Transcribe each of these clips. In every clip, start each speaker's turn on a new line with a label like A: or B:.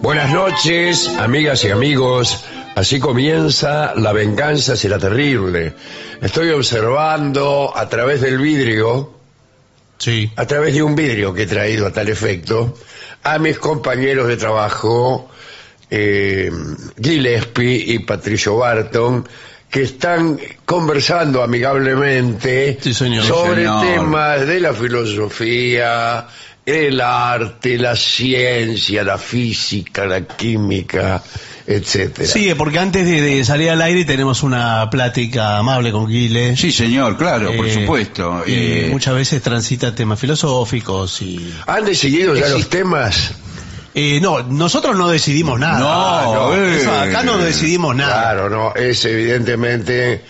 A: Buenas noches, amigas y amigos. Así comienza La venganza será terrible. Estoy observando a través del vidrio,
B: Sí.
A: a través de un vidrio que he traído a tal efecto, a mis compañeros de trabajo, eh, Gillespie y Patricio Barton, que están conversando amigablemente
B: Sí, señor.
A: sobre
C: Señor.
A: temas de la filosofía, el arte, la ciencia, la física, la química, etcétera.
B: Sí, porque antes de, de salir al aire tenemos una plática amable con Guile.
C: Sí, señor, claro, por
B: Eh,
C: supuesto.
B: Y
C: Eh,
B: muchas veces transita temas filosóficos y...
A: ¿Han decidido ya los temas?
B: Eh, no, nosotros no decidimos nada.
C: No,
B: Ah,
C: eh.
B: Eso, acá no decidimos nada.
A: Claro, no, es evidentemente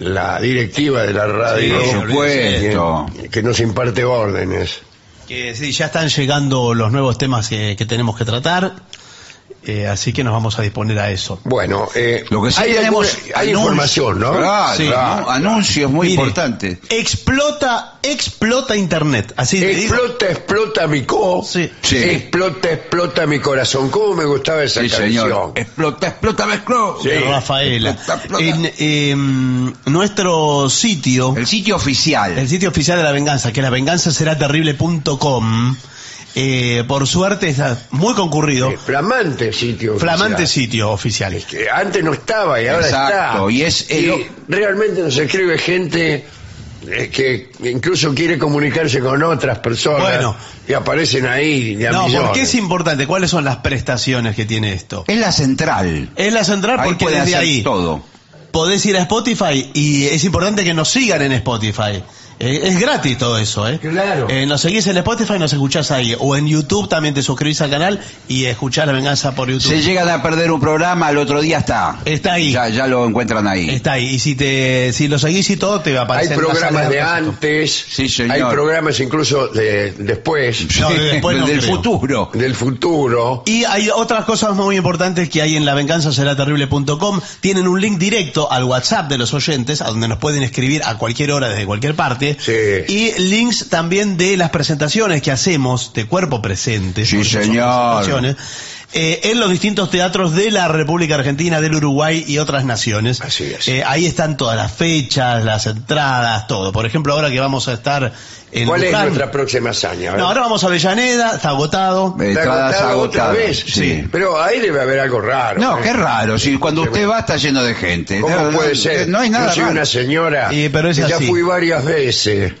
A: la directiva de la radio.
C: por supuesto.
A: que, que nos imparte órdenes.
B: Que sí, ya están llegando los nuevos temas que, que tenemos que tratar, eh, así que nos vamos a disponer a eso.
A: Bueno, eh,
C: Lo que Pues sí
A: hay,
C: tenemos
A: alguna- hay
C: anuncios.
A: información, ¿no?
C: Claro,
B: Sí.
C: ¿no? anuncios muy
B: Mire,
C: importantes.
B: Explota, explota Internet. Así le digo.
A: Explota, explota mi co.
B: Sí.
C: Sí.
A: Explota, explota mi corazón. ¿Cómo me gustaba esa
C: Sí,
A: canción?
C: señor. Explota, explota, explota.
B: de Eh, Rafaela.
C: Explota, explota.
B: En em, nuestro sitio,
C: El sitio oficial.
B: el sitio oficial de la venganza, que es lavenganzaseraterrible.com, eh, por suerte está muy concurrido.
A: Eh, Flamante sitio.
B: Flamante
A: oficial.
B: sitio oficial.
A: Que antes no estaba y ahora
C: Exacto,
A: está.
C: y es
A: Y
C: el-
A: realmente nos escribe gente eh, que incluso quiere comunicarse con otras personas
B: Bueno.
A: y aparecen ahí de a
B: No,
A: millones.
B: ¿por qué es importante? ¿Cuáles son las prestaciones que tiene esto?
C: Es la central.
B: Es la central
C: Ahí
B: porque
C: puede
B: desde
C: hacer
B: ahí
C: todo.
B: podés ir a Spotify y es importante que nos sigan en Spotify. Eh, es gratis todo eso, ¿eh?
A: Claro.
B: Eh, nos seguís en Spotify, nos escuchás ahí. O en YouTube también te suscribís al canal y escuchás La Venganza por YouTube.
C: Se llegan a perder un programa, al otro día está.
B: Está ahí.
C: Ya, ya lo encuentran ahí.
B: Está ahí. Y si te si lo seguís y todo, te va a
A: Hay
B: aparecer. en la
A: programas
B: sala
A: de
B: cosas.
A: antes,
C: Sí, señor.
A: hay programas incluso de después,
B: No, de después no
C: del
B: creo.
C: futuro.
A: del futuro.
B: Y hay otras cosas muy importantes que hay en lavenganzaseraterrible.com. Tienen un link directo al WhatsApp de los oyentes, a donde nos pueden escribir a cualquier hora desde cualquier parte.
A: Sí.
B: Y links también de las presentaciones que hacemos de cuerpo presente.
C: Sí,
B: porque son
C: señor.
B: presentaciones, eh, en los distintos teatros de la República Argentina, del Uruguay y otras naciones.
A: Así es.
B: Eh, ahí están todas las fechas, las entradas, todo. Por ejemplo, ahora que vamos a estar en
A: ¿Cuál es
B: Luján-
A: nuestra próxima hazaña? A ver.
B: No, ahora vamos a Avellaneda, está agotado.
A: ¿Está
C: Entradas
A: agotado otra
C: agotadas,
A: vez?
C: sí.
A: Pero ahí debe haber algo raro.
C: No,
A: ¿eh?
C: qué raro. Si cuando usted va está lleno de gente.
A: ¿Cómo
C: No, no,
A: puede ser?
C: No hay nada
A: Yo soy
C: raro.
A: una señora
B: Y, pero es
A: que ya
B: así.
A: fui varias veces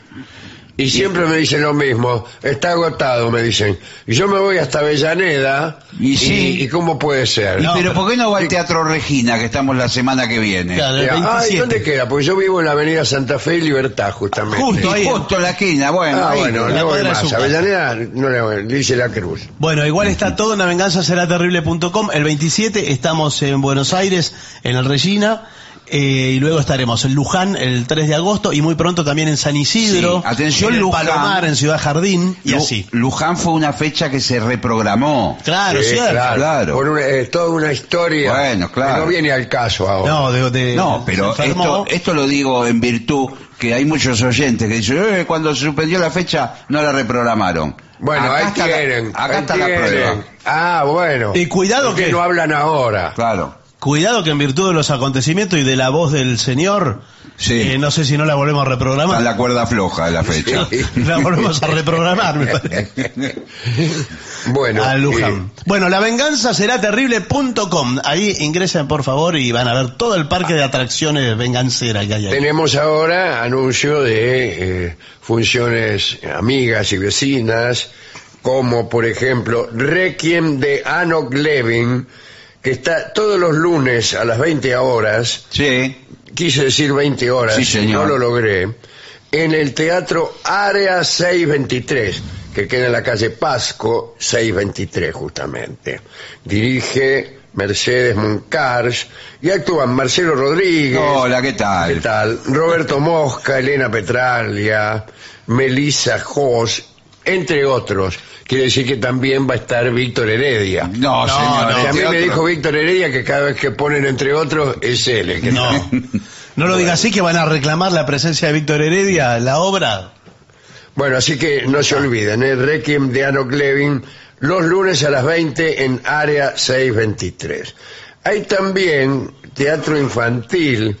A: Y siempre me dicen lo mismo, está agotado, me dicen. Yo me voy hasta Avellaneda
C: Y sí.
A: y cómo puede ser.
C: Y pero ¿por qué no va al Teatro Regina, que estamos la semana que viene?
B: Claro, el
A: Ay,
B: 27.
A: ¿dónde queda? Porque yo vivo en la avenida Santa Fe y Libertad, justamente.
B: Justo ahí.
C: Y justo en la esquina, bueno.
A: Ah,
C: ahí.
A: bueno,
B: la
A: no voy
B: cuadra de
A: más.
B: su
A: Avellaneda no le voy, dice la cruz.
B: Bueno, igual está todo en lavenganzaseraterrible.com. El 27 estamos en Buenos Aires, en el Regina, eh, y luego estaremos en Luján el 3 de agosto y muy pronto también en San Isidro,
C: Sí, atención,
B: en el
C: Luján.
B: Palomar, en Ciudad Jardín y
C: Lu-
B: así.
C: Luján fue una fecha que se reprogramó.
B: Claro,
A: Sí,
B: cierto.
C: claro.
A: Eh, Por una- eh, toda una historia
C: Bueno, claro.
A: que no viene al caso ahora.
B: No, de, de-
C: No, pero
B: se enfermó.
C: esto, esto lo digo en virtud que hay muchos oyentes que dicen, "Eh, cuando se suspendió la fecha no la reprogramaron.
A: Bueno,
C: Acá
A: ahí
C: está la-
A: tienen.
C: acá
A: ahí
C: está la
A: tienen.
C: prueba.
A: Ah, bueno.
B: Y cuidado
A: ¿Por qué
B: que-
A: no hablan ahora.
C: Claro.
B: Cuidado que en virtud de los acontecimientos y de la voz del señor,
C: Sí.
B: eh, no sé si no la volvemos a
C: Está
B: reprogramar.
C: la cuerda floja de la fecha.
B: la volvemos a reprogramar, me parece.
A: Bueno,
B: a
A: eh,
B: Luján. Bueno, lavenganzaseraterrible.com. Ahí ingresen, por favor, y van a ver todo el parque de atracciones vengancera que hay ahí.
A: Tenemos ahora anuncio de eh, funciones amigas y vecinas, como por ejemplo Requiem de Anok Levin, que está todos los lunes a las 20 horas,
C: Sí.
A: quise decir 20 horas,
C: Sí, señor.
A: no lo logré, en el Teatro Área 623, que queda en la calle Pasco 623 justamente. Dirige Mercedes Moncars y actúan Marcelo Rodríguez.
C: Hola, ¿qué
A: ¿Qué
C: tal?
A: tal? Roberto Mosca, Elena Petralia, Melissa Jos, entre otros. Quiere decir que también va a estar Víctor Heredia.
C: No, señor.
A: Y
C: este
A: a mí me
C: otro-
A: dijo Víctor Heredia que cada vez que ponen entre otros es él. el que
B: No,
A: está.
B: no lo diga así que van a reclamar la presencia de Víctor Heredia, la obra.
A: Bueno, así que no se olviden, el Requiem de Anok Levin, los lunes a las 20 en Área 623. Hay también teatro infantil,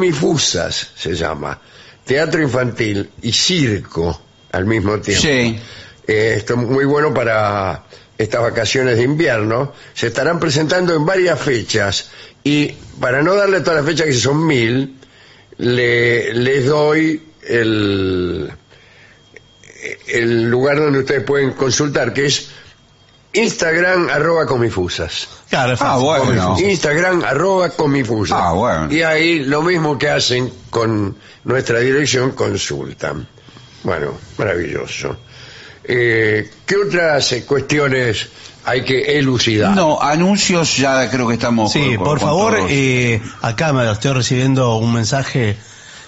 A: Comifusas se llama, teatro infantil y circo al mismo tiempo.
C: Sí.
A: Eh, esto es muy bueno para estas vacaciones de invierno. Se estarán presentando en varias fechas y para no darle todas las fechas que son mil, le, les doy el, el lugar donde ustedes pueden consultar, que es Instagram arroba comifusas.
B: Claro, es
C: Ah,
B: fácil.
C: bueno.
A: Instagram arroba comifusas.
C: Ah, bueno.
A: Y ahí lo mismo que hacen con nuestra dirección, consultan. Bueno, maravilloso. Eh, ¿Qué otras eh, cuestiones hay que elucidar?
C: No, anuncios ya creo que estamos.
B: Sí,
C: con-
B: por
C: con
B: favor,
C: todos.
B: eh, acá me estoy recibiendo un mensaje,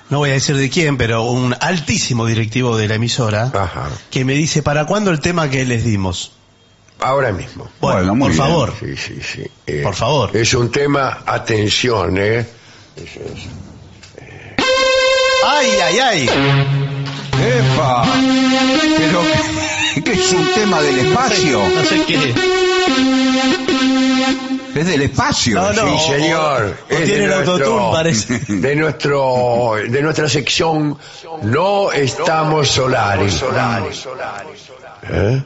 B: no voy a decir de quién, pero un altísimo directivo de la emisora,
A: Ajá.
B: que me dice, ¿para cuándo el tema que les dimos?
A: Ahora mismo.
B: Bueno,
C: Bueno, muy
B: por
C: bien.
B: favor.
A: Sí, sí, sí. Eh,
B: Por favor.
A: Es un tema, atención, ¿eh? Es- es-
B: ¡Ay, ay, ay!
C: ¡Epa! Pero que- que es un tema del espacio.
B: No sé qué.
C: Es del espacio.
B: No, no.
A: Sí, señor.
B: O- o
A: Es
B: tiene
A: de
B: el
A: nuestro-
B: autotune, parece.
A: De, nuestro, de nuestra sección No estamos solares. ¿Eh?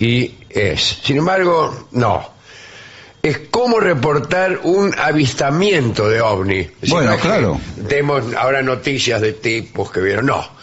A: Y es. Sin embargo, no. Es como reportar un avistamiento de ovni. Es decir,
C: Bueno,
A: no es que
C: claro.
A: Demos ahora noticias de tipos que vieron. No.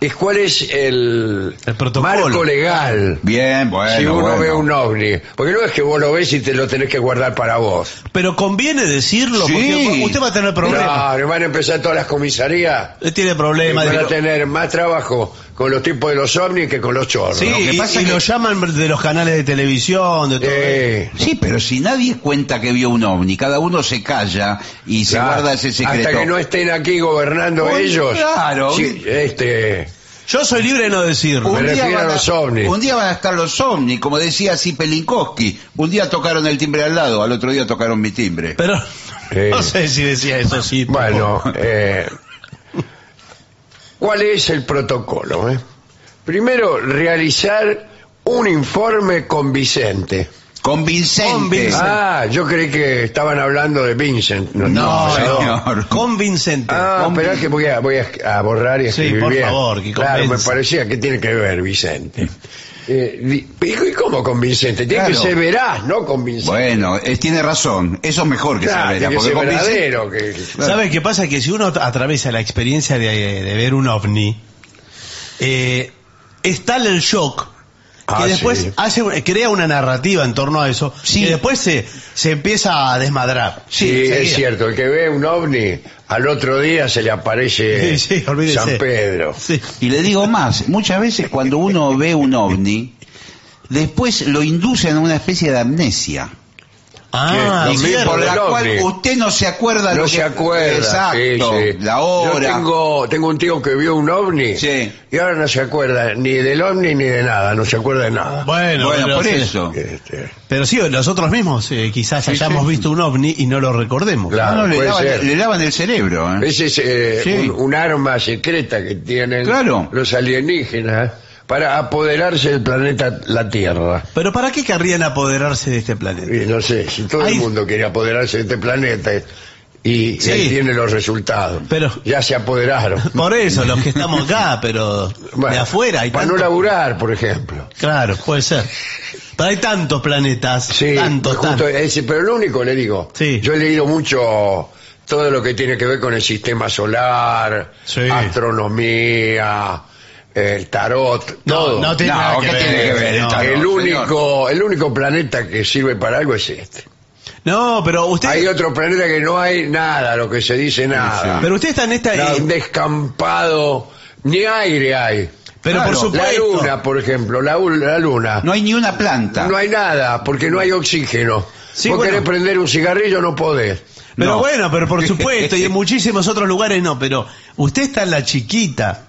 A: Es cuál es el,
B: El protocolo.
A: marco legal
C: Bien, bueno.
A: si uno
C: bueno.
A: ve un ovni. Porque no es que vos lo ves y te lo tenés que guardar para vos.
B: Pero conviene decirlo,
C: Sí.
B: porque usted va a tener problemas.
A: Claro, van a empezar todas las comisarías.
B: Usted Tiene
A: y
B: problemas.
A: van a
B: digo.
A: tener más trabajo con los tipos de los ovnis que con los chorros.
B: Sí,
C: que
B: y-
C: pasa
B: y,
C: que-
B: lo llaman de los canales de televisión, de todo.
A: Eh,
C: Sí, pero si nadie cuenta que vio un ovni, cada uno se calla y se
A: ya,
C: guarda ese secreto.
A: Hasta que no estén aquí gobernando
C: Bueno,
A: ellos.
C: claro.
A: Sí, este,
B: Yo soy libre de no decirlo.
A: me refiero
C: van
A: a los ovnis.
C: un día van a estar los ovnis, como decía así Pelinkowski. Un día tocaron el timbre al lado, al otro día tocaron mi timbre.
B: Pero
A: Eh.
B: no sé si decía eso, sí. pero-
A: bueno, eh, ¿cuál es el protocolo? eh? Primero, realizar un informe convincente.
C: Convincente.
B: Convincente.
A: Ah, yo creí que estaban hablando de Vincent.
C: No,
A: perdón.
C: señor.
B: Convincente.
A: Ah,
C: Con-
A: pero es que voy a, voy a- a borrar y
B: Sí,
A: escribir
B: por
A: bien.
B: favor, que
A: Claro, me
B: convence.
A: parecía que tiene que ver Vicente. Eh, di- pero ¿Y cómo convincente? Tiene
C: Claro.
A: que ser veraz, no convincente.
C: Bueno, eh, tiene razón. Eso es mejor que
A: Claro,
C: Savera.
A: tiene que
C: Porque
A: ser
C: convincente-
A: verdadero. que-
B: ¿Sabe qué pasa? Que si uno atraviesa la experiencia de, de ver un ovni, eh, es tal el shock que
A: Ah,
B: después
A: sí.
B: hace, un- crea una narrativa en torno a eso y después se, se empieza a desmadrar.
A: Sí, es
B: enseguida.
A: cierto. El que ve un ovni, al otro día se le aparece
B: Sí, sí, olvídese.
A: eh, San Pedro.
B: Sí.
C: Y le digo más, muchas veces cuando uno ve un ovni, después lo inducen a una especie de amnesia.
B: Ah,
A: Lo
C: Y
B: es
A: mismo
B: cierto.
C: por la
A: del
C: cual
A: ovni.
C: usted no se acuerda
A: No
C: lo
A: se
C: que-
A: acuerda.
C: Exacto,
A: sí, sí.
C: la
A: Yo
C: hora.
A: tengo, tengo un tío que vio un ovni
C: Sí.
A: y ahora no se acuerda ni del ovni ni de nada, no se acuerda de nada.
B: Bueno,
C: Bueno,
B: pero
C: por
B: sí.
C: eso.
A: Este,
B: Pero sí, nosotros mismos eh, quizás hayamos visto un ovni y no lo recordemos.
A: Claro.
C: Uno le,
A: puede
C: lavan,
A: ser.
C: le lavan el cerebro. ¿eh?
A: ese es eh,
C: Sí.
A: un, un arma secreta que tienen
C: Claro.
A: los alienígenas para apoderarse del planeta la Tierra.
B: Pero ¿para qué querrían apoderarse de este planeta?
A: Y no sé, si todo
B: Hay-
A: el mundo quiere apoderarse de este planeta y, y
B: Sí.
A: ahí tiene los resultados,
B: Pero-
A: ya se apoderaron.
B: Por eso, los que estamos acá, pero de
A: Bueno,
B: afuera hay
A: para
B: tantos-
A: no laburar, por ejemplo.
B: Claro, puede ser. Pero hay tantos planetas,
A: Sí,
B: tantos,
A: justo
B: tantos.
A: ese, pero lo único le digo,
B: Sí.
A: yo he leído mucho todo lo que tiene que ver con el sistema solar,
B: Sí.
A: astronomía, el tarot,
B: No,
A: todo.
B: no tiene
C: No,
B: nada que
C: ¿qué
B: ver.
C: tiene que ver el
B: no.
C: tarot?
A: el
C: señor.
A: único, el único planeta que sirve para algo es este.
B: No, pero usted,
A: Hay otro planeta que no hay nada, lo que se dice nada.
B: pero usted está en esta...
A: Nada,
B: eh,
A: un descampado, ni aire hay.
B: pero por
C: Claro,
A: La
B: supuesto.
A: luna, por ejemplo, la, ul- la luna.
C: No hay ni una planta.
A: No hay nada, porque no hay oxígeno.
B: Sí,
A: Vos
B: bueno.
A: querés prender un cigarrillo, no podés.
B: Pero
C: No.
B: bueno, pero por supuesto, y en muchísimos otros lugares no, pero usted está en la chiquita.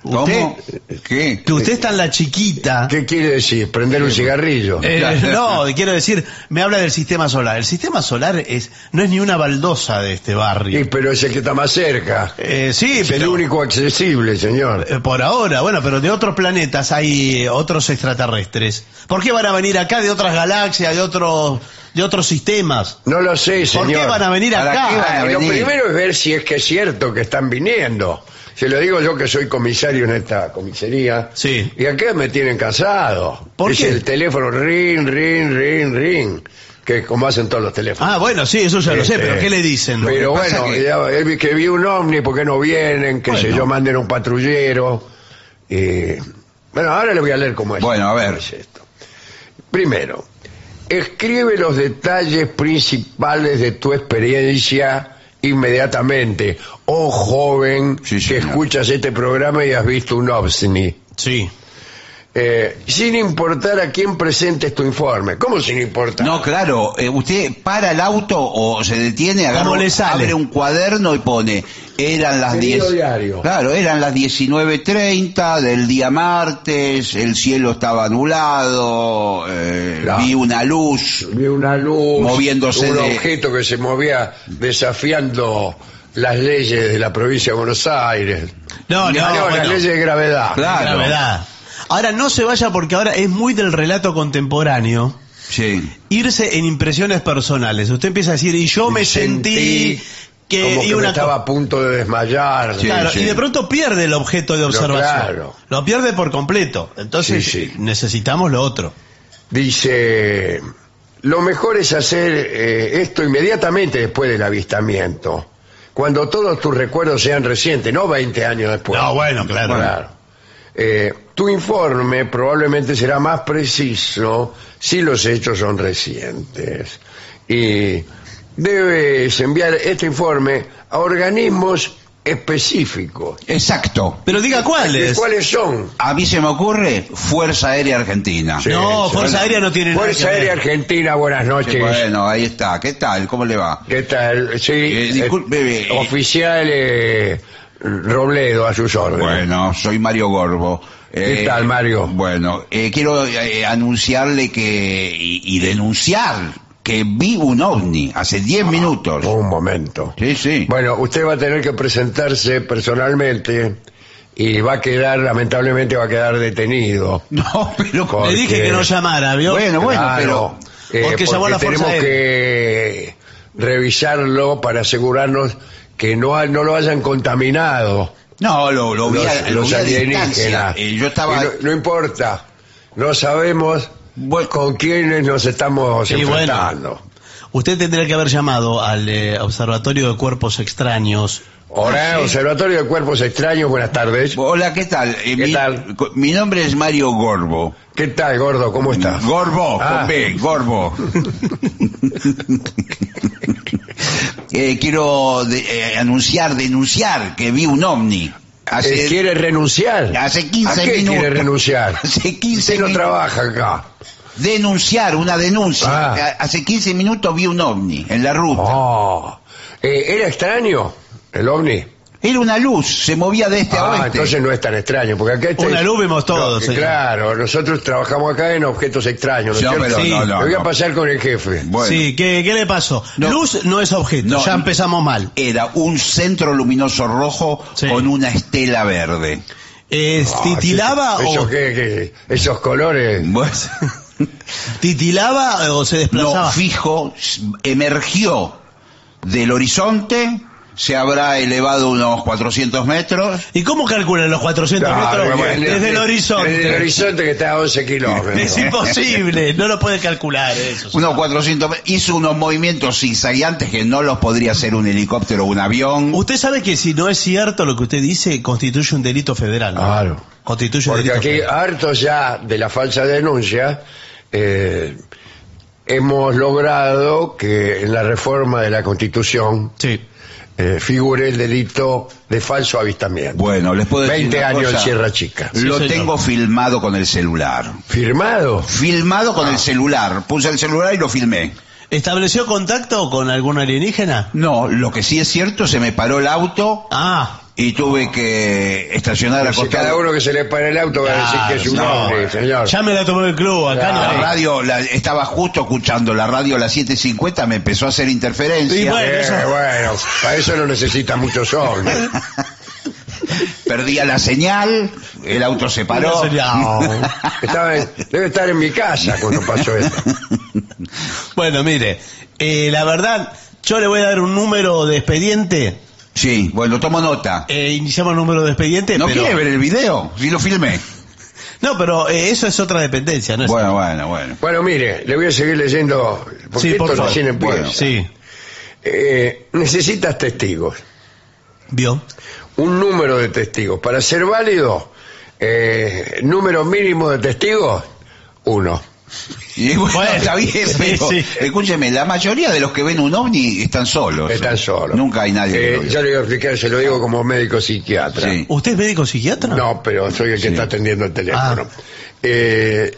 C: ¿Cómo?
B: Usted,
C: ¿Qué?
B: que usted está en la chiquita.
A: ¿Qué quiere decir? Prender un cigarrillo.
B: Eh, no, quiero decir, me habla del sistema solar. El sistema solar es no es ni una baldosa de este
A: Y,
B: barrio.
A: pero es el que está más cerca.
B: Eh, sí,
A: Es el
B: pero
A: único accesible, señor.
B: eh, por ahora, bueno, pero de otros planetas hay eh, otros extraterrestres. ¿Por qué van a venir acá de otras galaxias, de otros de otros sistemas?
A: No lo sé,
B: ¿Por
A: señor.
B: qué van a venir
C: ¿Para qué van
B: acá?
C: a
A: Ah, Lo
C: venir?
A: primero es ver si es que es cierto que están viniendo. Se lo digo yo que soy comisario en esta comisaría.
B: Sí.
A: Y acá me tienen casado.
B: ¿Por
A: es
B: qué?
A: el teléfono ring, ring, ring, ring. Que es como hacen todos los teléfonos.
B: Ah, bueno, sí, eso ya lo sé,
A: Este,
B: pero ¿qué le dicen?
A: Pero
C: Lo que pasa
A: bueno,
C: que-
A: ya, él vi- que vi un ovni, ¿por qué no vienen? Que sé
C: Bueno.
A: yo, manden un patrullero. Eh, bueno, ahora le voy a leer cómo es.
C: Bueno, a ver.
A: ¿Cómo es esto. Primero, escribe los detalles principales de tu experiencia inmediatamente. Oh joven
C: Sí,
A: que
C: señor.
A: escuchas este programa y has visto un ovni.
B: Sí.
A: Eh, sin importar a quién presentes tu informe. ¿Cómo sin importar?
C: No, claro, eh, usted para el auto o se detiene, agarra,
B: ¿Cómo le sale?
C: abre un cuaderno y pone, eran las
A: Querido
C: 10.
A: diario.
C: Claro, eran las 19.30 del día martes, el cielo estaba nublado, eh,
A: Claro.
C: vi una luz.
A: Vi una luz,
C: Moviéndose
A: un
C: de-
A: objeto que se movía desafiando las leyes de la provincia de Buenos Aires.
B: No, no,
A: las
B: bueno.
A: leyes de gravedad.
C: Claro.
B: Gravedad. Ahora no se vaya porque ahora es muy del relato contemporáneo
C: Sí.
B: irse en impresiones personales. Usted empieza a decir, y yo me sentí, que,
A: como
B: Eh, y
A: que me
B: una co-
A: estaba a punto de desmayar.
C: Sí,
B: Claro,
C: sí.
B: y de pronto pierde el objeto de observación.
A: claro.
B: Lo pierde por completo. Entonces
A: Sí, sí.
B: necesitamos lo otro.
A: Dice, lo mejor es hacer eh, esto inmediatamente después del avistamiento, cuando todos tus recuerdos sean recientes, no 20 años después.
B: No, bueno, claro.
A: Claro. Eh, tu informe probablemente será más preciso si los hechos son recientes. Y debes enviar este informe a organismos específicos.
C: Exacto.
B: Pero diga cuál
A: ¿Y
B: es.
A: ¿Cuáles son?
C: A mí se me ocurre Fuerza Aérea Argentina.
A: Sí.
B: No, Fuerza
A: Bueno,
B: Aérea no tiene nada que
A: Fuerza
B: ver.
A: Aérea Argentina, buenas noches.
C: Sí, bueno, ahí está. ¿Qué tal? ¿Cómo le va?
A: ¿Qué tal? Sí,
C: Eh, disculpe, eh,
A: oficial eh, Robledo, a sus órdenes.
C: Bueno, soy Mario Gorbo.
A: ¿Qué tal, Mario?
C: Bueno, eh, quiero eh, anunciarle que y, y denunciar que vi un ovni hace 10 minutos.
A: Un momento.
C: Sí, sí.
A: Bueno, usted va a tener que presentarse personalmente y va a quedar, lamentablemente, va a quedar detenido.
C: No, pero
A: Con-
B: Le dije
A: porque-
B: que no llamara, ¿vio?
C: Bueno, bueno,
A: Claro, eh,
B: pero- porque llamó a la Fuerza
A: tenemos
B: Aérea.
A: que revisarlo para asegurarnos que no, ha- no lo hayan contaminado
C: no, lo, lo vi,
A: los,
C: a, lo
A: los
C: vi a distancia.
A: alienígenas.
C: Eh, yo estaba
A: Y No, no importa, no sabemos
C: Bueno.
A: con quiénes nos estamos
B: Sí, bueno.
A: enfrentando.
B: Usted tendría que haber llamado al eh, Observatorio de Cuerpos Extraños
A: Hola, Observatorio de Cuerpos Extraños, buenas tardes.
C: Ah, Hola, ¿qué tal? Eh, mi,
A: tal?
C: co- mi nombre es Mario Gorbo.
A: ¿Qué tal, gordo? ¿Cómo estás?
C: Gorbo,
A: Ah.
C: con B, Gorbo. Eh, quiero de- eh, anunciar, denunciar que vi un ovni.
A: Eh,
C: Hace,
A: ¿Quiere renunciar?
C: hace 15
A: ¿A qué
C: minutos.
A: quiere renunciar?
C: Hace 15
A: Usted no
C: minutos.
A: trabaja acá.
C: Denunciar, una denuncia.
A: Ah.
C: Ha- Hace 15 minutos vi un ovni en la ruta.
A: Oh. Eh, ¿Era extraño el ovni?
C: Era una luz, se movía de este a
A: Ah,
C: oeste.
A: entonces no es tan extraño, porque acá está-
B: Una luz vimos todos,
A: Este No, eh,
B: señor.
A: Claro, nosotros trabajamos acá en objetos extraños, ¿no es
C: No,
A: cierto?
C: pero
B: Sí.
C: no, no,
A: Me voy a
C: no.
A: pasar con el jefe.
C: Bueno,
B: Sí, ¿qué, qué le pasó?
C: No.
B: Luz no es objeto,
C: No.
B: ya empezamos mal.
C: Era un centro luminoso rojo
B: Sí.
C: con una estela verde.
B: Eh, ¿Titilaba
A: Ah, eso
B: o
A: que- que- esos colores.
C: Bueno,
B: titilaba eh, o se
C: no
B: desplazaba?
C: fijo, s- emergió del horizonte, se habrá elevado unos 400 metros.
B: ¿Y cómo calculan los 400
C: Ah,
A: Claro,
B: metros?
A: bueno,
B: Desde el
A: Desde el
B: horizonte.
A: horizonte que está a 11 kilómetros.
B: Es imposible, Eh, no lo puede calcular eso.
C: Unos 400 metros. Hizo unos movimientos zigzagueantes que no los podría hacer un helicóptero o un avión.
B: Usted sabe que si no es cierto lo que usted dice, constituye un delito federal. ¿no?
A: Claro.
B: Constituye un
A: Porque
B: delito
A: aquí,
B: federal.
A: hartos ya de la falsa denuncia, eh, hemos logrado que en la reforma de la Constitución
B: Sí.
A: eh, figure el delito de falso avistamiento.
C: Bueno, les puedo decir
A: 20
C: una
A: años
C: cosa.
A: en Sierra Chica.
B: Sí,
C: Lo
B: señor.
C: tengo filmado con el celular.
A: Firmado.
C: Filmado con el celular. Puse el celular y lo filmé.
B: ¿Estableció contacto con algún alienígena?
C: No, lo que sí es cierto, se me paró el auto
B: Ah,
C: y tuve que estacionar a
A: Si cada uno que se le para el auto va a decir que es un
C: Claro,
A: hombre,
C: no.
A: señor.
B: ya me la tomó el club, acá
C: La
B: no. hay.
C: radio, la- estaba justo escuchando la radio a las 7.50, me empezó a hacer interferencia.
B: Y bueno,
A: Eh,
B: eso-
A: bueno, para eso no necesita muchos hombres.
C: Perdía la señal, el auto se paró.
B: No, señor.
A: Estaba en- debe estar en mi casa cuando pasó esto.
B: Bueno, mire, eh, la verdad, yo le voy a dar un número de expediente.
C: Sí, bueno, tomo nota.
B: Eh, iniciamos el número de expediente,
C: ¿No
B: pero...
C: quiere ver el video? Sí, lo filmé.
B: No, pero eh, eso es otra dependencia, ¿no es?
C: Bueno, bueno, bueno.
A: Bueno, mire, le voy a seguir leyendo, porque
B: sí,
A: esto
B: por favor.
A: recién empieza.
B: Bueno, sí,
A: Eh, necesitas testigos,
B: vio.
A: un número de testigos. Para ser válido, eh, número mínimo de testigos, uno.
C: Y bueno,
B: Bueno,
C: está bien,
B: sí,
C: pero
B: sí.
C: escúcheme, la mayoría de los que ven un ovni están solos. eh.
A: Están solos.
C: Nunca hay nadie. que
A: Eh,
C: lo vea.
A: yo le voy a explicar, se lo digo como médico psiquiatra.
C: Sí.
B: ¿Usted es médico psiquiatra? Ah.
A: No, pero soy el que está atendiendo el teléfono. Eh,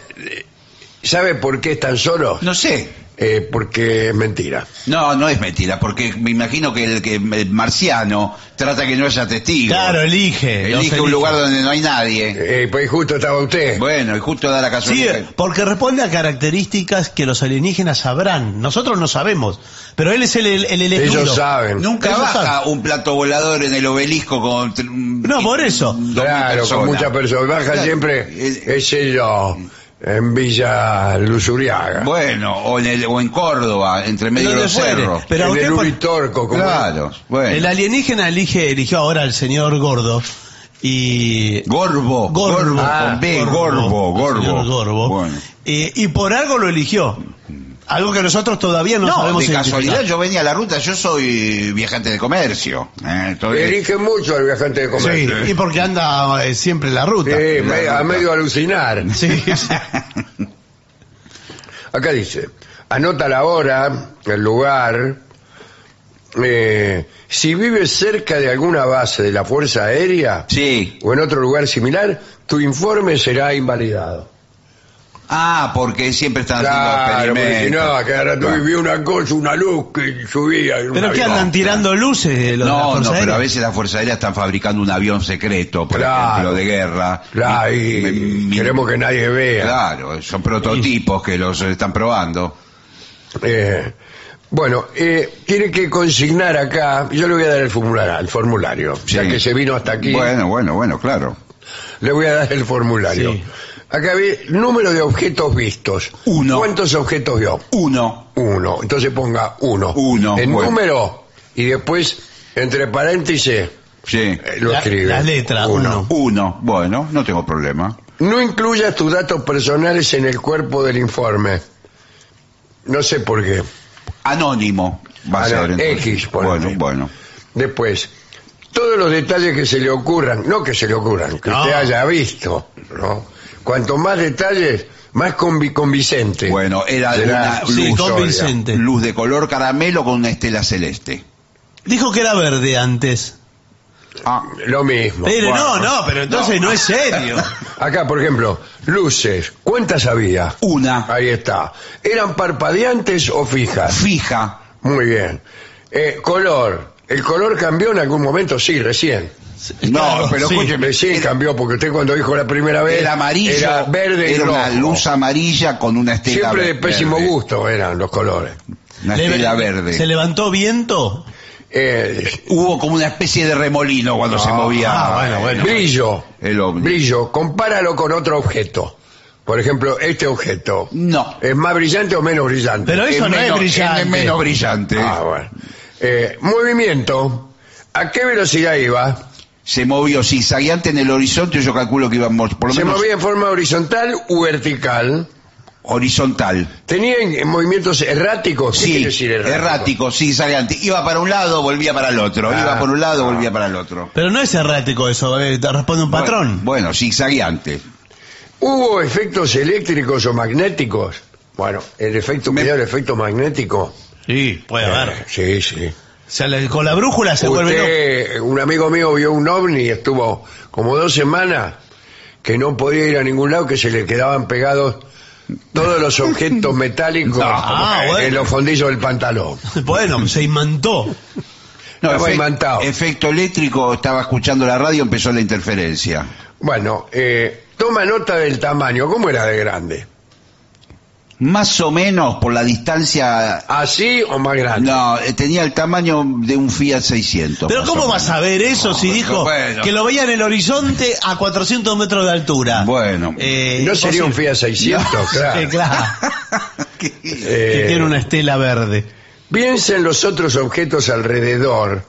A: ¿Sabe por qué están solos?
C: No sé,
A: Eh, porque es mentira.
C: No, no es mentira, porque me imagino que el, que el marciano trata que no haya testigos.
B: Claro, elige. los
C: Elige
B: elige.
C: un lugar donde no hay nadie.
A: Eh, pues justo estaba usted.
C: Bueno, y justo da la
B: Sí,
C: casualidad. que-
B: porque responde a características que los alienígenas sabrán. Nosotros no sabemos, pero él es el, el, el elegido.
A: Ellos saben.
C: Nunca
B: Eso
C: baja
B: sabe.
C: un plato volador en el obelisco con... tr-
B: No, por eso.
C: dos
A: Claro,
C: mil
A: con muchas personas. Baja
C: Claro,
A: siempre,
C: eh,
A: ese yo, en Villa Luzuriaga.
C: Bueno, o en, el- o en Córdoba, entre medio de
B: Donde
C: los
B: fuere,
C: cerros.
B: pero a
A: en
B: usted
A: el
B: por-
A: Uritorco, como
C: Claro, bueno.
B: El alienígena elige, eligió ahora al señor Gordo y Gorbo.
C: Gorbo, Gorbo,
B: Ah,
C: con B, Gorbo, Gorbo.
B: el señor Gorbo.
C: Bueno.
B: Eh, y por algo lo eligió. Algo que nosotros todavía no,
C: No,
B: sabemos
C: de casualidad
B: identificar.
C: yo venía a la ruta, yo soy viajante de comercio. eh, entonces-
A: Elige mucho al viajante de
B: Sí,
A: comercio.
B: y porque anda eh, siempre en la ruta.
A: Sí, me- a medio alucinar.
B: Sí, sí.
A: Acá dice, anota la hora, el lugar. eh, si vives cerca de alguna base de la Fuerza Aérea
C: Sí.
A: o en otro lugar similar, tu informe será invalidado.
C: Ah, porque siempre están
A: Claro,
C: haciendo
A: porque si
C: experimentos.
A: no, acá ahora
C: Claro.
A: vi una cosa, una luz que subía. y un
B: Pero que
A: avión.
B: andan tirando luces eh, los de la
C: No,
B: Fuerza
C: no, pero
B: Aérea.
C: a veces las Fuerzas Aéreas están fabricando un avión secreto, por
A: Claro.
C: ejemplo, de guerra.
A: Claro, y
C: Mi- mi-
A: queremos que nadie vea.
C: Claro, son prototipos que los están probando.
A: Eh, bueno, eh, tiene que consignar acá, yo le voy a dar el formulario, el formulario ya
C: Sí.
A: que se vino hasta aquí,
C: Bueno, bueno, bueno, claro.
A: le voy a dar el formulario.
B: Sí.
A: Acá ve número de objetos vistos.
C: Uno.
A: ¿Cuántos objetos vio?
C: Uno.
A: Uno. Entonces ponga uno.
C: Uno,
A: El
C: bueno.
A: número y después, entre paréntesis,
C: Sí.
A: eh, lo
B: La-
A: escribe.
B: las letras, uno.
C: Uno. Bueno, no tengo problema.
A: No incluyas tus datos personales en el cuerpo del informe. No sé por qué.
C: Anónimo. Va a
A: Ahora,
C: ser, entonces.
A: X, ponele.
C: Bueno, bueno.
A: Después, todos los detalles que se le ocurran, no que se le ocurran, que
B: No.
A: usted haya visto, ¿no? Cuanto más detalles, más convi- convincente.
C: Bueno, era de
A: Será
C: una
B: Ah, Sí,
C: luz,
B: convincente.
C: luz de color caramelo con una estela celeste.
B: Dijo que era verde antes.
C: Ah,
A: Lo mismo.
B: Pero
A: Bueno.
B: no, no, pero entonces no, es serio.
A: pues, Acá, por ejemplo, luces, ¿cuántas había?
C: una
A: Ahí está. ¿Eran parpadeantes o fijas?
C: fija.
A: Muy bien. Eh, color. ¿El color cambió en algún momento? Sí, recién.
C: No,
B: Claro,
C: pero
B: sí.
C: escúcheme,
A: Recién cambió, porque usted cuando dijo la primera vez...
C: era amarillo,
A: Era verde y
C: era una
A: rojo.
C: luz amarilla con una estela
A: Siempre de
C: ver-
A: pésimo
C: verde.
A: gusto eran los colores.
C: Una
B: Le-
C: estela
B: ¿Se
C: verde.
B: levantó viento?
A: Eh,
C: Hubo como una especie de remolino cuando se
A: Ah,
C: movía.
B: ah, bueno, bueno.
A: brillo.
C: El ovni.
A: Brillo. Compáralo con otro objeto. Por ejemplo, este objeto.
C: No.
A: ¿Es más brillante o menos brillante?
B: Pero eso no es
C: menos-
B: brillante.
C: es menos brillante.
A: Ah, bueno. Eh, movimiento. ¿A qué velocidad iba?
C: Se movió zigzagueante en el horizonte, yo calculo que iba mo- por lo
A: ¿Se
C: menos
A: movía en forma horizontal u vertical?
C: horizontal.
A: ¿Tenían eh, movimientos erráticos? ¿Qué
C: Sí,
A: quiere decir
C: errático? zigzagueante. Iba para un lado, volvía para el otro.
A: Ah,
C: iba por un lado, volvía para el otro.
B: Pero no es errático eso, eh, te responde un patrón.
C: Bueno, bueno, zigzagueante.
A: ¿Hubo efectos eléctricos o magnéticos? Bueno, el efecto,
C: Me-
A: cuidado, el efecto magnético.
B: Sí, puede
A: Eh,
B: haber.
A: sí, sí.
B: O sea, la- Eh, con la brújula se vuelve loco.
A: Usted, un amigo mío vio un ovni y estuvo como dos semanas que no podía ir a ningún lado, que se le quedaban pegados todos los objetos metálicos
B: Ah, bueno.
A: en los fondillos del pantalón.
B: Bueno, se imantó.
C: No,
A: Estaba
C: efect-
A: imantado.
C: efecto eléctrico, estaba escuchando la radio, empezó la interferencia.
A: Bueno, eh, toma nota del tamaño. ¿Cómo era de grande?
C: Más o menos por la distancia.
A: ¿Así o más grande?
C: No, eh, tenía el tamaño de un Fiat 600.
B: Pero ¿cómo vas a ver eso si dijo
C: bueno.
B: que lo veía en el horizonte a 400 metros de altura?
C: Bueno.
B: Eh,
A: no sería un
B: imposible.
A: Fiat 600, claro.
B: Sí, claro.
A: Eh,
B: que tiene una estela verde.
A: Piensa en los otros objetos alrededor.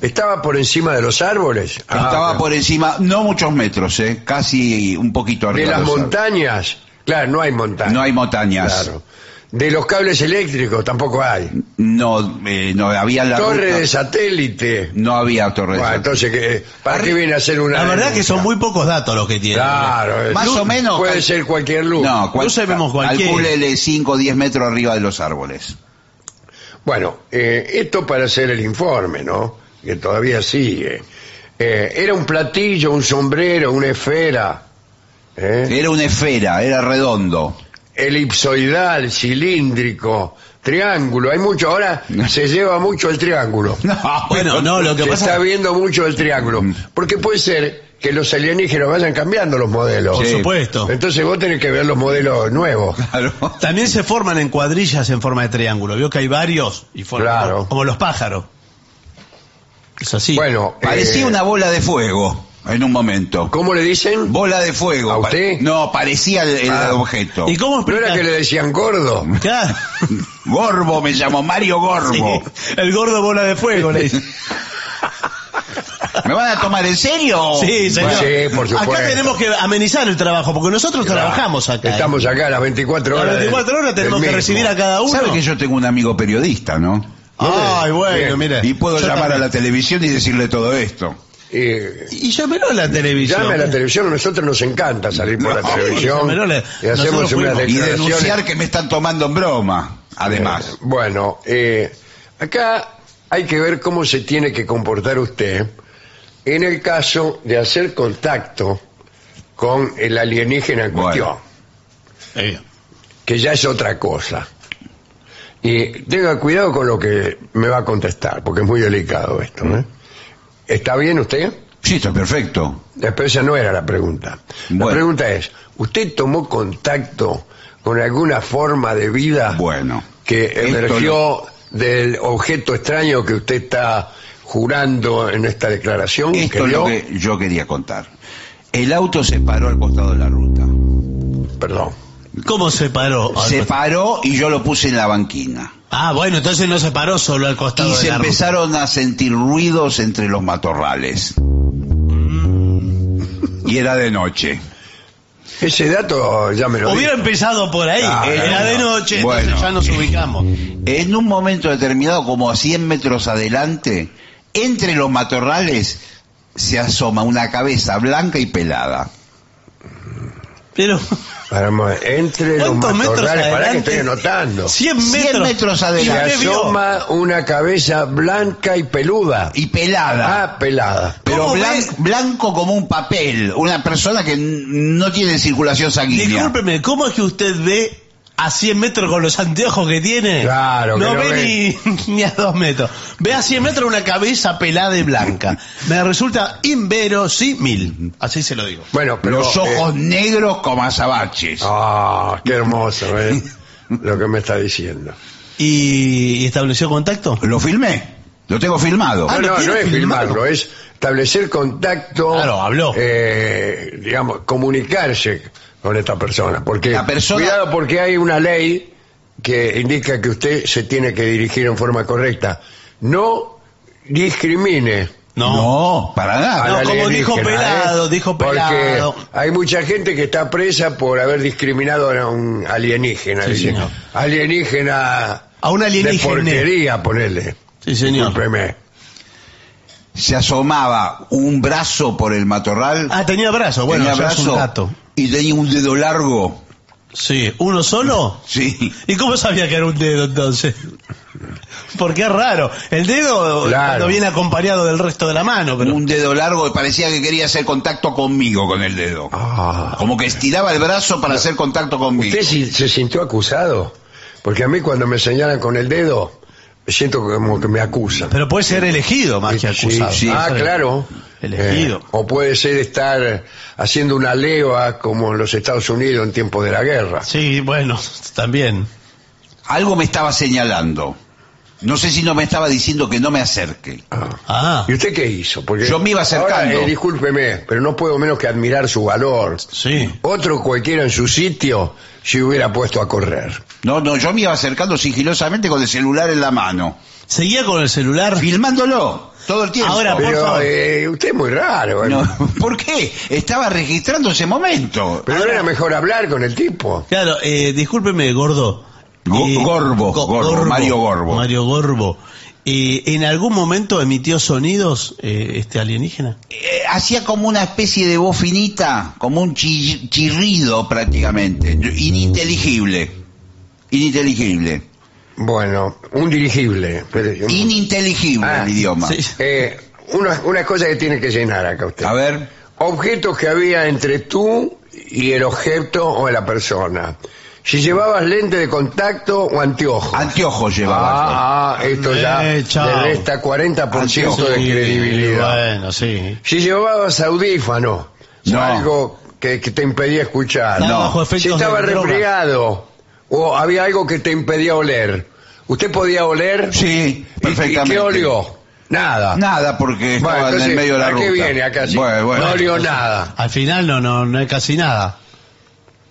A: ¿Estaba por encima de los árboles? Ah,
C: Estaba por encima, no muchos metros, eh, casi un poquito
A: De
C: arriba.
A: las
C: los árboles.
A: montañas. Claro, no hay montañas.
C: No hay montañas.
A: Claro. De los cables eléctricos tampoco hay.
C: No, eh, no había la
A: Torre
C: ruta.
A: de satélite.
C: No había torre de
A: Bueno,
C: satélite.
A: entonces, ¿qué- ¿para qué viene a hacer una.?
B: La verdad que
A: denuncia?
B: son muy pocos datos los que tiene.
A: Claro, es-
C: Más o menos-
A: Puede ser cualquier luz.
C: No, cual-
B: Luces vemos cualquiera.
C: calcúlele 5 o 10 metros arriba de los árboles.
A: Bueno, eh, esto para hacer el informe, ¿no? Que todavía sigue. Eh, era un platillo, un sombrero, una esfera. ¿eh?
C: Era una esfera, era redondo.
A: Elipsoidal, cilíndrico, triángulo. Hay mucho. Ahora se lleva mucho el triángulo.
C: No,
B: Bueno, no, lo que
A: se
B: pasa
A: está viendo mucho el triángulo.
C: Mm.
A: Porque puede ser que los alienígenas vayan cambiando los modelos.
B: por
C: Sí.
B: supuesto.
A: Entonces vos tenés que ver los modelos nuevos.
C: claro.
B: También se forman en cuadrillas en forma de triángulo. Vio que hay varios y forman
A: Claro.
B: como los pájaros. Es así.
A: Bueno,
C: Parecía
A: eh,
C: una bola de fuego en un momento.
A: ¿Cómo le dicen?
C: Bola de fuego.
A: ¿A
C: Pa-
A: usted?
C: No, parecía el, el
A: Ah.
C: objeto.
B: ¿Y cómo
A: ¿No
B: explica?
A: era que le decían gordo?
B: Claro.
C: Gorbo me llamó, Mario Gorbo.
B: Sí, El gordo bola de fuego le dice.
C: ¿Me van a tomar en serio?
B: Sí, señor.
A: Sí, por supuesto.
B: Acá tenemos que amenizar el trabajo porque nosotros trabajamos acá. ¿eh?
A: Estamos acá a las 24
B: Las
A: horas. del-
B: 24 horas tenemos que
A: del mismo.
B: recibir a cada uno.
C: ¿Sabe que yo tengo un amigo periodista, no?
B: Ay, bueno,
A: Bien.
B: mire.
C: Y puedo
B: Yo
C: llamar
B: también.
C: a la televisión y decirle todo esto.
A: Eh,
B: Y llámelo a la televisión.
A: llame a la televisión, a nosotros nos encanta salir por
C: No,
A: la televisión.
B: pero le-
A: y hacemos
B: nosotros
A: unas
B: fuimos.
C: Y
A: declaraciones.
C: denunciar que me están tomando en broma, además.
A: Eh, Bueno, eh, acá hay que ver cómo se tiene que comportar usted en el caso de hacer contacto con el alienígena en
C: Bueno.
A: cuestión, que ya es otra cosa. Y tenga cuidado con lo que me va a contestar, porque es muy delicado esto. ¿eh? ¿Está bien usted?
C: Sí, está perfecto.
A: Eh, Pero esa no era la pregunta.
C: Bueno.
A: La pregunta es, ¿usted tomó contacto con alguna forma de vida?
C: Bueno.
A: que
C: Esto
A: emergió del objeto extraño que usted está jurando en esta declaración. que
C: Esto es lo
A: dio.
C: que yo quería contar. El auto se paró al costado de la ruta.
A: Perdón.
B: ¿Cómo se paró?
C: Se paró y yo lo puse en la banquina.
B: Ah, bueno, entonces no se paró solo al costado
C: Y
B: de
C: se
B: la ruta.
C: empezaron a sentir ruidos entre los matorrales.
B: Mm.
C: Y era de noche.
A: Ese dato ya me lo
B: Hubiera
A: di.
B: empezado por ahí.
C: Ah,
B: Era
C: claro.
B: de noche,
C: Bueno.
B: entonces ya nos ubicamos.
C: En un momento determinado, como a 100 metros adelante, Entre los matorrales se asoma una cabeza blanca y pelada.
B: Pero
A: Para mo- entre los
B: ¿Cuántos metros
A: matorrales, para que
B: adelante?
A: estoy anotando.
B: 100 metros,
C: 100 metros
A: Se
C: adelante.
B: ¿Qué vio?
A: asoma una cabeza blanca y peluda.
C: Y pelada.
A: Ah, pelada.
C: pero
B: ¿Cómo
C: blan-
B: ves?
C: blanco como un papel. Una persona que n- no tiene circulación sanguínea.
B: discúlpeme, ¿cómo es que usted ve a 100 metros con los anteojos que tiene?
A: Claro que
B: No
A: lo
B: ve ni, ni a 2 metros. Ve a 100 metros una cabeza pelada y blanca. Me resulta inverosímil. Así se lo digo.
A: Bueno, pero
C: Los
A: eh,
C: ojos negros como azabaches.
A: Ah, qué hermoso, ¿eh? Lo que me está diciendo.
B: ¿Y, y estableció contacto?
C: Lo filmé. Lo tengo filmado.
B: Ah, ¿lo
A: No, no,
B: tiene
A: no es
B: filmado?
A: filmarlo, es establecer contacto.
B: Claro, habló.
A: eh, digamos, comunicarse con esta persona. Porque,
C: La persona-
A: cuidado, porque hay una ley que indica que usted se tiene que dirigir en forma correcta. No discrimine.
B: No.
C: para
A: a
C: nada.
B: No,
A: la
B: como dijo
A: alienígena,
B: Pelado, dijo Pelado.
A: Porque hay mucha gente que está presa por haber discriminado a un alienígena.
B: Sí,
A: dicen.
B: señor.
A: Alienígena
B: A un
A: de
B: alienígena.
A: porquería, ponele.
B: Sí, señor.
A: Discúlpeme.
C: Se asomaba un brazo por el matorral.
B: Ah, tenía brazo. Bueno,
C: tenía
B: ya es
C: brazo
B: un dato.
C: y tenía un dedo largo.
B: Sí. ¿Uno solo?
C: Sí.
B: ¿Y cómo sabía que era un dedo entonces? Porque es raro. El dedo
A: Claro.
B: cuando viene acompañado del resto de la mano, pero
C: Un dedo largo y parecía que quería hacer contacto conmigo con el dedo.
A: Ah.
C: Como que estiraba el brazo para hacer contacto conmigo.
A: ¿Usted si- se sintió acusado? Porque a mí cuando me señalan con el dedo, siento como que me acusan.
B: pero puede ser elegido más que
A: Sí,
B: acusado.
A: sí. Ah, claro.
B: Elegido.
A: Eh, o puede ser estar haciendo una leva como en los Estados Unidos en tiempos de la guerra.
B: Sí, bueno, también.
C: Algo me estaba señalando. No sé si no me estaba diciendo que no me acerque.
A: Ah.
B: Ah,
A: ¿Y usted qué hizo? Porque
C: Yo me iba acercando.
A: Ahora, eh, discúlpeme, pero no puedo menos que admirar su valor.
B: sí.
A: Otro cualquiera en su sitio se hubiera puesto a correr.
C: No, no, yo me iba acercando sigilosamente con el celular en la mano.
B: Seguía con el celular.
C: Filmándolo. Todo el tiempo.
B: Ahora, por
A: Pero
B: favor.
A: eh, usted es muy raro. ¿eh?
C: No, ¿Por qué? Estaba registrando ese momento.
A: Pero era mejor hablar con el tipo.
B: Claro, eh, discúlpeme, gordo. Eh,
C: Go- Gorbo, Gorbo, Mario Gorbo.
B: Mario Gorbo. Eh, ¿En algún momento emitió sonidos eh, este alienígena?
C: Eh, hacía como una especie de voz finita, como un chi- chirrido prácticamente, ininteligible, ininteligible,
A: Bueno, un dirigible. pero-
C: ininteligible
A: Ah,
C: el idioma.
B: sí.
A: Eh, una, una cosa que tiene que llenar acá usted.
C: A ver,
A: Objetos que había entre tú y el objeto o la persona. Si llevabas lente de contacto o anteojos.
C: anteojos llevaba.
A: Ah, ah, esto ya
B: Eh, chao. Ah,
A: le resta 40% de
C: Sí,
A: credibilidad.
B: Bueno, sí.
A: Si llevabas audífano,
C: No.
A: o algo que, que te impedía escuchar.
B: Estaba
C: No.
B: bajo efectos
A: Si estaba
B: de droga.
A: resfriado o había algo que te impedía oler, ¿usted podía oler?
C: yo. Sí,
A: ¿Y-
C: perfectamente.
A: ¿Y, qué olió? Nada.
C: Nada, porque
A: Bueno,
C: estaba en
A: entonces,
C: el medio de la
A: ¿a
C: ruta.
A: qué viene acá? si
C: Bueno, bueno.
A: no olió nada.
B: Al final no, no, no hay casi nada.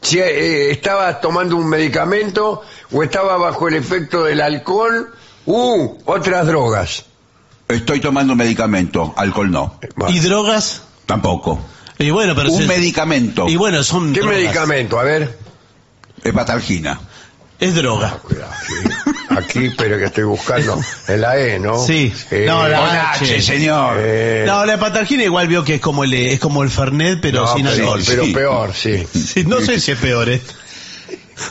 A: Si eh, estaba tomando un medicamento o estaba bajo el efecto del alcohol u otras drogas.
C: Estoy tomando medicamento, alcohol no,
A: Bueno,
B: ¿Y drogas?
C: tampoco.
B: Y bueno, pero
C: Un
B: se-
C: medicamento,
B: Y bueno, son
A: ¿Qué
B: drogas.
A: medicamento? A ver.
C: hepatalgina.
B: Es droga.
A: Cuidado, sí. Aquí, pero que estoy buscando. En la E, ¿no?
B: Sí.
A: Eh,
B: No, la-
C: Con
B: Ah, che.
C: H, señor.
A: eh,
B: No, la hepatargina igual vio que es como el es como el Fernet, pero
A: no,
B: sin
A: pero,
B: alcohol.
A: pero
C: sí.
A: peor, sí.
B: Sí, no sé si es peor, ¿eh?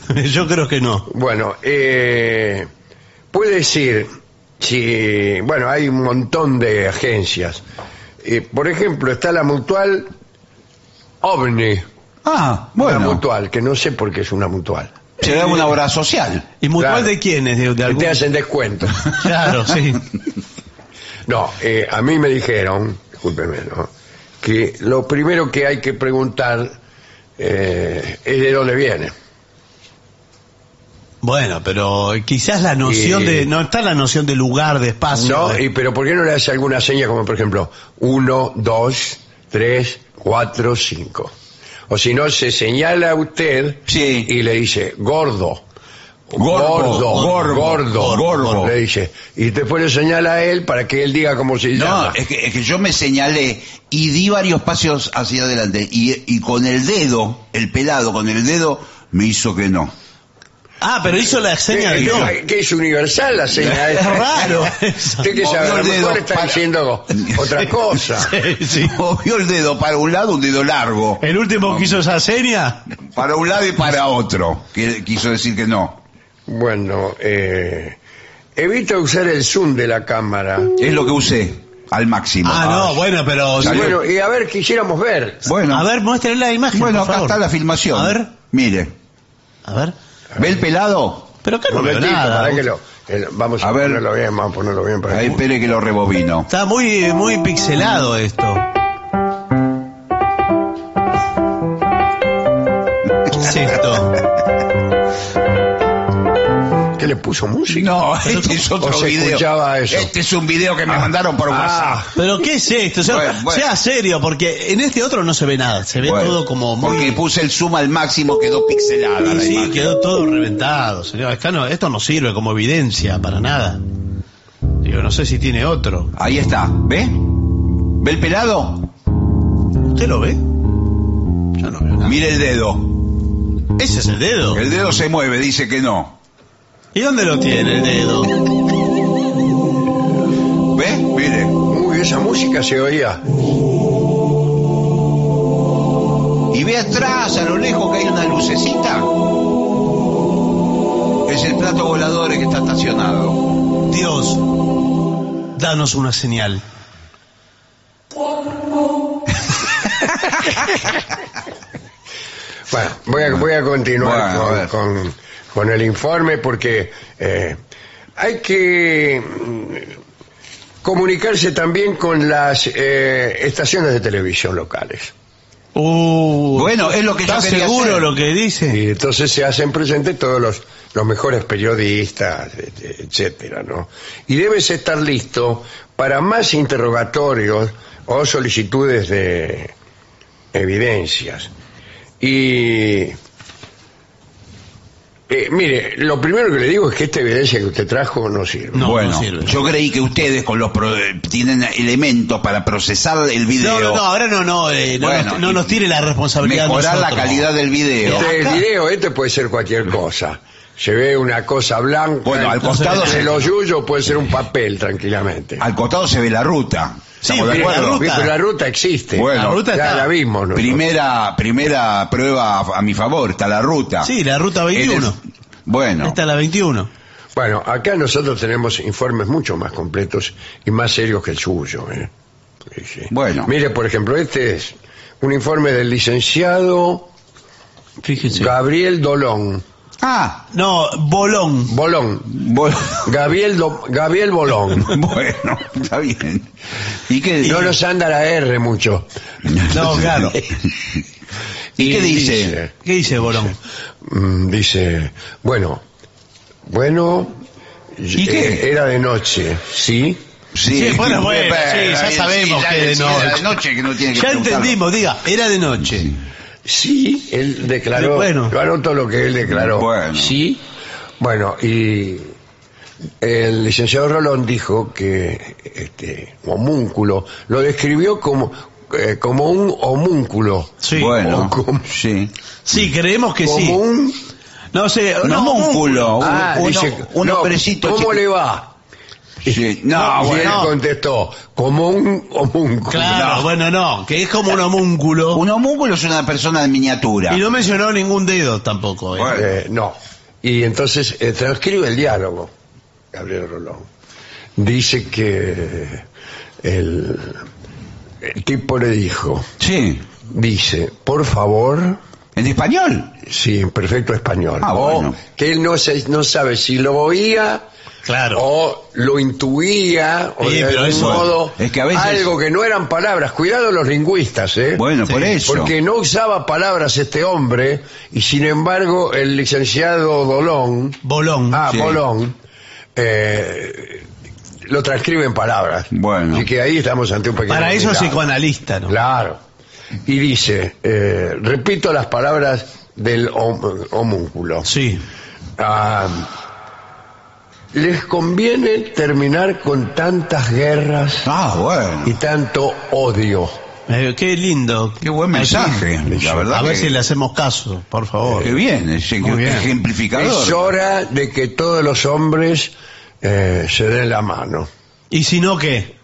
B: Yo creo que no.
A: Bueno, eh, puede decir, si, bueno, hay un montón de agencias. Eh, por ejemplo, está la mutual OVNI.
C: Ah,
A: Una
C: bueno,
A: mutual, que no sé por qué es una mutual.
C: será una obra social.
B: ¿Y mutual
A: Claro. Este
B: de quién es? ¿De, de
A: Que
B: algún-
A: te hacen descuento.
B: Claro, sí.
A: No, eh, a mí me dijeron, discúlpeme, ¿no? que lo primero que hay que preguntar eh, es de dónde viene.
B: Bueno, pero quizás la noción
A: Y-
B: de... No está la noción de lugar, de espacio.
A: ¿No?
B: de-
A: Y, pero ¿por qué no le hace alguna seña como, por ejemplo, 1, 2, 3, 4, 5? O si no, se señala a usted
C: Sí.
A: y le dice, gordo.
C: Gordo,
A: gordo,
C: gordo,
A: gordo,
C: gordo.
A: le dice. Y después le señala a él para que él diga cómo se
C: No,
A: llama.
C: es que, es que yo me señalé y di varios pasos hacia adelante y, y con el dedo, el pelado con el dedo, me hizo que no.
B: Ah, pero hizo la seña de
A: que,
B: no.
A: Eh, que- que es universal la señal.
B: Es raro eso.
A: Usted que sabe, a lo
C: Movió el
A: mejor
C: dedo
A: está
C: para-
A: diciendo otra cosa.
B: Sí, sí.
C: Movió el dedo para un lado, un dedo largo.
B: El último que hizo esa seña.
C: Para un lado y para otro. Que quiso decir que no.
A: Bueno, eh, evita usar el zoom de la cámara.
C: Es lo que usé al máximo.
B: Ah, no, bueno, pero.
C: Salió.
A: Bueno, y a ver, quisiéramos ver.
C: Bueno,
B: A ver, muéstrenle la imagen.
C: bueno
B: por
C: acá
B: favor.
C: está la filmación.
B: A ver,
C: Mire.
B: a ver.
C: ¿Ve el pelado?
B: Pero acá no veo
A: Momentito,
B: nada.
A: para que lo- que lo- vamos a,
C: A ver.
A: ponerlo bien, vamos a ponerlo bien para
C: Ahí
A: que-
C: espere que lo rebobino.
B: Está muy, muy pixelado esto. ¿Qué es esto?
A: ¿Qué le puso música?
C: No, este es otro
A: ¿O se
C: video.
A: escuchaba eso?
C: Este es un video que me mandaron por
A: Ah.
C: WhatsApp.
B: ¿Pero qué es esto? O sea,
C: Bueno, bueno.
B: sea serio, porque en este otro no se ve nada. Se ve
C: Bueno,
B: todo como
C: Porque
B: muy.
C: puse el zoom al máximo, quedó pixelada la
B: Sí,
C: imagen.
B: quedó todo reventado, señor. Acá no- esto no sirve como evidencia para nada. Digo, no sé si tiene otro.
C: Ahí está, ¿ve? ¿Ve el pelado?
B: ¿Usted lo ve? Yo no veo nada.
C: Mire el dedo.
B: Ese es el dedo.
C: El dedo se mueve, dice que no.
B: ¿Y dónde lo tiene el dedo?
C: ¿Ve? Mire.
A: Uy, esa música se oía.
C: Y ve atrás, a lo lejos, que hay una lucecita. Es el plato volador que está estacionado.
B: Dios, danos una señal.
A: Bueno, voy a, voy a continuar
C: Bueno, a ver.
A: con, con- con el informe porque eh, hay que mm, comunicarse también con las eh, estaciones de televisión locales.
B: Uh,
C: Bueno, es lo que yo
B: ¿Estás
C: quería
B: seguro
C: hacer.
B: lo que dice?
A: Y entonces se hacen presentes todos los, los mejores periodistas, e- e- etcétera, ¿no? Y debes estar listo para más interrogatorios o solicitudes de evidencias. Y. eh, mire, lo primero que le digo es que esta evidencia que usted trajo no sirve.
B: No,
C: bueno,
B: no sirve.
C: yo creí que ustedes con los pro- eh, tienen elementos para procesar el video,
B: No, no, no, ahora no, no, eh, no,
C: Bueno,
B: nos, no nos tire la responsabilidad. a
C: mejorar la
B: nosotros.
C: calidad del video.
A: Este
B: acá-
A: video, este puede ser cualquier cosa. Se ve una cosa blanca.
C: Bueno, al costado
A: se
C: se-
A: lo yuyo, puede ser un papel, tranquilamente.
C: Al costado se ve la ruta.
B: Sí,
C: ¿Estamos de
B: pero la
C: acuerdo?
B: ruta-
A: Sí, pero la ruta existe.
C: Este, Bueno,
B: La ruta
A: ya
B: está.
A: la vimos. nosotros.
C: Primera, primera prueba a, a mi favor, está la ruta.
B: Sí, la ruta
C: En el-
B: 21.
C: Este bueno,
B: Esta es la 21.
A: Bueno, acá nosotros tenemos informes mucho más completos y más serios que el suyo. ¿eh? Sí, sí.
C: Bueno.
A: Mire, por ejemplo, este es un informe del licenciado
B: Fíjense.
A: Gabriel Dolón.
C: ah,
B: No, Bolón.
A: Bolón.
C: bueno,
A: Gabriel, Do- Gabriel Bolón.
C: bueno, está bien. ¿Y qué,
A: No nos anda la R mucho.
B: No, claro.
C: ¿Y qué dice?
B: ¿Qué dice Bolón?
A: mm, dice, bueno, bueno, eh,
C: ¿Y qué?
A: era de noche, ¿sí?
B: Sí, bueno, bueno, sí, ya
C: eh,
B: sabemos
C: ya
B: que de
C: sí, era
B: noche.
C: de noche que no tiene que
B: Ya
C: preguntar.
B: entendimos, diga, era de noche.
A: Sí, él declaró.
B: Bueno.
A: Yo anoto lo que él declaró.
C: Bueno.
A: Sí. Bueno, y el licenciado Rolón dijo que este homúnculo lo describió como eh, como un homúnculo.
B: Sí.
C: Bueno,
A: O como-
C: sí.
B: Sí, creemos que
A: Como
B: sí.
A: un
B: No sé,
C: Un
B: no,
C: homúnculo, un,
A: ah,
C: un-
A: dice,
C: un
A: no,
C: hombrecito.
A: ¿Cómo
C: chiquito.
A: le va?
C: Sí, No,
A: y
C: bueno.
A: él contestó como un homúnculo.
B: Claro,
C: No.
B: bueno, no, que es como un homúnculo.
C: Un homúnculo es una persona de miniatura.
B: Y no mencionó ningún dedo tampoco. ¿eh?
C: Bueno.
A: Eh, no. Y entonces eh, transcribe el diálogo, Gabriel Rolón. Dice que el, el tipo le dijo,
C: Sí.
A: dice, por favor,
C: ¿En español?
A: sí, en perfecto español,
C: Ah,
A: o
C: bueno.
A: que él no, se, no sabe si lo oía
B: Claro.
A: o lo intuía o
B: Sí,
A: de
B: pero
A: algún
B: eso-
A: modo
C: es que a veces-
A: algo que no eran palabras. Cuidado los lingüistas, ¿eh?
C: Bueno, por eso.
A: Porque no usaba palabras este hombre y sin embargo el licenciado Dolón,
B: Bolón.
A: ah,
C: Sí.
A: Bolón, eh, lo transcribe en palabras.
C: Bueno.
A: Así que ahí estamos ante un pequeño...
B: Para eso es
A: milagro.
B: psicoanalista, ¿no?
A: Claro. Y dice, eh, repito las palabras del hom- homúnculo.
B: Sí.
A: Ah, les conviene terminar con tantas guerras
C: Ah, bueno.
A: y tanto odio.
B: Eh, qué lindo.
C: Qué buen mensaje, la verdad
B: A
C: que-
B: ver si le hacemos caso, por favor.
C: Qué bien, es
B: Muy bien. Eh,
C: ejemplificador.
A: Es hora de que todos los hombres eh, se den la mano.
B: Y si no, ¿qué?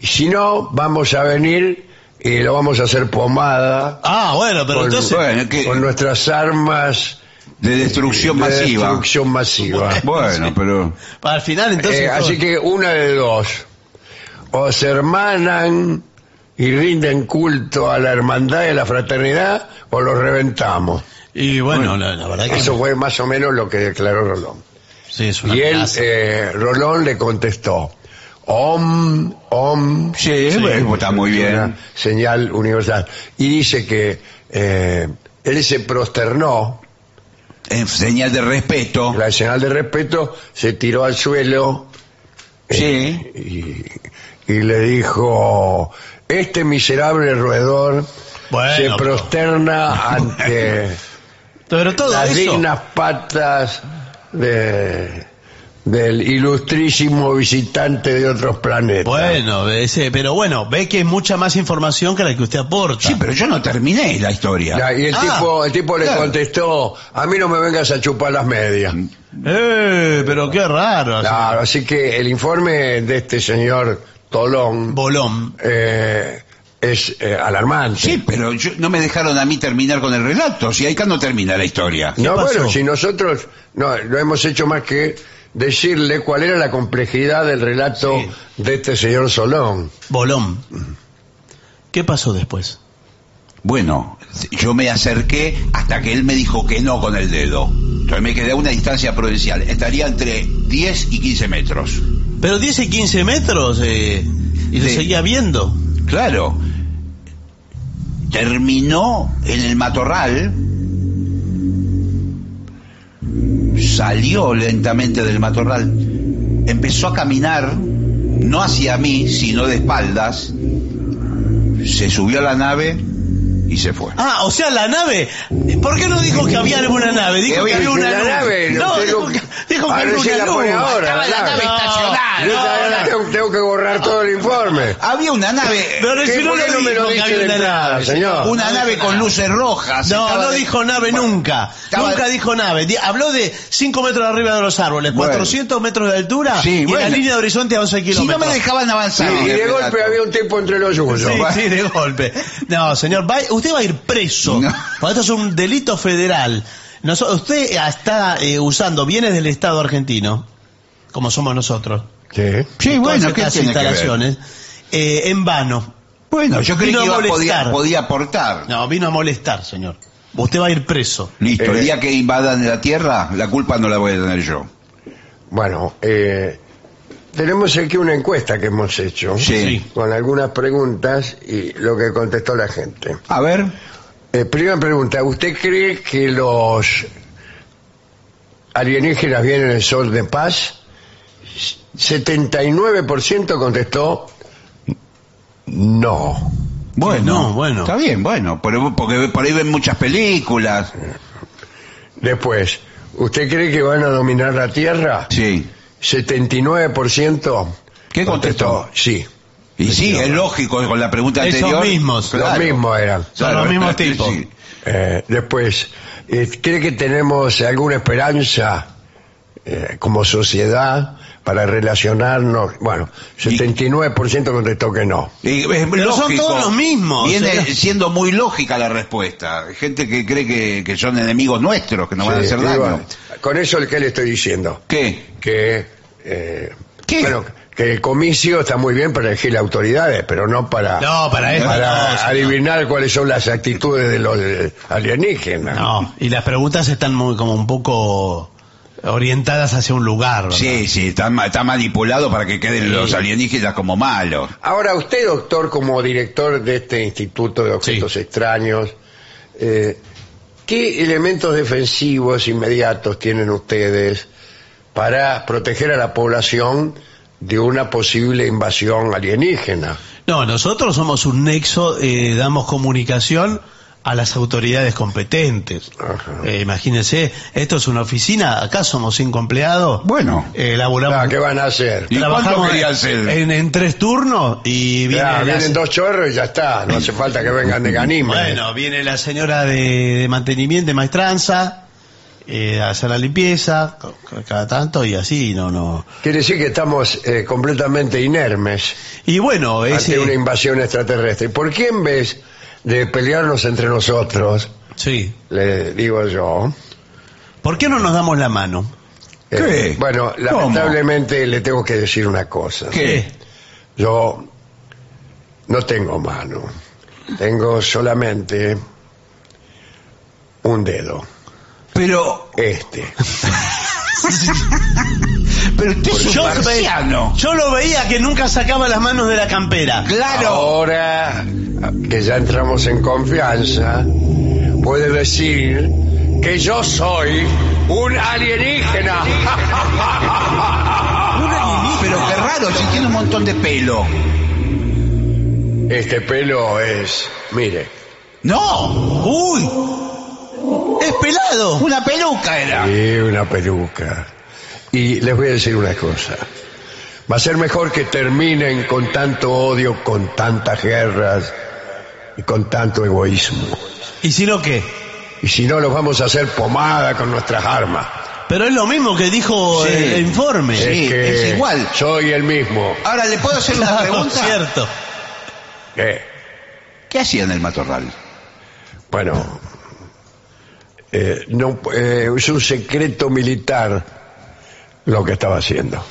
A: Y si no, vamos a venir y lo vamos a hacer pomada
B: Ah, bueno, pero
A: con,
B: entonces...
C: bueno, que-
A: con nuestras armas
C: de destrucción
A: de
C: masiva.
A: destrucción masiva.
C: Bueno, pero
B: Para el final, entonces...
A: Eh, así que una de dos. O se hermanan y rinden culto a la hermandad y a la fraternidad, o los reventamos.
B: Y bueno, la, la verdad que...
A: Eso fue más o menos lo que declaró Rolón.
B: sí, es una
A: Y él,
B: amenaza.
A: eh, Rolón le contestó, om, om, pues,
C: sí, bueno, está muy bien.
A: una señal universal. Y dice que eh, él se prosternó,
C: En señal de respeto.
A: la señal de respeto, se tiró al suelo
C: Sí.
A: y, y le dijo, este miserable roedor
B: Bueno,
A: se
B: pero-
A: prosterna ante
B: Pero todo
A: las
B: eso...
A: dignas patas de- del ilustrísimo visitante de otros planetas.
B: Bueno, ese, pero bueno, ve que es mucha más información que la que usted aporta.
C: Sí, pero yo no terminé la historia.
A: Ya, y el
B: Ah,
A: tipo, el tipo le
C: claro.
A: contestó, a mí no me vengas a chupar las medias.
B: Eh, pero qué raro. o sea,
A: Claro, así que el informe de este señor Tolón
B: Bolón.
A: eh, es eh, alarmante.
C: Sí, pero yo- no me dejaron a mí terminar con el relato. Si acá no termina la historia.
A: No,
B: pasó?
A: bueno, si nosotros no, no hemos hecho más que decirle cuál era la complejidad del relato
B: Sí.
A: de este señor Solón.
B: Bolón. ¿Qué pasó después?
C: Bueno, yo me acerqué hasta que él me dijo que no con el dedo. Entonces me quedé a una distancia prudencial. Estaría entre 10 y 15 metros.
B: Pero 10 y 15 metros eh, y lo
C: Sí.
B: seguía viendo.
C: Claro. Terminó en el matorral. Salió lentamente del matorral. Empezó a caminar, no hacia mí, sino de espaldas. Se subió a la nave y se fue.
B: Ah, o sea, la nave. ¿Por qué no dijo que había alguna nave? Dijo que
C: Oye,
B: había una
A: la
B: nave.
A: nave,
B: No,
A: usted
B: dijo
A: no-
B: que, dijo que
A: Ah,
B: había
A: no, sí
B: una
A: la pone
B: nave.
A: ahora,
C: Estaba la nave
B: No,
C: estacionada.
A: Yo
B: no,
A: ahora
B: no.
A: tengo, tengo que borrar todo el informe.
C: Había una nave.
B: Pero
A: ¿Qué-
B: si no
A: por qué
B: lo
A: no me
B: dijo
A: lo
B: que
A: dice
B: había
A: de
B: una
A: entrada,
B: nave.
A: señor?
C: Una nave con luces rojas.
B: No,
C: Estaba
B: no
C: de-
B: dijo nave
C: Bueno,
B: nunca.
C: estaba-
B: Nunca dijo nave. Di- Habló de 5 metros arriba de los árboles,
C: Bueno.
B: 400 metros de altura
C: Sí,
B: y en
C: bueno.
B: la línea de horizonte a 11
C: Si no
B: kilómetros.
C: me dejaban
A: Sí,
C: avanzar.
A: y de golpe había un tipo entre los suyos.
B: Sí,
A: Bueno,
B: sí, de golpe. No, señor, va- usted va a ir preso.
C: No.
B: Porque esto es un delito federal. Noso- usted está eh, usando bienes del Estado argentino, como somos nosotros.
A: sí.
C: Sí,
B: todas
C: bueno, ¿qué
B: estas
C: tiene que ver?
B: instalaciones, eh, en vano.
C: Bueno, yo creí
B: Vino
C: que
B: a
C: iba- podía,
B: molestar.
C: podía aportar.
B: No, vino a molestar, señor. Usted va a ir preso.
C: Listo, el
A: Eh.
C: día que invadan la Tierra, la culpa no la voy a tener yo.
A: Bueno, eh, tenemos aquí una encuesta que hemos hecho
C: Sí.
A: con algunas preguntas y lo que contestó la gente.
C: A ver,
A: Eh, primera pregunta, ¿usted cree que los alienígenas vienen el sol de paz? 79% contestó no.
C: bueno,
B: No, bueno.
C: Está bien, bueno, pero- porque por ahí ven muchas películas.
A: Después, ¿usted cree que van a dominar la Tierra?
C: Sí.
A: 79%
C: ¿Qué contestó?
A: sí.
C: Y sí, es lógico con la pregunta
B: Esos
C: anterior.
B: mismos,
C: Claro,
A: Los mismos eran.
B: Son
C: claro, este,
B: los mismos
C: sí.
B: tipos.
A: Eh, después, eh, ¿cree que tenemos alguna esperanza eh, como sociedad para relacionarnos? Bueno, 79% contestó que no.
C: Y es
B: Pero son
C: lógico.
B: todos los mismos,
C: Viene
B: o sea.
C: siendo muy lógica la respuesta. Gente que cree que, que son enemigos nuestros, que nos van a
A: Sí,
C: hacer
A: y
C: daño.
A: bueno, con eso el que le estoy diciendo,
C: ¿Qué?
A: que eh,
C: ¿Qué?
A: bueno, que el comicio está muy bien para elegir autoridades, pero no para
B: No, para esto
A: para
B: no, señor.
A: adivinar cuáles son las actitudes de los eh, alienígenas.
B: No, y las preguntas están muy, como un poco orientadas hacia un lugar. ¿verdad?
C: Sí, sí, está, ma- está manipulado para que queden los alienígenas como malos.
A: Ahora usted, doctor, como director de este Instituto de Objetos
B: Sí.
A: Extraños, eh, ¿qué elementos defensivos inmediatos tienen ustedes para proteger a la población de una posible invasión alienígena?
B: No, nosotros somos un nexo, eh, damos comunicación a las autoridades competentes. Eh, imagínense, esto es una oficina, acá somos cinco empleados.
C: Bueno.
B: eh, elaboramos.
A: Ah, ¿Qué van a hacer?
C: ¿Y cuánto
B: trabajamos
C: quería hacer?
B: en, en tres turnos y viene
A: Ya,
B: la-
A: vienen dos chorros y ya está. No hace falta que vengan de ganime.
B: bueno, viene la señora de, de mantenimiento, de maestranza, eh, a hacer la limpieza, ca- ca- cada tanto y así, no, no.
A: Quiere decir que estamos eh, completamente inermes
B: Y bueno,
A: ante
B: ese,
A: una invasión extraterrestre. ¿Por qué en vez de pelearnos entre nosotros,
B: sí.
A: le digo yo,
B: ¿Por qué no nos damos la mano?
A: eh,
C: ¿Qué?
A: bueno,
C: ¿Cómo?
A: lamentablemente le tengo que decir una cosa.
C: ¿Qué?
A: Yo no tengo mano, tengo solamente un dedo,
C: Pero,
A: este.
C: pero usted es un marciano.
B: yo lo veía que nunca sacaba las manos de la campera.
C: Claro.
A: Ahora que ya entramos en confianza, puede decir que yo soy un alienígena.
C: Pero qué raro, si tiene un montón de pelo.
A: Este pelo es, mire,
C: No. Uy,
B: ¡Es pelado!
C: una peluca era.
A: y una peluca. Y les voy a decir una cosa. Va a ser mejor que terminen con tanto odio, con tantas guerras y con tanto egoísmo.
B: ¿Y si no qué?
A: Y si no, los vamos a hacer pomada con nuestras armas.
B: Pero es lo mismo que dijo
C: Sí.
B: el, el informe.
C: Sí, es igual.
A: Soy el mismo.
C: Ahora, ¿le puedo hacer una
B: Claro,
C: pregunta?
B: cierto.
A: ¿Qué?
C: ¿Qué hacía en el matorral?
A: Bueno, eh, no, eh, es un secreto militar lo que estaba haciendo.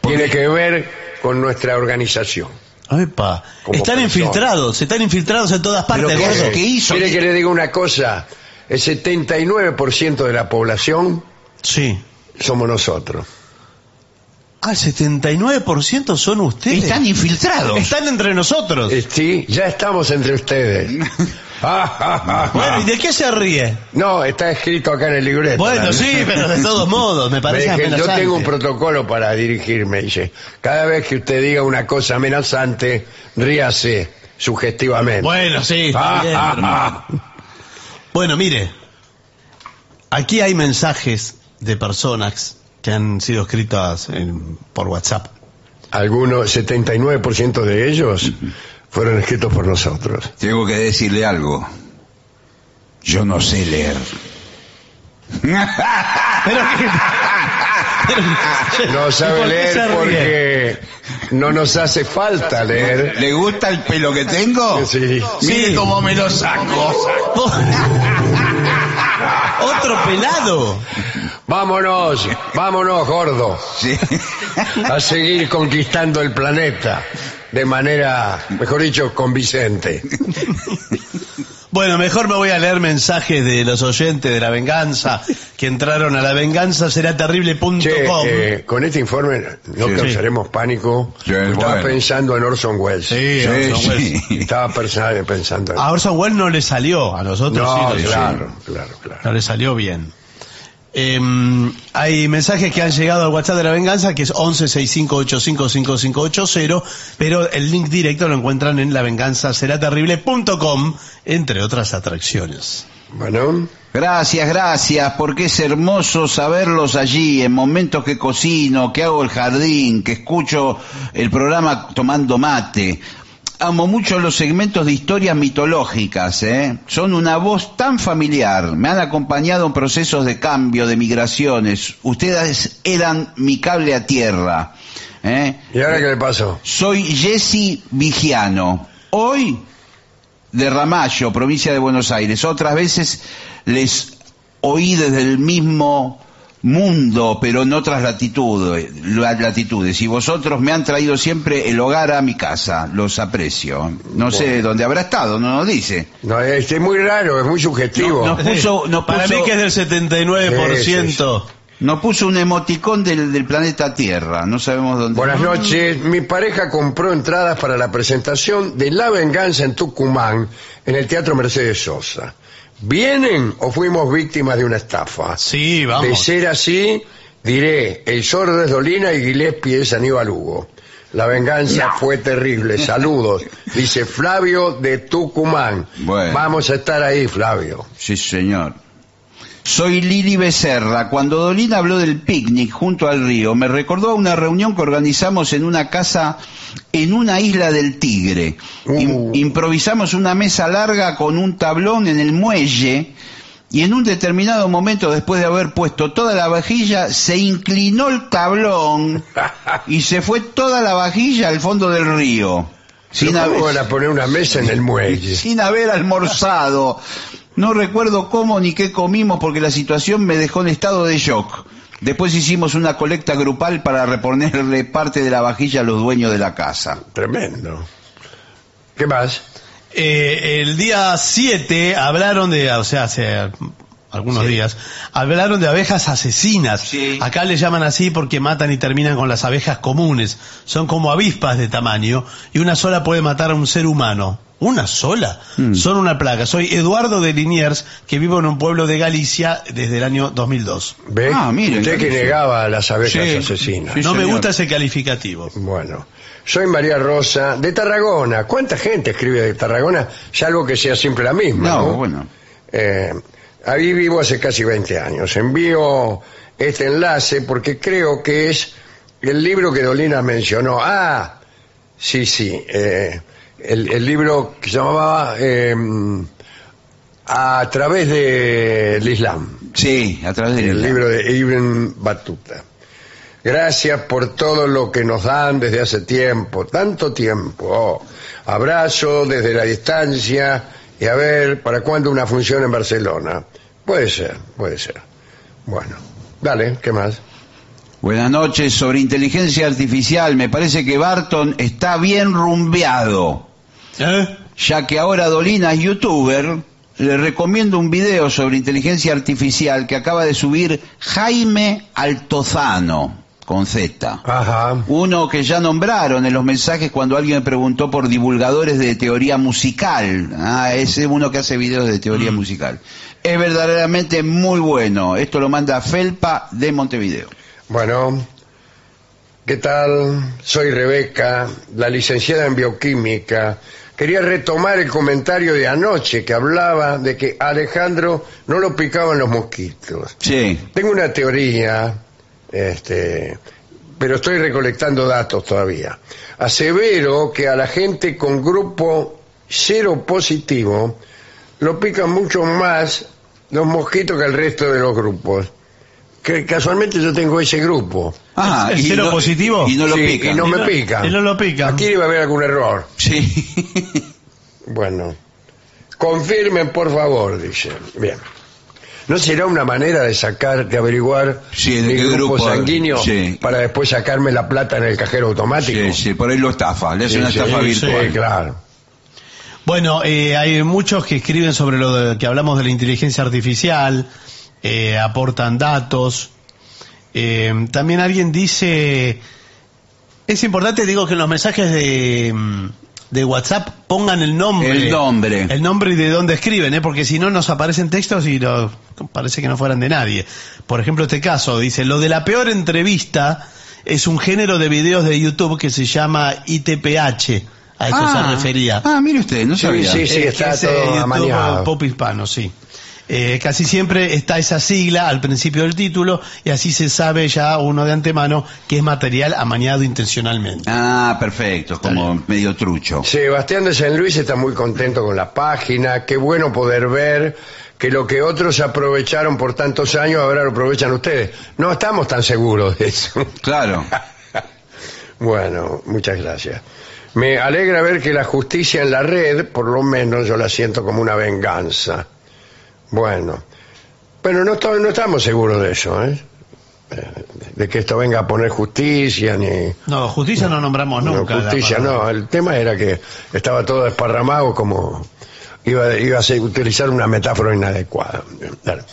A: Tiene que ver con nuestra organización.
B: Epa,
A: Como
B: están
A: persona.
B: infiltrados, se están infiltrados en todas partes.
C: Pero
B: gordo.
C: ¿Qué que- hizo?
A: Quiere que le diga una cosa, el 79% de la población
B: Sí.
A: somos nosotros.
B: Ah, el 79% son ustedes.
C: Están infiltrados.
B: Están entre nosotros.
A: Eh, Sí, ya estamos entre ustedes. Ah, ah, ah,
B: Bueno,
A: ah.
B: ¿y de qué se ríe?
A: No, está escrito acá en el libreto.
B: Bueno,
A: ¿no?
B: sí, pero de todos modos, me
A: Me
B: parece
A: dije, yo
B: amenazante.
A: tengo un protocolo para dirigirme, dice. Cada vez que usted diga una cosa amenazante, ríase sugestivamente.
B: Bueno, sí. está
A: Ah,
B: bien,
A: ah,
B: pero-
A: ah.
B: Bueno, mire, aquí hay mensajes de personas que han sido escritas en- por WhatsApp.
A: Algunos, 79% de ellos fueron escritos por nosotros.
C: Tengo que decirle algo. Yo no sé leer.
B: Pero,
A: No
B: ¿Y
A: sabe
B: por qué se
A: leer
B: ríe?
A: porque no nos hace falta leer.
C: ¿Le gusta el pelo que tengo?
A: Sí.
C: Mire
B: Sí.
C: cómo me lo saco.
B: vos- otro pelado.
A: Vámonos, vámonos, gordo,
C: Sí.
A: a seguir conquistando el planeta de manera, mejor dicho, convincente.
B: Bueno, mejor me voy a leer mensajes de los oyentes de La Venganza que entraron a lavenganzaseraterrible.com.
A: Che, eh, con este informe no
C: Sí.
A: causaremos pánico.
C: Sí,
A: Estaba
C: bueno.
A: pensando en Orson Welles.
B: Sí,
C: Sí,
B: Orson Welles.
C: sí.
A: Estaba pensa- pensando en...
B: A Orson Welles no le
C: Oh,
B: salió, a nosotros
A: no,
B: sí. nos salió.
A: claro, claro, claro.
B: No le salió bien. Eh, hay mensajes que han llegado al WhatsApp de la venganza, que es 1165855580, pero el link directo lo encuentran en lavenganzaseraterrible.com, entre otras atracciones.
A: Bueno,
C: Gracias, gracias, porque es hermoso saberlos allí en momentos que cocino, que hago el jardín, que escucho el programa tomando mate. Amo mucho los segmentos de historias mitológicas, ¿eh? Son una voz tan familiar. Me han acompañado en procesos de cambio, de migraciones. Ustedes eran mi cable a tierra, ¿eh?
A: ¿y ahora qué le pasó?
C: Soy Jesse Vigiano. Hoy de Ramallo, provincia de Buenos Aires. Otras veces les oí desde el mismo mundo, pero en otras latitudes. la- latitudes. Y vosotros me han traído siempre el hogar a mi casa. Los aprecio. No sé dónde habrá estado, no nos dice.
A: No, este es muy raro, es muy subjetivo.
C: No, no. Puso- nos
B: Para
C: puso-
B: mí que es del 79%.
C: Nos puso un emoticón del, del planeta Tierra. No sabemos dónde. Ah,
A: Buenas noches. Mi pareja compró entradas para la presentación de La Venganza en Tucumán, en el Teatro Mercedes Sosa. ¿Vienen o fuimos víctimas de una estafa?
B: Sí, vamos.
A: De ser así, diré, el sordo es Dolina y Gillespie es Aníbal Hugo. La venganza fue terrible. Saludos. Dice Flavio de Tucumán.
C: Bueno.
A: Vamos a estar ahí, Flavio.
C: Sí, señor. Soy Lili Becerra. Cuando Dolina habló del picnic junto al río, me recordó a una reunión que organizamos en una casa en una isla del Tigre. Im-
A: Uh.
C: improvisamos una mesa larga con un tablón en el muelle y en un determinado momento, después de haber puesto toda la vajilla, se inclinó el tablón y se fue toda la vajilla al fondo del río. Sin
A: Pero ¿cómo
C: haber-
A: van a poner una mesa en el muelle?
C: sin haber almorzado. No recuerdo cómo ni qué comimos porque la situación me dejó en estado de shock. Después hicimos una colecta grupal para reponerle parte de la vajilla a los dueños de la casa.
A: Tremendo. ¿Qué más?
B: Eh, el día 7 hablaron de, o sea, hace algunos días, hablaron de abejas asesinas.
C: Sí.
B: Acá le llaman así porque matan y terminan con las abejas comunes. Son como avispas de tamaño y una sola puede matar a un ser humano. ¿Una sola?
A: Hmm.
B: Son una plaga. Soy Eduardo de Liniers, que vivo en un pueblo de Galicia desde el año 2002.
A: ¿Ve?
C: Ah, miren,
A: Usted que
C: clarísimo.
A: negaba a las abejas
C: Sí.
A: asesinas.
C: Sí,
B: no me
C: señor.
B: gusta ese calificativo.
A: Bueno, soy María Rosa de Tarragona. ¿Cuánta gente escribe de Tarragona? Salvo que sea siempre la misma.
C: No,
A: No,
C: bueno.
A: Eh, ahí vivo hace casi 20 años. Envío este enlace porque creo que es el libro que Dolina mencionó. Ah, sí, sí. eh, el, el libro que se llamaba eh, A través del Islam.
C: Sí, a través del
A: El libro de Ibn Batuta. Gracias por todo lo que nos dan desde hace tiempo, tanto tiempo. Oh, abrazo desde la distancia y a ver, ¿para cuándo una función en Barcelona? Puede ser, puede ser. Bueno, dale, ¿qué más?
C: Buenas noches, sobre inteligencia artificial. Me parece que Barton está bien rumbeado.
B: ¿Eh?
C: ya que ahora Dolina es youtuber, le recomiendo un video sobre inteligencia artificial que acaba de subir Jaime Altozano, con Z.
A: Ajá.
C: Uno que ya nombraron en los mensajes cuando alguien preguntó por divulgadores de teoría musical. Ah, ese es uno que hace videos de
A: Mm.
C: teoría musical. Es verdaderamente muy bueno. Esto lo manda Felpa de Montevideo.
A: Bueno, ¿qué tal? Soy Rebeca, la licenciada en bioquímica. Quería retomar el comentario de anoche que hablaba de que a Alejandro no lo picaban los mosquitos.
C: Sí.
A: Tengo una teoría, este, pero estoy recolectando datos todavía. Asevero que a la gente con grupo cero positivo lo pican mucho más los mosquitos que al resto de los grupos. Que casualmente yo tengo ese grupo.
C: Ah,
B: ¿Es- es
C: y
B: cero
C: no-
B: positivo?
C: Y no lo
A: Sí,
C: pican.
A: y no me
B: no-
A: pican.
B: y no lo pican.
A: Aquí debe haber algún error.
C: Sí.
A: Bueno, confirmen por favor, dice. Bien. ¿No será una manera de sacar, de averiguar
C: Sí, de
A: mi
C: qué
A: grupo,
C: grupo,
A: sanguíneo
C: sí.
A: para después sacarme la plata en el cajero automático?
C: Sí, sí, por ahí lo estafa, le hace
A: Sí,
C: una
A: sí,
C: estafa
A: sí,
C: virtual.
A: sí, claro.
B: Bueno, eh, hay muchos que escriben sobre lo de- que hablamos de la inteligencia artificial, eh, aportan datos. Eh, también alguien dice, es importante, digo, que en los mensajes de, mm, de WhatsApp pongan el nombre.
C: El nombre.
B: El nombre y de dónde escriben, ¿eh? porque si no nos aparecen textos y no- parece que no fueran de nadie. Por ejemplo, este caso dice, lo de la peor entrevista es un género de videos de YouTube que se llama ITPH. A eso se refería.
C: Ah, mire usted, no
A: Sí,
C: sabía.
A: sí,
B: Eh, que
A: está
B: es, eh,
A: todo
B: YouTube
A: amañado.
B: Pop hispano, sí. Eh, casi siempre está esa sigla al principio del título y así se sabe ya uno de antemano que es material amañado intencionalmente.
C: Ah, perfecto, es como medio trucho.
A: Sebastián de San Luis está muy contento con la página. Qué bueno poder ver que lo que otros aprovecharon por tantos años ahora lo aprovechan ustedes. No estamos tan seguros de eso.
C: Claro.
A: Bueno, muchas gracias. Me alegra ver que la justicia en la red, por lo menos yo la siento como una venganza. Bueno, pero no, to- no estamos seguros de eso, ¿eh? Eh, De que esto venga a poner justicia ni...
B: No, justicia no nombramos
A: no,
B: nunca. la
A: justicia,
B: palabra.
A: no. El tema era que estaba todo desparramado como... Iba, iba a ser- utilizar una metáfora inadecuada. Dale.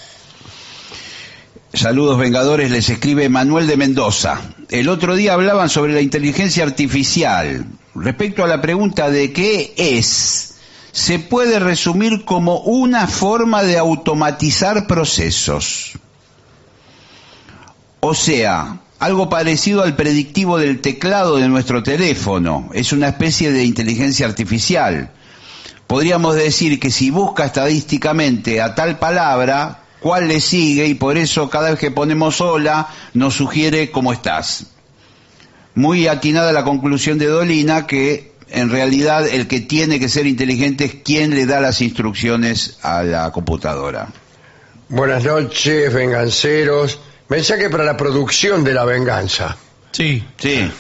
C: Saludos Vengadores, les escribe Manuel de Mendoza. El otro día hablaban sobre la inteligencia artificial. Respecto a la pregunta de qué es, se puede resumir como una forma de automatizar procesos. O sea, algo parecido al predictivo del teclado de nuestro teléfono. Es una especie de inteligencia artificial. Podríamos decir que si busca estadísticamente a tal palabra, cuál le sigue y por eso cada vez que ponemos hola nos sugiere cómo estás. Muy atinada la conclusión de Dolina que en realidad el que tiene que ser inteligente es quien le da las instrucciones a la computadora.
A: Buenas noches, venganceros. Mensaje para la producción de la venganza.
B: Sí.
C: Sí.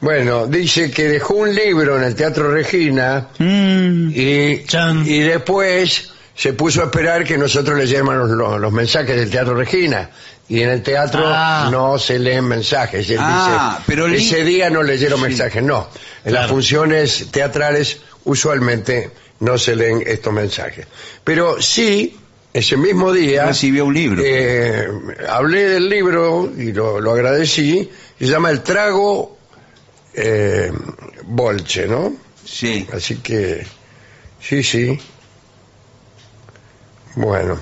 A: Bueno, dice que dejó un libro en el Teatro Regina y,
B: Chan.
A: y después se puso a esperar que nosotros leyéramos los, los- los mensajes del Teatro Regina. Y en el teatro
B: Ah.
A: no se leen mensajes. Él
C: Ah,
A: dice,
C: pero li-
A: ese día no leyeron mensajes. No, en las
B: Claro.
A: funciones teatrales usualmente no se leen estos mensajes. Pero sí, ese mismo día...
C: Recibió un libro.
A: eh, hablé del libro y lo, lo agradecí. Se llama El trago eh, Bolche, ¿no?
C: Sí.
A: Así que, sí, sí. Bueno.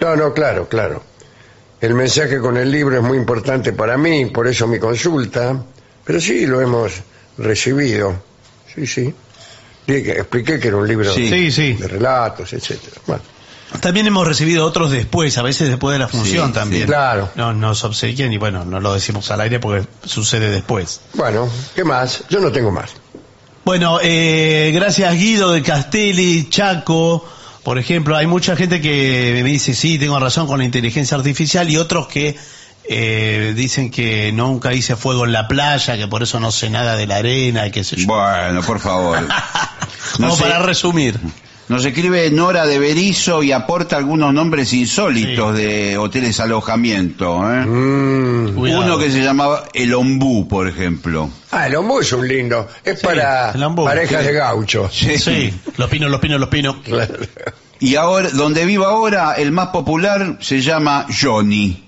A: No, no, claro, claro. El mensaje con el libro es muy importante para mí, por eso mi consulta. Pero sí, lo hemos recibido. Sí, sí. Dije- Expliqué que era un libro
C: Sí.
B: Sí, sí.
A: de relatos, etcétera. Bueno,
B: También hemos recibido otros después, a veces después de la función
C: Sí,
B: también.
A: sí. Claro.
B: No, nos obsequian y bueno, no lo decimos al aire porque sucede después.
A: bueno, ¿qué más? Yo no tengo más.
B: Bueno, eh, gracias Guido de Castelli, Chaco, por ejemplo, hay mucha gente que me dice, sí, tengo razón con la inteligencia artificial y otros que eh, dicen que nunca hice fuego en la playa, que por eso no sé nada de la arena, qué sé yo.
C: Bueno, por favor.
B: Como
C: no sé.
B: para resumir.
C: Nos escribe Nora de Berizo y aporta algunos nombres insólitos de hoteles alojamiento. ¿eh?
A: Mm.
B: Cuidado.
C: Uno que se llamaba eh, El Ombú, por ejemplo.
A: Ah, el ombú es un lindo. Es para
B: Ah, el ombú,
A: parejas
B: sí.
A: de gauchos.
B: Sí, los pinos, los pinos, los pinos.
A: Claro.
C: Y ahora, donde vivo ahora, el más popular se llama Johnny.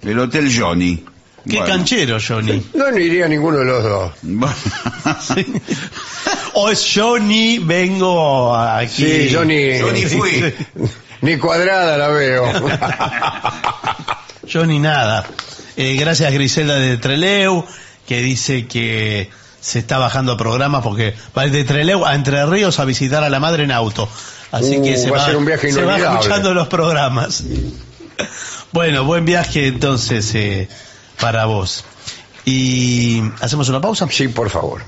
C: El Hotel Johnny.
B: Qué
C: Bueno.
B: canchero, Johnny.
A: No, no iría ninguno de los dos.
C: Bueno.
B: O es Johnny, vengo aquí.
A: Sí, yo ni,
C: Johnny fui.
A: ni cuadrada la veo.
B: Yo ni nada. Eh, gracias Griselda de Treleu, que dice que se está bajando programas porque va de Treleu a Entre Ríos a visitar a la madre en auto. Así
A: Uh,
B: que se
A: va
B: va,
A: a ser un viaje
B: se va
A: inolvidable.
B: escuchando los programas. Bueno, buen viaje entonces eh, para vos. Y hacemos una pausa.
A: sí, por favor.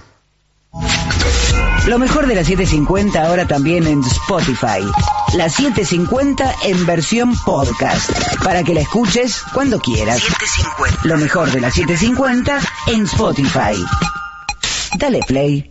D: Lo mejor de la 750 ahora también en Spotify. La 750 en versión podcast. Para que la escuches cuando quieras. Lo mejor de la 750 en Spotify. Dale play.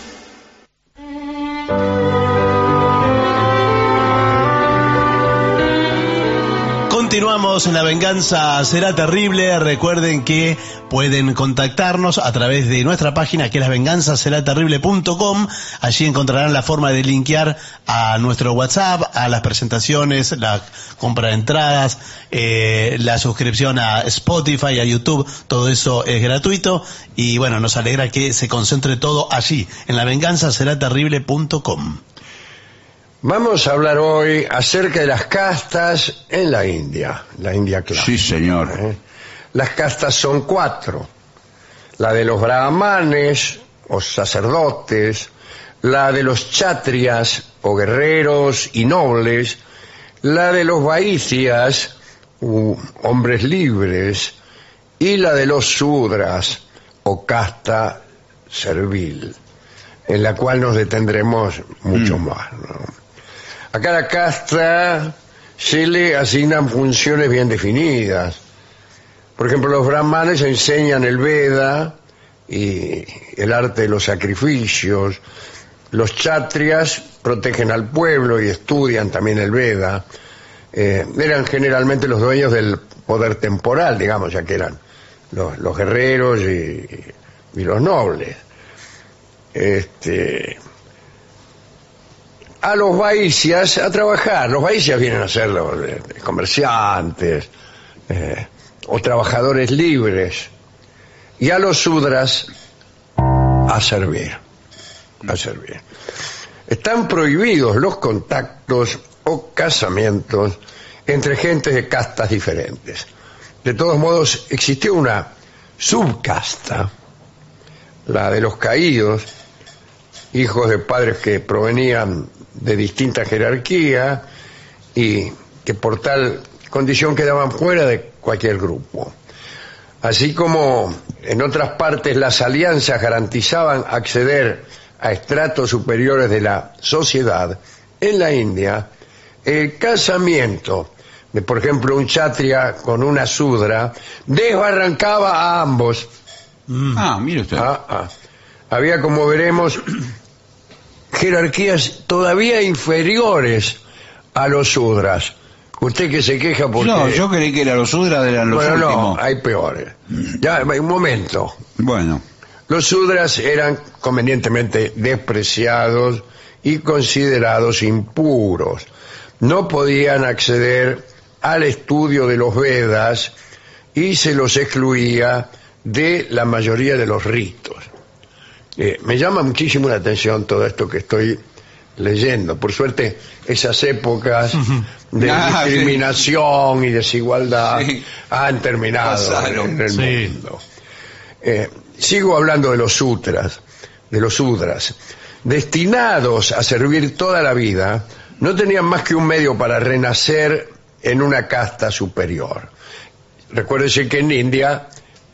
B: Continuamos en La Venganza Será Terrible. Recuerden que pueden contactarnos a través de nuestra página que es lasvenganzaseraterrible.com. Allí encontrarán la forma de linkear a nuestro WhatsApp, a las presentaciones, la compra de entradas, eh, la suscripción a Spotify, a YouTube. Todo eso es gratuito. Y bueno, nos alegra que se concentre todo allí, en lavenganzaseraterrible.com.
A: Vamos a hablar hoy acerca de las castas en la India, la India
C: Sí,
A: clásica.
C: señor.
A: ¿eh? Las castas son cuatro. La de los brahmanes o sacerdotes, la de los chatrias o guerreros y nobles, la de los vaicias u hombres libres y la de los sudras o casta servil, en la cual nos detendremos mucho
C: Mm.
A: más. ¿no? A cada casta se le asignan funciones bien definidas. Por ejemplo, los brahmanes enseñan el Veda y el arte de los sacrificios. Los chatrias protegen al pueblo y estudian también el Veda. Eh, eran generalmente los dueños del poder temporal, digamos, ya que eran los, los guerreros y, y los nobles. este, a los baicias a trabajar. Los baicias vienen a ser los eh, comerciantes eh, o trabajadores libres. Y a los sudras a servir. A servir. Están prohibidos los contactos o casamientos entre gentes de castas diferentes. De todos modos, existió una subcasta, la de los caídos, hijos de padres que provenían de distinta jerarquía y que por tal condición quedaban fuera de cualquier grupo. Así como en otras partes las alianzas garantizaban acceder a estratos superiores de la sociedad, en la India el casamiento de, por ejemplo, un chatria con una sudra desbarrancaba a ambos.
C: Ah, mire usted.
A: Ah, ah. Había, como veremos, jerarquías todavía inferiores a los sudras. Usted que se queja porque...
C: no, yo creí que era los sudras eran los
A: bueno,
C: últimos.
A: no, hay peores. Ya, un momento.
C: Bueno,
A: Los sudras eran convenientemente despreciados y considerados impuros. No podían acceder al estudio de los Vedas y se los excluía de la mayoría de los ritos. Eh, me llama muchísimo la atención todo esto que estoy leyendo. Por suerte, esas épocas de
C: Ah, sí.
A: discriminación y desigualdad
C: Sí.
A: han terminado
C: Pasaron.
A: en el
B: Sí.
A: mundo. Eh, sigo hablando de los sutras, de los sudras. Destinados a servir toda la vida, no tenían más que un medio para renacer en una casta superior. Recuérdense que en India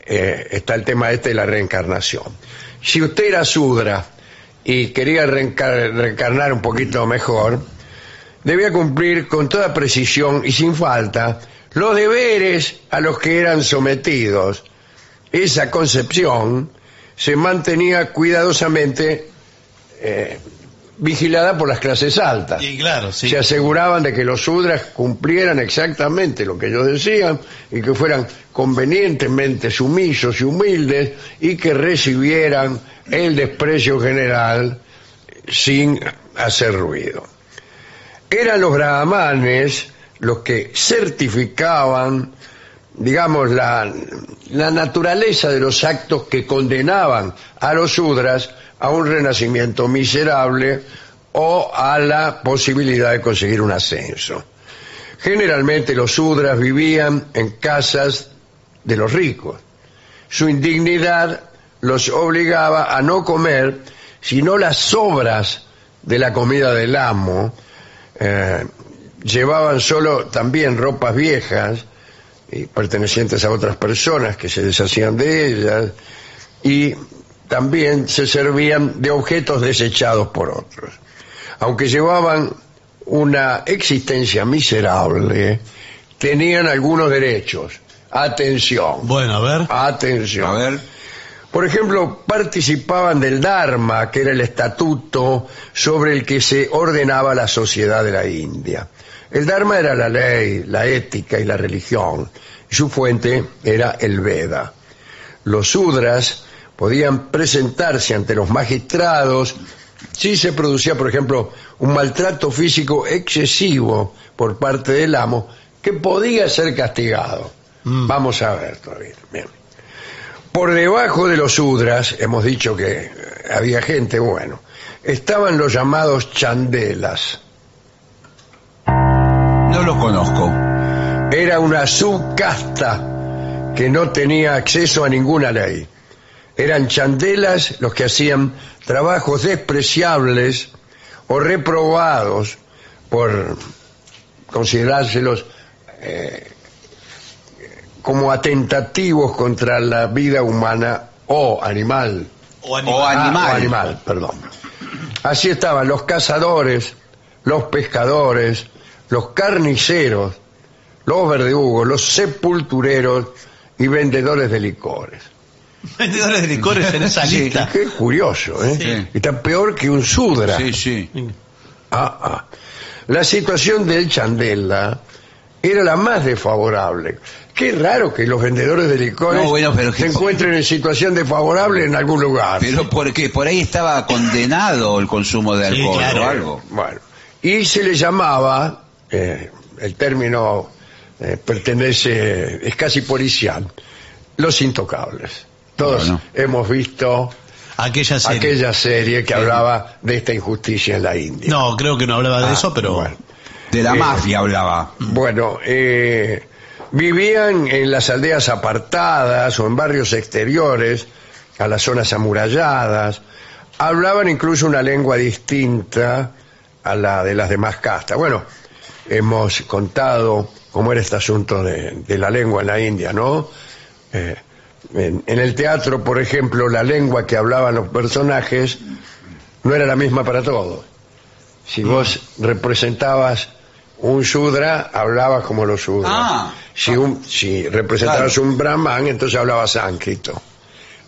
A: eh, está el tema este de la reencarnación. Si usted era sudra y quería reencar- reencarnar un poquito mejor, debía cumplir con toda precisión y sin falta los deberes a los que eran sometidos. Esa concepción se mantenía cuidadosamente eh, vigilada por las clases altas
B: Y claro, sí.
A: se aseguraban de que los sudras cumplieran exactamente lo que ellos decían y que fueran convenientemente sumisos y humildes y que recibieran el desprecio general sin hacer ruido. Eran los brahmanes los que certificaban, digamos, la, la naturaleza de los actos que condenaban a los sudras a un renacimiento miserable o a la posibilidad de conseguir un ascenso. Generalmente los sudras vivían en casas de los ricos. Su indignidad los obligaba a no comer sino las sobras de la comida del amo. Eh, llevaban solo también ropas viejas y eh, pertenecientes a otras personas que se deshacían de ellas y también se servían de objetos desechados por otros. Aunque llevaban una existencia miserable, tenían algunos derechos. Atención.
B: Bueno, a ver.
A: Atención.
C: a ver.
A: Por ejemplo, participaban del Dharma, que era el estatuto sobre el que se ordenaba la sociedad de la India. El Dharma era la ley, la ética y la religión. Su fuente era el Veda. Los sudras podían presentarse ante los magistrados si se producía, por ejemplo, un maltrato físico excesivo por parte del amo, que podía ser castigado.
C: Mm.
A: Vamos a ver todavía. Bien. Por debajo de los sudras, hemos dicho que eh, había gente, bueno, estaban los llamados chandelas.
C: No los conozco.
A: Era una subcasta que no tenía acceso a ninguna ley. Eran chandelas los que hacían trabajos despreciables o reprobados por considerárselos eh, como atentativos contra la vida humana o animal.
B: O
C: O
B: animal.
C: animal.
A: Ah, o animal, perdón. Así estaban los cazadores, los pescadores, los carniceros, los verdugos, los sepultureros y vendedores de licores.
B: Vendedores de licores en esa
C: Sí.
B: lista.
A: Qué curioso, ¿eh?
C: Sí.
A: Está peor que un sudra.
C: Sí, sí.
A: Ah, ah. La situación del Chandela era la más desfavorable. Qué raro que los vendedores de licores
C: No, bueno, pero
A: se
C: que-
A: encuentren en situación desfavorable en algún lugar.
C: Pero porque por ahí estaba condenado el consumo de
B: Sí,
C: alcohol
B: claro.
C: o algo.
A: Bueno, y se le llamaba, eh, el término eh, pertenece, es casi policial, los intocables. Todos
C: Bueno.
A: hemos visto
B: Aquella serie.
A: aquella serie que hablaba de esta injusticia en la India.
B: No, creo que no hablaba de
A: Ah,
B: eso, pero.
A: bueno.
C: De la
A: Eh,
C: mafia hablaba.
A: Bueno, eh, vivían en las aldeas apartadas o en barrios exteriores a las zonas amuralladas. Hablaban incluso una lengua distinta a la de las demás castas. Bueno, hemos contado cómo era este asunto de, de la lengua en la India, ¿no? Eh, en, en el teatro, por ejemplo, la lengua que hablaban los personajes no era la misma para todos. Si
C: Mm.
A: vos representabas un Shudra, hablabas como los Shudras.
C: Ah.
A: si, un- si representabas
C: Claro.
A: un Brahman, entonces hablabas sánscrito.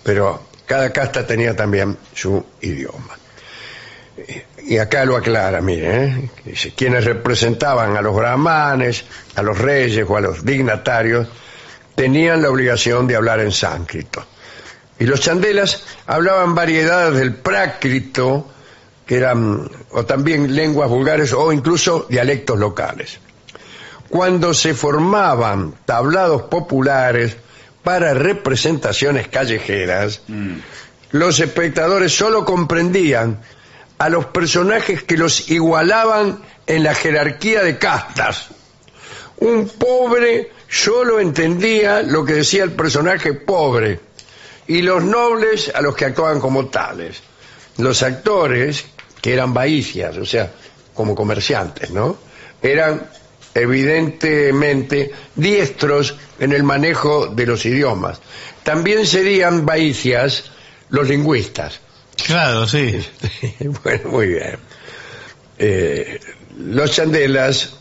A: Pero cada casta tenía también su idioma. Eh, Y acá lo aclara, mire, ¿eh? Que dice, quienes representaban a los brahmanes, a los reyes o a los dignatarios, tenían la obligación de hablar en sánscrito. Y los chandelas hablaban variedades del prácrito, que eran o también lenguas vulgares o incluso dialectos locales. Cuando se formaban tablados populares para representaciones callejeras, los espectadores solo comprendían a los personajes que los igualaban en la jerarquía de castas. Un pobre solo entendía lo que decía el personaje pobre y los nobles a los que actuaban como tales. Los actores, que eran bahicias, o sea, como comerciantes, ¿no? Eran evidentemente diestros en el manejo de los idiomas. También serían bahicias los lingüistas.
B: Claro, sí.
A: bueno, muy bien. Eh, los chandelas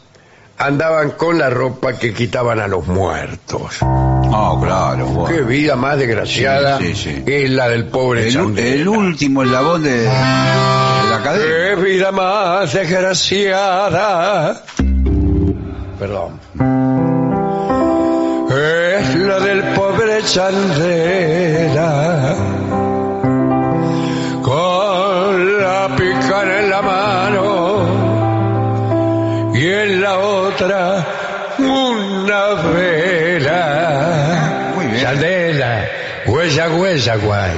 A: andaban con la ropa que quitaban a los muertos.
C: No, Oh, claro. bueno.
A: Qué vida más desgraciada
C: Sí, sí, sí.
A: es la del pobre
C: El,
A: Chandela.
C: el último eslabón de, de la cadena.
A: Qué vida más desgraciada. Perdón. Es la Eh, del pobre Chandela. Con la picara en la mano y en la otra una vela.
C: Muy bien.
A: Chandela, huella, huella, guay.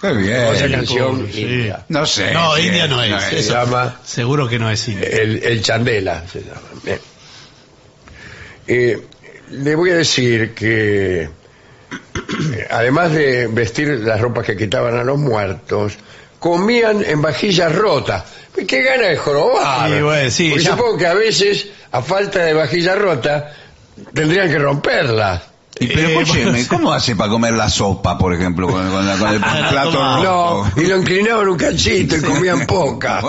C: Qué
A: Otra
C: bien.
A: canción
B: Sí.
A: india.
C: No sé.
B: No,
C: sí,
B: India no es.
A: Se
B: Eso.
A: llama
B: Seguro que no es India.
A: el, el Chandela. se llama. Bien. Eh, le voy a decir que eh, además de vestir las ropas que quitaban a los muertos, comían en vajillas rotas. Pues ¡Qué gana de jorobar!
B: Sí, bueno, sí,
A: Porque
B: ya-
A: supongo que a veces, a falta de vajilla rota, tendrían que romperlas.
C: Y, pero
B: Eh,
C: escúcheme,
B: bueno,
C: ¿cómo hace para comer la sopa, por ejemplo, con, con la- con el
B: Ah,
C: plato
B: toma.
C: rojo?
A: No, y lo inclinaban un cachito y comían poca.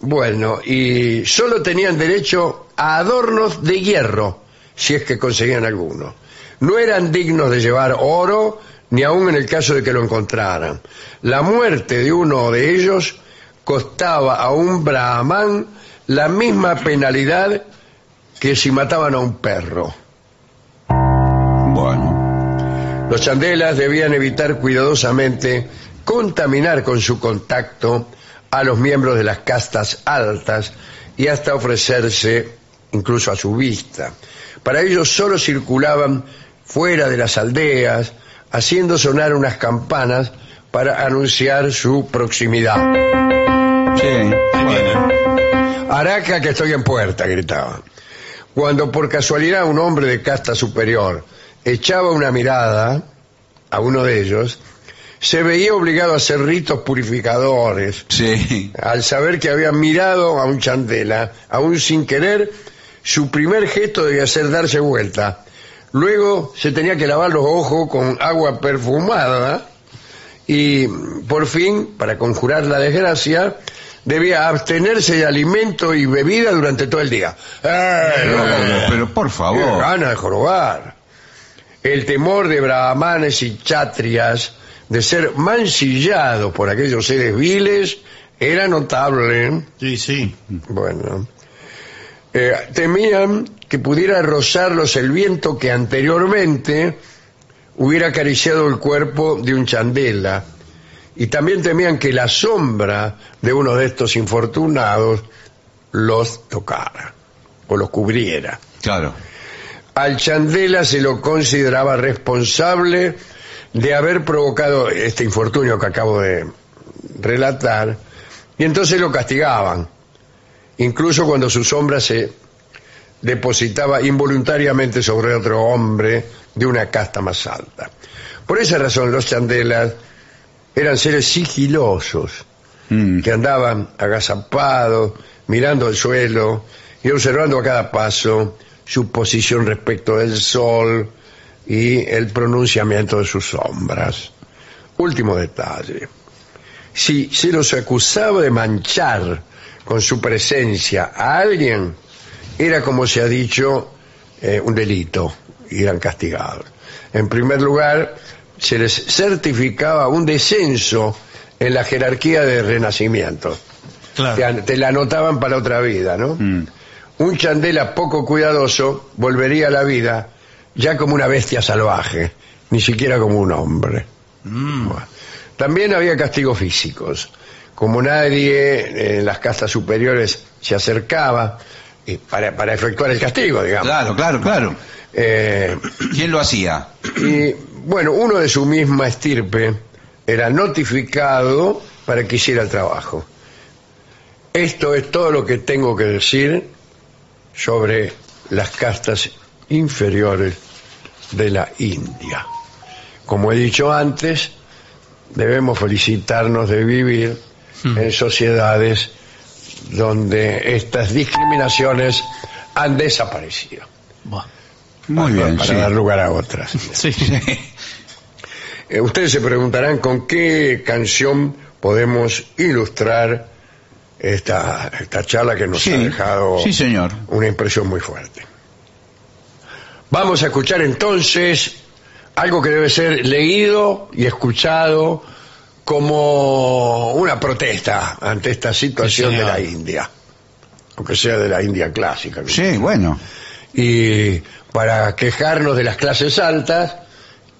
A: Bueno, y solo tenían derecho a adornos de hierro, si es que conseguían alguno. No eran dignos de llevar oro, ni aun en el caso de que lo encontraran. La muerte de uno de ellos costaba a un brahman la misma penalidad que si mataban a un perro.
C: Bueno,
A: Los chandelas debían evitar cuidadosamente contaminar con su contacto a los miembros de las castas altas y hasta ofrecerse incluso a su vista. Para ello solo circulaban fuera de las aldeas, haciendo sonar unas campanas para anunciar su proximidad.
C: sí. Bueno.
A: Araca que estoy en puerta, gritaban. Cuando por casualidad un hombre de casta superior echaba una mirada a uno de ellos, se veía obligado a hacer ritos purificadores
C: Sí.
A: al saber que había mirado a un chandela, aún sin querer, su primer gesto debía ser darse vuelta. Luego se tenía que lavar los ojos con agua perfumada y por fin, para conjurar la desgracia, debía abstenerse de alimento y bebida durante todo el día. ¡Ay,
C: Pero,
A: no!
C: pero por
A: Qué
C: favor.
A: gana de jorobar. El temor de brahmanes y chatrias de ser mancillados por aquellos seres viles era notable.
B: Sí, sí.
A: Bueno. eh, temían que pudiera rozarlos el viento que anteriormente hubiera acariciado el cuerpo de un chandela. Y también temían que la sombra de uno de estos infortunados los tocara o los cubriera.
C: Claro.
A: Al Chandela se lo consideraba responsable de haber provocado este infortunio que acabo de relatar, y entonces lo castigaban, incluso cuando su sombra se depositaba involuntariamente sobre otro hombre de una casta más alta. Por esa razón los Chandelas eran seres sigilosos,
C: Mm.
A: que andaban agazapados, mirando el suelo y observando a cada paso su posición respecto del sol y el pronunciamiento de sus sombras. Último detalle. Si se los acusaba de manchar con su presencia a alguien, era como se ha dicho eh, un delito y eran castigados. En primer lugar, se les certificaba un descenso en la jerarquía de renacimiento.
B: Claro.
A: Te, an- te la anotaban para otra vida, ¿no?
C: Mm.
A: Un chandela poco cuidadoso volvería a la vida ya como una bestia salvaje, ni siquiera como un hombre.
C: Mm.
A: Bueno. También había castigos físicos. Como nadie eh, en las castas superiores se acercaba eh, para, para efectuar el castigo, digamos.
C: Claro, claro, claro.
A: Eh,
C: ¿Quién lo hacía?
A: y bueno, uno de su misma estirpe era notificado para que hiciera el trabajo. Esto es todo lo que tengo que decir sobre las castas inferiores de la India. Como he dicho antes, debemos felicitarnos de vivir
C: Hmm.
A: en sociedades donde estas discriminaciones han desaparecido
B: Buah.
C: Muy bien,
A: para
C: sí.
A: dar lugar a otras.
B: Sí.
A: Eh, ustedes se preguntarán con qué canción podemos ilustrar esta, esta charla que nos
C: Sí,
A: ha dejado
C: sí, señor.
A: una impresión muy fuerte. Vamos a escuchar entonces algo que debe ser leído y escuchado como una protesta ante esta situación
B: Sí,
A: de
B: señor.
A: la India, aunque sea de la India clásica. ¿no?
C: Sí, bueno.
A: y para quejarnos de las clases altas,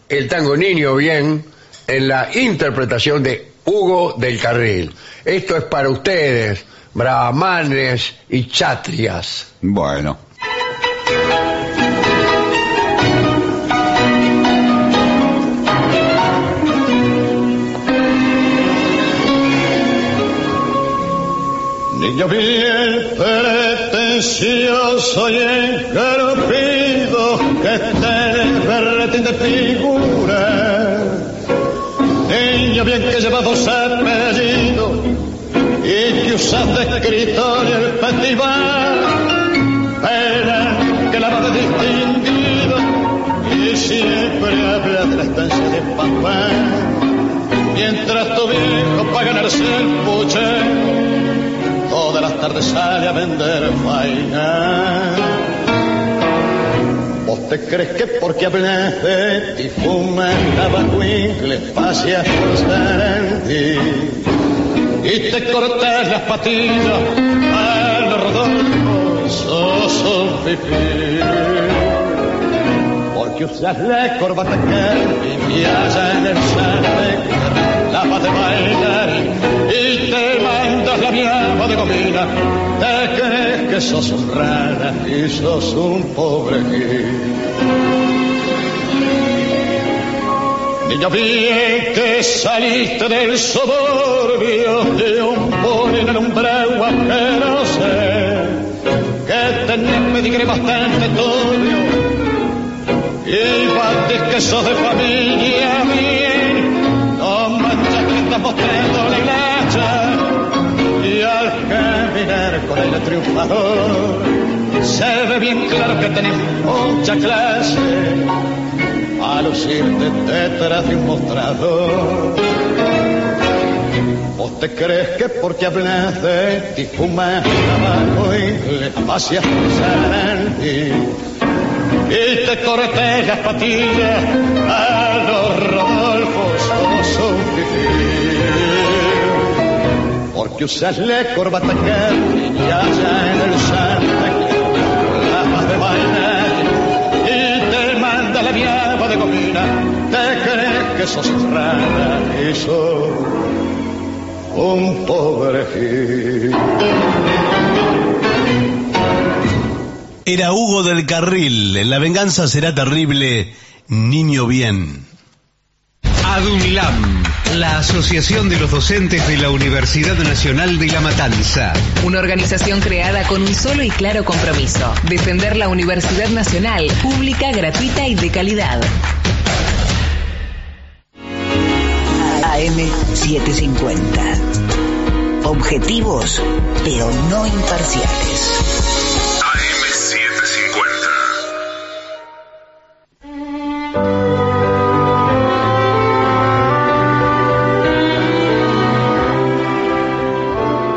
A: el tango niño bien en la interpretación de Hugo del Carril. Esto es para ustedes, brahmanes y chatrias.
C: Bueno.
E: Niño bien pretencioso y encarpido que tiene berretín de figura. Niño bien que lleva dos apellidos y que usa de escritorio el festival. Pero que la va de distinguido y siempre habla de la estancia de papá. Mientras tu viejo para ganarse el puche todas las tardes sale a vender faina. ¿Vos te crees que porque hablas de ti fumas tabaco le pase a forzar en ti? Y te cortas las patillas al rodolfo, sos un fifí porque usas la corbata que vivías en el sartén, la vas de bailar y te mandas la mierda de comida. Te crees que sos un rana y sos un pobre gil. Niño bien que saliste del soborbio de un pobre en el umbral asqueroso que tenía pedigrí bastante turbio y antes que sos de familia bien, no manchas que estás mostrando la hilacha. Y al caminar con el triunfador, se ve bien claro que tenés mucha clase. A lucirte detrás de un mostrador. ¿Vos te crees que porque hablas de ti fumas tabaco y le paseas por ti? y te corté las patillas a los Rodolfos sos un fifí. Porque usas la corbata que brillas en el Santa Claus, vaina y te manda la mierda de comida. Te crees que sos rara y sos un pobre
B: Era Hugo del Carril. En La venganza será terrible. Niño bien.
F: ADUNLAM, la Asociación de los Docentes de la Universidad Nacional de La Matanza.
G: Una organización creada con un solo y claro compromiso, defender la Universidad Nacional, pública, gratuita y de calidad.
D: AM750. Objetivos, pero no imparciales.
H: AM750.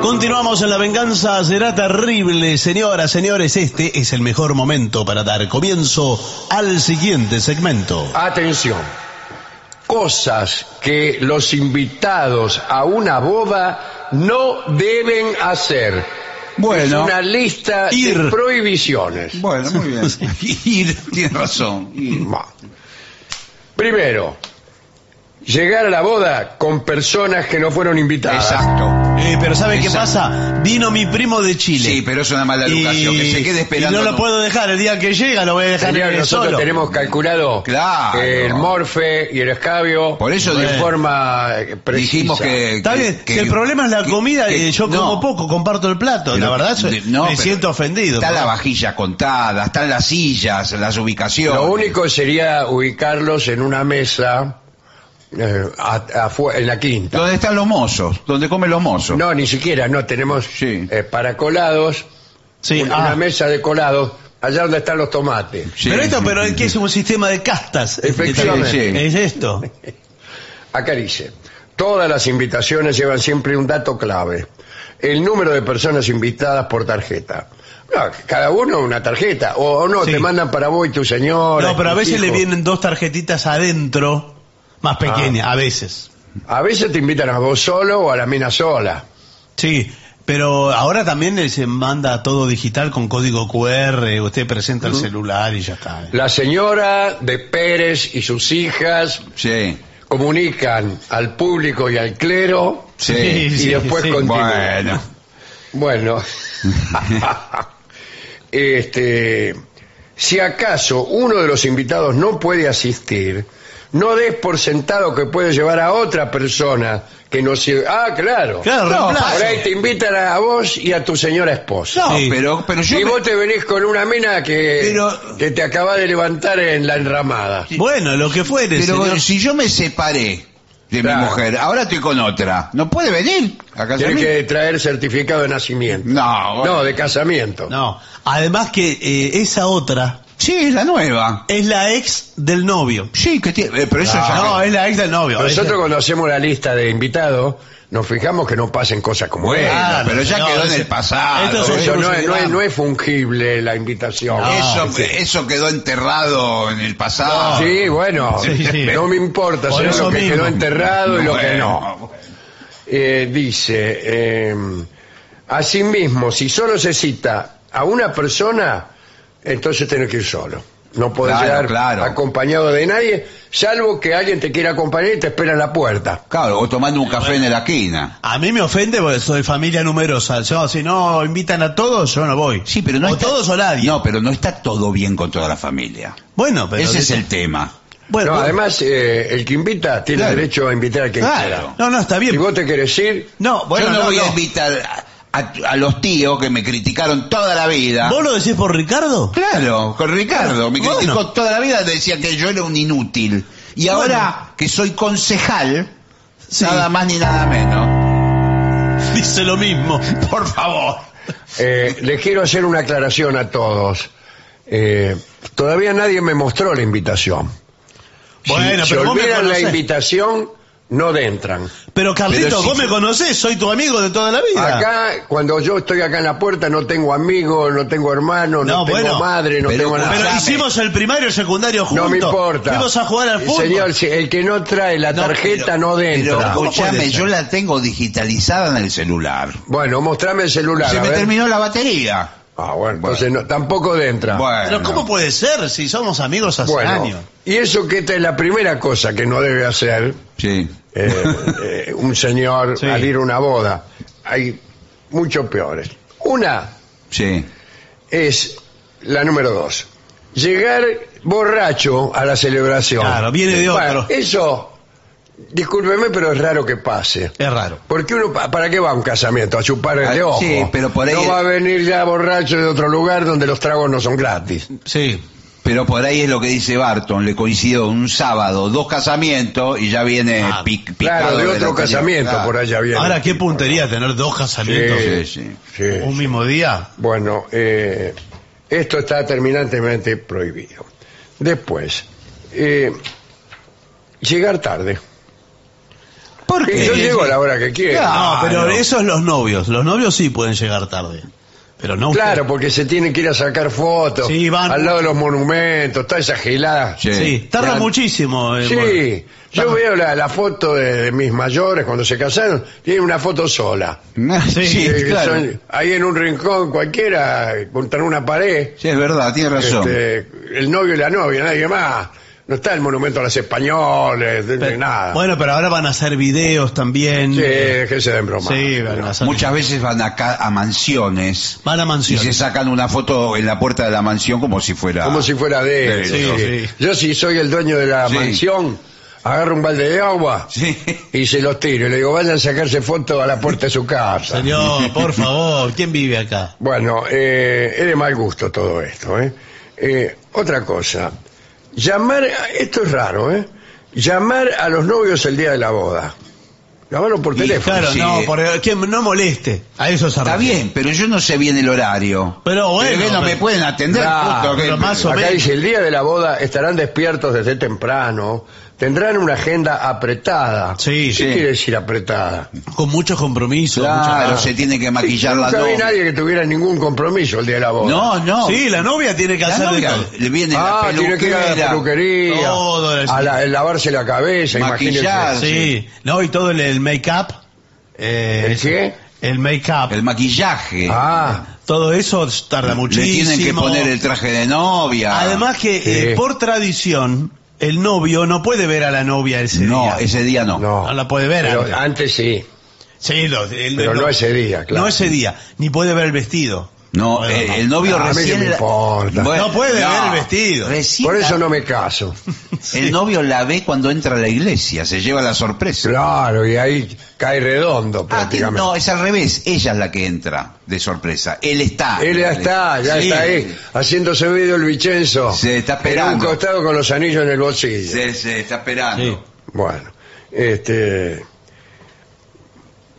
B: Continuamos en La venganza será terrible. Señoras, señores, este es el mejor momento para dar comienzo al siguiente segmento.
A: Atención. Cosas que los invitados a una boda no deben hacer.
C: Bueno.
A: Es una lista de
B: Ir.
A: prohibiciones.
C: Bueno, muy bien.
B: Ir.
C: Tienes razón. Y-
A: Bueno. Primero, llegar a la boda con personas que no fueron invitadas.
C: Exacto.
B: Eh, pero ¿sabe qué
C: Exacto.
B: pasa? Vino mi primo de Chile.
C: Sí, pero es una mala educación. que se quede
B: y
C: esperando.
B: no lo puedo dejar. El día que llega lo voy a dejar
A: Señor,
B: eh,
A: nosotros
B: solo.
A: tenemos calculado eh,
C: Claro.
A: el morfe y el escabio
C: Por eso
A: de
C: digo-
A: forma eh, precisa.
C: Dijimos que.
B: Está
C: que-
B: bien,
C: que-
B: si el problema es la
C: que-
B: comida,
C: que-
B: eh, yo
C: no.
B: como poco, comparto el plato.
C: Pero-
B: la verdad, soy-
C: de- no,
B: me
C: pero
B: siento ofendido.
C: Está
B: ¿no?
C: la vajilla contada, están las sillas, las ubicaciones.
A: Lo único sería ubicarlos en una mesa eh, a- afu- en la quinta.
C: Donde están los mozos, donde comen los mozos.
A: No, ni siquiera, no, tenemos
C: Sí.
A: eh, para colados,
B: Sí,
A: un-
B: ah.
A: una mesa de colados, allá donde están los tomates.
C: Sí,
B: pero esto,
C: sí,
B: pero
C: sí,
B: es que es un sistema de castas. este,
A: Efectivamente.
C: Sí, sí.
B: Es esto.
A: Acá dice, todas las invitaciones llevan siempre un dato clave, el número de personas invitadas por tarjeta. No, cada uno una tarjeta, o, o no,
B: Sí.
A: te mandan para vos y tu señora.
B: No, pero a
A: tus
B: veces le
A: hijos.
B: vienen dos tarjetitas adentro,
C: Ah.
B: más pequeñas, a veces.
A: A veces te invitan a vos solo o a la mina sola.
B: Sí, pero ahora también eh, se manda todo digital con código QR, usted presenta el celular y ya está. eh.
A: La señora de Pérez y sus hijas
C: Sí,
A: comunican al público y al clero
C: sí.
B: Sí,
A: y
B: sí,
A: después
B: sí.
A: continúan.
C: Bueno,
A: Bueno, este, si acaso uno de los invitados no puede asistir, no des por sentado que puede llevar a otra persona que no sirve. Ah, claro.
B: Claro, reemplazo.
A: Por ahí te invitan a vos y a tu señora esposa.
C: No,
B: Sí.
C: pero, pero yo.
A: y
C: me-
A: vos te venís con una mina que,
C: Pero-
A: que te acaba de levantar en la enramada.
B: Bueno, lo que fuere,
C: Pero
B: señor.
C: si yo me separé de
A: Claro.
C: mi mujer, ahora estoy con otra, ¿no puede venir a casa
A: Tiene
C: mía?
A: que traer certificado de nacimiento.
C: No, bueno.
A: No, de casamiento.
B: No, además que eh, esa otra
C: Sí, es la nueva.
B: es la ex del novio.
C: Sí, que tiene. eh, pero eso ya.
B: No, es la ex del novio.
A: Nosotros
B: Esa-
A: cuando hacemos la lista de invitados, nos fijamos que no pasen cosas como
C: Bueno,
A: esta.
B: Claro,
C: pero ya
B: no,
C: quedó en
B: ese-
C: el pasado.
B: esto es un
A: Eso
C: eso,
B: cruce
A: no es,
B: de
A: no, es,
B: gama.
A: no es fungible la invitación.
B: No.
C: eso- eso quedó enterrado en el pasado.
A: Sí, bueno,
B: Sí, sí.
A: no me importa,
B: Por
A: sino
B: eso
A: lo que
B: mismo.
A: quedó enterrado y lo que no.
C: bueno.
A: Eh, dice, eh, asimismo, si solo se cita a una persona, entonces tenés que ir solo. No podés
C: Claro,
A: llegar
C: claro.
A: acompañado de nadie, salvo que alguien te quiera acompañar y te espera en la puerta.
C: Claro, o tomando un café en la esquina.
B: A mí me ofende porque soy familia numerosa. Yo, si no invitan a todos, yo no voy.
C: Sí, pero no
B: o
C: está-
B: todos o nadie.
C: No, pero no está todo bien con toda la familia.
B: Bueno, pero
C: Ese
B: de-
C: es el tema.
B: Bueno,
A: No,
B: bueno,
A: además, eh, el que invita tiene
C: Claro.
A: derecho a invitar a quien
B: claro.
A: quiera.
B: No, no, está
A: Si
B: bien.
A: vos te querés ir,
B: No, bueno,
C: Yo no,
B: no,
C: voy a
B: no.
C: invitar a, a- a los tíos que me criticaron toda la vida.
B: ¿Vos lo decís por Ricardo?
C: Claro, con Ricardo. Me
B: Bueno.
C: criticó toda la vida, decía que yo era un inútil. Y
B: Bueno.
C: ahora que soy concejal,
B: Sí.
C: nada más ni nada menos.
B: Dice lo mismo.
C: Por favor.
A: Eh, les quiero hacer una aclaración a todos. Eh, todavía nadie me mostró la invitación. Si-
B: Bueno,
A: si
B: pero vos me
A: olvidan la
B: conocés.
A: invitación, no entran.
B: Pero Carlito,
C: Pero si-
B: vos me conocés, soy tu amigo de toda la vida.
A: Acá, cuando yo estoy acá en la puerta, no tengo amigos, no tengo hermanos, no,
B: No,
A: tengo
B: bueno,
A: madre, no
C: pero-
A: tengo nada.
B: pero
C: Escuchame.
B: hicimos el primario y el secundario juntos.
A: no me importa.
B: Fuimos a jugar al
A: Eh,
B: fútbol.
A: Señor, si el que no trae la
C: No,
A: tarjeta
C: pero-
A: no
C: Pero
A: entra.
B: ¿cómo puede
C: escúchame,
B: ser?
C: yo la tengo digitalizada en el celular.
A: Bueno, mostrame el celular.
C: Se
A: a
C: me
A: ver.
C: terminó la batería.
A: Ah, bueno, entonces no- tampoco de entra.
B: Pero ¿cómo puede ser si somos amigos hace
A: Bueno,
B: años?
A: y eso que esta es la primera cosa que no debe hacer
C: Sí.
A: eh, eh, un señor
B: Sí.
A: al ir a una boda. Hay muchos peores. Una
C: Sí.
A: es la número dos. Llegar borracho a la celebración.
B: Claro, viene de
A: Bueno,
B: otro.
A: eso, discúlpeme, pero es raro que pase.
B: Es raro.
A: Porque uno, pa- ¿para qué va a un casamiento? A chupar el
C: Ah,
A: de ojo.
C: sí, pero por ahí-
A: No va a venir ya borracho de otro lugar donde los tragos no son gratis.
B: Sí.
C: Pero por ahí es lo que dice Barton, le coincidió un sábado, dos casamientos y ya viene
B: Ah,
C: pic-
A: Claro,
C: picado
A: de
C: del
A: otro
C: anterior.
A: casamiento
C: Claro.
A: por allá viene.
B: Ahora, qué puntería tener dos casamientos
C: Sí, sí.
A: Sí.
B: un mismo día.
A: Bueno, eh, esto está terminantemente prohibido. Después, eh, llegar tarde.
B: porque
A: Yo llego a la hora que quiero.
B: No, pero eso es los novios. Los novios sí pueden llegar tarde. Pero no usted.
A: Claro, porque se tienen que ir a sacar fotos
B: Sí, van-
A: al lado de los monumentos, toda esa gelada.
C: Sí.
B: Sí, tarda
C: Ya-
B: muchísimo. eh,
A: Sí, yo veo la, la foto de, de mis mayores cuando se casaron, tienen una foto sola.
C: Sí,
B: Sí,
A: Eh,
C: claro.
A: son ahí en un rincón cualquiera, contra una pared,
C: Sí, es verdad, tiene razón.
A: este, el novio y la novia, nadie más. No está el monumento a los españoles, de, de
B: Pero-
A: nada.
B: Bueno, pero ahora van a hacer videos también.
A: sí, déjese de broma.
B: Sí, van a hacer-
C: Muchas veces van a, ca- a mansiones
B: Van a
C: y se
B: mansiones.
C: sacan una foto en la puerta de la mansión como si fuera...
A: Como si fuera de él.
C: Sí,
A: Sí.
B: sí.
A: Yo si soy el dueño de la
C: Sí.
A: mansión, agarro un balde de agua
C: Sí.
A: y se los tiro. Y le digo, vayan a sacarse fotos a la puerta de su casa.
B: Señor, por favor, ¿quién vive acá?
A: Bueno, eh, es de mal gusto todo esto. ¿eh? Eh, otra cosa, llamar, esto es raro, ¿eh? llamar a los novios el día de la boda. Llamarlos por
C: Y
A: teléfono.
B: Claro,
C: sí.
B: no, por- que no moleste. A eso se
C: Está
B: refiere.
C: bien, pero yo no sé bien el horario.
B: Pero bueno,
C: que no me
B: pero-
C: pueden atender.
A: Ah,
C: justo que-
B: pero más o-
A: Acá
B: menos.
A: dice, el día de la boda estarán despiertos desde temprano, tendrán una agenda apretada.
B: Sí,
A: ¿Qué
B: sí.
A: quiere decir apretada?
B: Con muchos compromisos.
C: Claro,
B: muchas-
C: se tiene que maquillar la
A: Nunca vi
C: novia.
A: nadie que tuviera ningún compromiso el día de la boda.
C: No, no.
B: Sí, la novia tiene que
C: La
B: hacer de
C: novia
B: todo.
C: le viene
A: Ah,
C: la
A: tiene que ir a la
C: peluquera.
A: peluquería,
B: Todo el-
A: a la- el lavarse la cabeza,
C: Maquillar.
A: imagínese.
B: Sí, no, y todo el, el make-up. eh,
A: ¿El qué?
B: El make-up.
C: El maquillaje.
A: Ah,
B: Todo eso tarda
C: Le
B: muchísimo.
C: tienen que poner el traje de novia.
B: Además que, eh,
A: Sí.
B: por tradición, el novio no puede ver a la novia ese
C: No,
B: día.
C: ese día no.
A: no.
B: No la puede ver
A: Pero
B: antes.
A: antes sí.
B: Sí, lo- el-
A: Pero
B: lo-
A: no ese día, claro.
B: No ese día. Ni puede ver el vestido.
C: No,
B: Bueno,
C: eh,
B: no.
C: el novio
A: Ah, a mí
C: recién...
A: que me
C: la-
A: importa.
B: No puede ver el vestido.
C: Recién
A: Por
C: la-
A: eso no me caso.
C: El novio la ve cuando entra a la iglesia, se lleva la sorpresa.
A: Claro, y ahí cae redondo
C: Ah, que-
A: prácticamente.
C: no, es al revés, ella es la que entra de sorpresa. Él está.
A: Él ya está, ya
C: Sí.
A: está ahí, haciéndose video el Vicenzo.
C: Se está
A: En un
C: esperando.
A: costado con los anillos en el bolsillo.
C: Se, se está esperando.
B: Sí.
A: Bueno, este.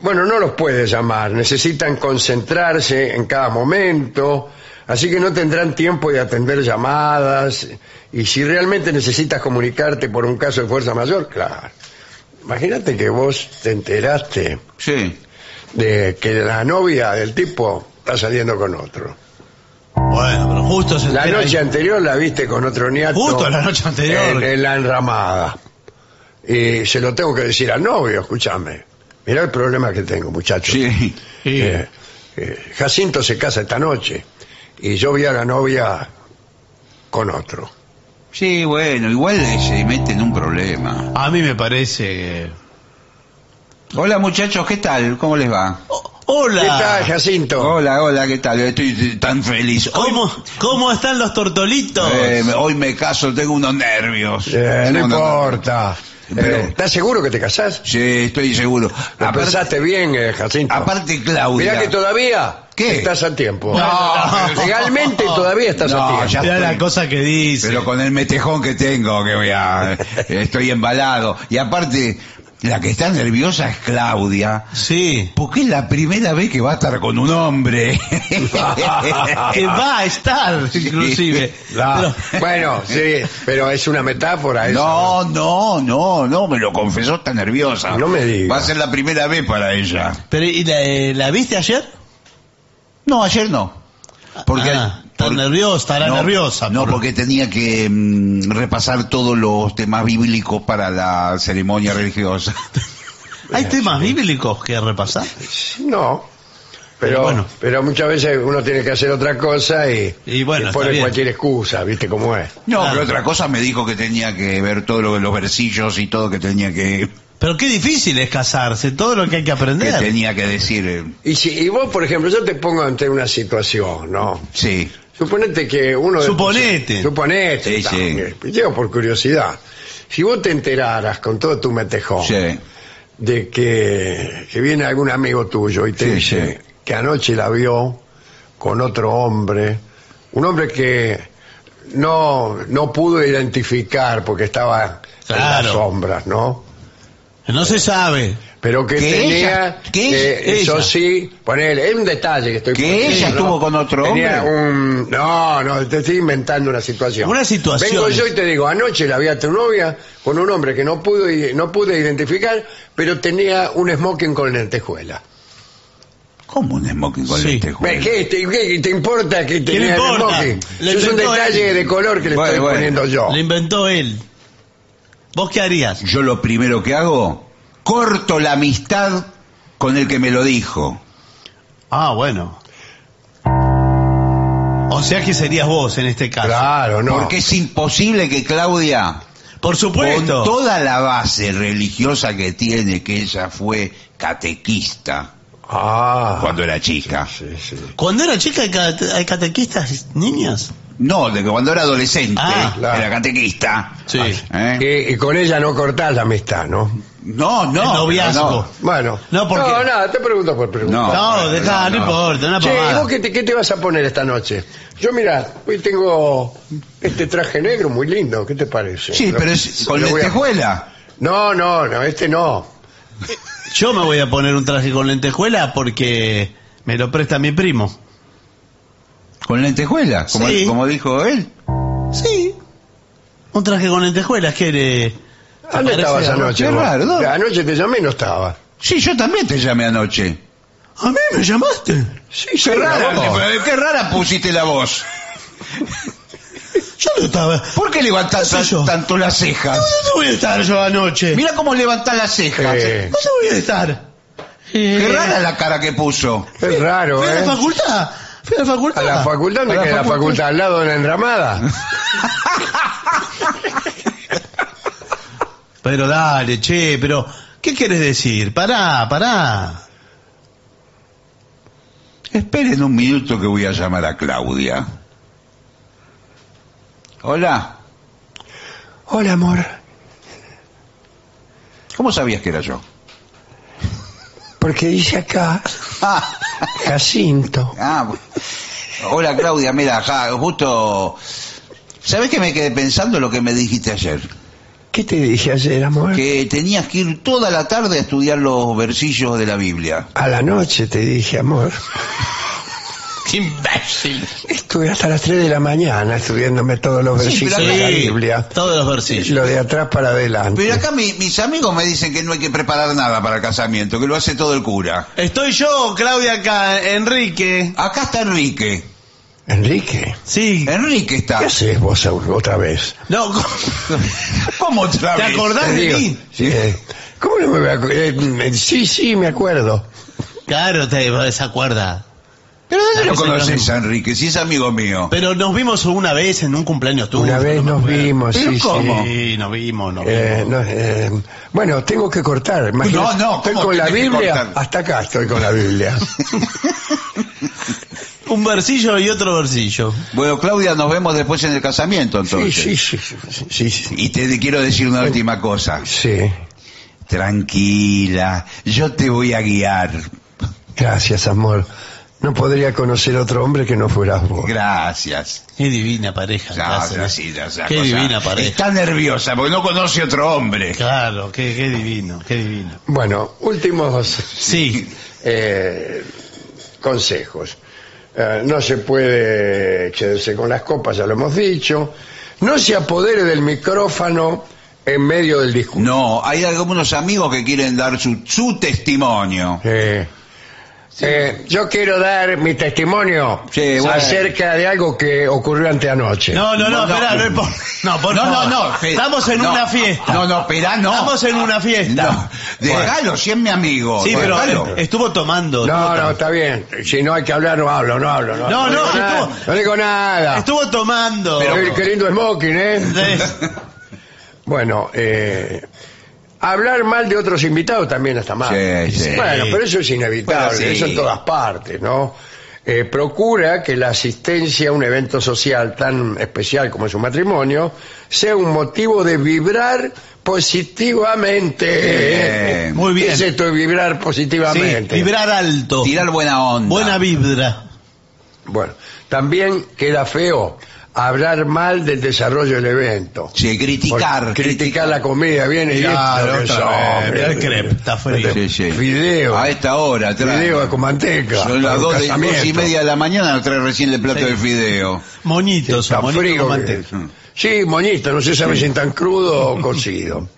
A: Bueno, no los puede llamar, necesitan concentrarse en cada momento, así que no tendrán tiempo de atender llamadas. Y si realmente necesitas comunicarte por un caso de fuerza mayor, claro. Imagínate que vos te enteraste
C: Sí.
A: de que la novia del tipo está saliendo con otro.
B: Bueno, pero justo se
A: La
B: entera
A: noche
B: ahí.
A: anterior la viste con otro niato.
B: Justo la noche anterior.
A: En, en la enramada. Y se lo tengo que decir al novio, escúchame. Mirá el problema que tengo, muchachos.
C: Sí.
B: Sí.
A: Eh, eh, Jacinto se casa esta noche y yo vi a la novia con otro.
C: Sí, bueno, igual eh, se mete en un problema.
B: A mí me parece... eh,
C: Hola muchachos, ¿qué tal? ¿Cómo les va?
B: oh, ¡Hola!
A: ¿Qué tal, Jacinto?
C: Hola, hola, ¿qué tal? Estoy eh, tan feliz. Hoy,
B: ¿Cómo, ¿Cómo están los tortolitos?
C: eh, hoy me caso, tengo unos nervios.
A: Eh, no
C: Tengo unos nervios.
A: importa.
C: Pero-
A: Eh, ¿Estás seguro que te casás?
C: Sí, estoy seguro.
A: Lo
C: Aparte,
A: pensaste bien, eh, Jacinto.
C: aparte Claudia.
A: Mirá que todavía
C: ¿Qué?
A: estás a tiempo.
C: No.
A: Legalmente todavía estás a
C: No,
A: tiempo.
C: ya
B: Mirá la
C: estoy-
B: cosa que dice.
C: Pero con el metejón que tengo, que voy a, estoy embalado. Y aparte, la que está nerviosa es Claudia.
B: Sí.
C: Porque es la primera vez que va a estar con un hombre.
B: Que va a estar,
C: Sí.
B: inclusive.
A: Ah,
B: Pero-
A: bueno, sí, pero es una metáfora eso.
C: No, no, no, no, me lo confesó, está nerviosa.
A: No me diga.
C: Va a ser la primera vez para ella.
B: Pero, ¿y la, eh, la viste ayer?
C: No, ayer no. Porque
B: Ah, está
C: por-
B: nerviosa, estará
C: no,
B: nerviosa.
C: No,
B: por-
C: porque tenía que mm, repasar todos los temas bíblicos para la ceremonia religiosa.
B: Hay temas bíblicos que repasar.
A: No. Pero,
B: Y bueno.
A: pero muchas veces uno tiene que hacer otra cosa y,
B: Y bueno,
A: y
B: está
A: pone
B: bien.
A: cualquier excusa, ¿viste cómo es?
C: No,
B: Claro.
C: pero otra cosa me dijo que tenía que ver todo lo de los versillos y todo que tenía que,
B: Pero qué difícil es casarse, todo lo que hay que
C: que
B: aprender.
C: tenía que decir. eh,
A: Y, si, y vos, por ejemplo, yo te pongo ante una situación, ¿no?
C: Sí.
A: Suponete que uno... de-
B: Suponete.
C: Sí,
A: Suponete.
C: sí.
A: también. Digo por curiosidad. Si vos te enteraras con todo tu metejón
C: Sí.
A: de que, que viene algún amigo tuyo y te
C: Sí,
A: dice
C: sí.
A: que anoche la vio con otro hombre, un hombre que no, no pudo identificar porque estaba en
B: Claro.
A: las sombras, ¿no?
B: No se sabe.
A: Pero que,
C: Que
A: tenía,
C: ella- que
A: eh, eso
B: ella.
A: sí, ponele, es un detalle que estoy
C: Que
A: poniendo,
C: ella estuvo con otro
A: Tenía
C: hombre.
A: un- no, no, te estoy inventando una situación.
B: Una situación.
A: Vengo yo y te digo, anoche la vi a tu novia con un hombre que no pude, no pude identificar, pero tenía un smoking con lentejuela.
C: ¿Cómo un smoking con
B: Sí.
C: este
A: Ve,
C: juego?
A: ¿Qué, te, qué te importa que tenía el
B: importa?
A: smoking?
B: Le
A: es un
B: inventó
A: detalle
B: él.
A: de color que le
C: Bueno,
A: estoy
C: bueno.
A: poniendo yo.
B: Lo inventó él. ¿Vos qué harías?
C: Yo lo primero que hago, corto la amistad con el que me lo dijo.
B: Ah, bueno. O sea que serías vos en este caso.
A: Claro, no.
C: Porque es imposible que Claudia,
B: Por
C: con
B: supuesto.
C: toda la base religiosa que tiene, que ella fue catequista
A: Ah.
C: cuando era chica.
A: Sí, sí.
B: Cuando era chica hay cate- hay catequistas niñas.
C: No, de que cuando era adolescente,
B: Ah,
A: claro.
C: era catequista.
B: Sí.
C: ¿Eh?
A: Y, y con ella no cortás la amistad, ¿no?
C: No, no.
B: El noviazgo.
A: Bueno.
B: No, porque-
A: No, nada, te pregunto por
C: pero No,
A: preguntar.
B: No,
C: bueno,
B: dejá, no,
C: no, no.
B: importa, una
A: Che, ¿y
B: pavada.
A: vos qué te, qué te vas a poner esta noche? Yo, mira, hoy tengo este traje negro muy lindo, ¿qué te parece?
C: Sí,
A: Lo-
C: pero es con
A: lo voy a-
C: lentejuela.
A: No, no, no, este no.
B: Yo me voy a poner un traje con lentejuela porque me lo presta mi primo.
C: Con lentejuela, como,
B: Sí.
C: como dijo él.
B: Sí. Un traje con lentejuelas que le...
A: ¿Dónde
B: Parece
A: estabas
B: algo-
A: anoche?
C: qué
A: vos?
C: raro, ¿dónde?
A: Anoche te llamé y no estaba.
C: Sí, yo también te llamé anoche.
B: A mí me llamaste.
A: Sí,
C: Qué rara,
A: no.
C: qué rara pusiste la voz.
B: Yo no estaba...
C: ¿Por qué levantás
B: ¿Qué sé yo?
C: tanto las cejas?
B: ¿Dónde voy a estar yo anoche?
C: Mira cómo levantás las cejas.
A: Eh,
B: ¿Dónde voy a estar?
C: Qué
B: Eh,
C: rara la cara que puso.
A: es raro,
B: Fui a
A: ¿eh?
B: la facultad. Fui a la facultad.
A: ¿A la facultad? ¿Dónde
C: A la
A: queda la
C: facultad.
A: facultad? ¿Al lado de la enramada?
B: Pero dale, che, pero... ¿Qué quieres decir? Pará, pará.
C: Esperen un minuto que voy a llamar a Claudia. Hola,
A: Hola, amor.
C: ¿cómo sabías que era yo?
A: Porque dice acá
C: Ah,
A: Jacinto.
C: ah, bu- hola Claudia, mira, ja, justo... ¿Sabes que me quedé pensando lo que me dijiste ayer?
A: ¿Qué te dije ayer, amor?
C: Que tenías que ir toda la tarde a estudiar los versillos de la Biblia.
A: A la noche te dije, amor. Estuve hasta las 3 de la mañana estudiándome todos los
C: Sí,
A: versículos
C: pero
A: de la
C: acá-
A: Biblia.
B: Todos los versillos.
A: Lo de atrás para adelante.
C: Pero acá mi- mis amigos me dicen que no hay que preparar nada para el casamiento, que lo hace todo el cura.
B: Estoy yo, Claudia, acá, Enrique.
C: Acá está Enrique.
A: Enrique,
B: Sí.
C: Enrique está.
A: ¿qué haces vos otra vez?
B: No,
C: ¿Cómo otra
B: ¿te
C: vez?
B: acordás de
A: Digo,
B: mí?
A: sí, eh, ¿Cómo no me voy a acu- eh, eh, Sí, sí, me acuerdo.
B: Claro, te desacuerda.
C: Pero ¿dónde lo
B: Parece que
C: conoces
B: lo-
C: a Enrique? Si es amigo mío.
B: Pero nos vimos una vez en un cumpleaños tuyo.
A: Una vez nos vimos,
C: ¿Pero
A: sí,
C: cómo?
A: sí.
B: Sí, nos vimos, nos vimos.
A: Eh, no, eh, bueno, tengo que cortar. imagínate.
C: No, no,
A: estoy
C: ¿cómo
A: con la
C: tenés que
A: Biblia.
C: cortar?
A: Hasta acá estoy con la Biblia.
B: Un versillo y otro versillo.
C: Bueno, Claudia, nos vemos después en el casamiento,
A: Sí,
C: entonces.
A: sí, sí, sí, sí, sí.
C: Y te quiero decir una última cosa.
A: Sí.
C: Tranquila, yo te voy a guiar.
A: Gracias, amor. No podría conocer otro hombre que no fueras vos.
C: Gracias.
B: Qué divina pareja.
C: Ya,
B: que hacen,
C: ya,
B: ¿eh?
C: sí, ya, ya,
B: qué
C: cosa.
B: divina pareja.
C: Está nerviosa porque no conoce otro hombre.
B: Claro, qué, qué divino, qué divino.
A: Bueno, últimos
B: Sí,
A: eh, consejos. Eh, no se puede excederse con las copas, ya lo hemos dicho. No se apodere del micrófono en medio del discurso.
C: No, hay algunos amigos que quieren dar su, su testimonio.
A: Eh, Eh, yo quiero dar mi testimonio
C: Sí, bueno.
A: acerca de algo que ocurrió anteanoche.
B: No, no, no,
C: No, no.
B: espera,
A: eh,
B: no es por. No, por
C: No, no,
B: favor.
C: no. Fe-
B: Estamos en
C: no.
B: una fiesta.
C: No, no, esperá, no.
B: Estamos en una fiesta.
C: No, dejalo, si es mi amigo.
B: Sí, pero
C: dejalo.
B: eh, estuvo tomando.
A: No,
B: estuvo
A: no,
B: tom-
A: está bien. Si no hay que hablar, no hablo, no hablo. No,
B: No, no,
A: digo nada,
B: estuvo-
A: no digo nada.
B: Estuvo tomando.
A: Qué- Qué lindo smoking, ¿eh?
B: Entonces,
A: Bueno, eh, hablar mal de otros invitados también está mal.
C: Sí, sí.
A: Bueno, pero eso es inevitable,
C: Bueno, sí.
A: eso en todas partes, ¿no? Eh, procura que la asistencia a un evento social tan especial como es un matrimonio sea un motivo de vibrar positivamente.
C: Bien.
B: Muy bien.
A: Es esto de vibrar
B: sí,
A: positivamente.
B: vibrar alto.
C: Tirar buena onda.
B: Buena vibra.
A: Bueno, también queda feo hablar mal del desarrollo del evento.
C: Sí, criticar.
A: Por criticar la comida, viene y
B: Claro,
A: esto,
B: otra
A: que
B: vez,
A: son,
B: mirá el crepe, está frío.
C: Sí, sí.
A: Fideo.
C: A esta hora, trae.
A: Fideo con manteca.
C: Son las
A: para
C: dos,
A: un
C: de- dos y
A: casamiento.
C: media de la mañana, nos trae recién el plato
B: Sí.
C: de fideo.
B: Monitos,
A: Está
B: monitos
A: frío. eh.
B: con
A: que-
B: manteca.
A: Sí, moñito, no se sabe si tan crudo o cocido.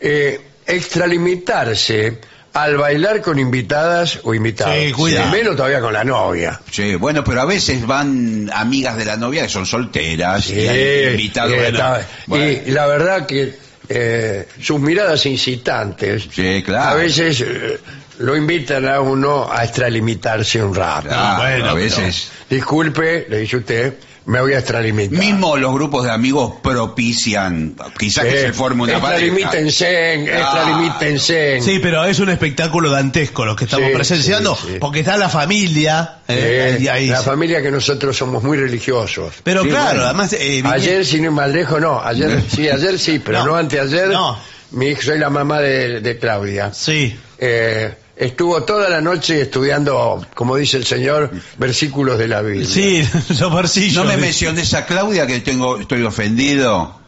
A: Eh, extralimitarse al bailar con invitadas o invitados.
B: Sí, cuidado.
A: Menos todavía con la novia.
C: Sí, bueno, pero a veces van amigas de la novia que son solteras
A: Sí,
C: y hay invitados.
A: y
C: bueno,
A: está-
C: bueno,
A: Y la verdad que eh, sus miradas incitantes
C: Sí, claro.
A: a veces eh, lo invitan a uno a extralimitarse un rato.
C: claro,
B: bueno, pero-
C: a veces.
A: Disculpe, le dice usted, me voy a extralimitar.
C: Mismo los grupos de amigos propician, quizás que
A: Eh,
C: se forme una pareja.
A: Extralimítense, extralimítense.
B: Sí, pero es un espectáculo dantesco lo que estamos
A: Sí,
B: presenciando,
A: sí, sí.
B: porque está la familia. eh, ahí-
A: Eh,
B: ahí.
A: la familia que nosotros somos muy religiosos.
B: Pero
C: Sí,
B: claro,
C: bueno.
B: además... eh, vine-
A: Ayer, si no es mal lejos, no. Ayer, sí, ayer sí, pero
B: No.
A: no, anteayer.
B: No.
A: Mi hijo, soy la mamá de, de Claudia.
B: Sí.
A: Eh, estuvo toda la noche estudiando, como dice el señor, versículos de la Biblia.
B: Sí, los
C: No
B: bolsillos.
C: me menciones a Claudia que tengo, estoy ofendido.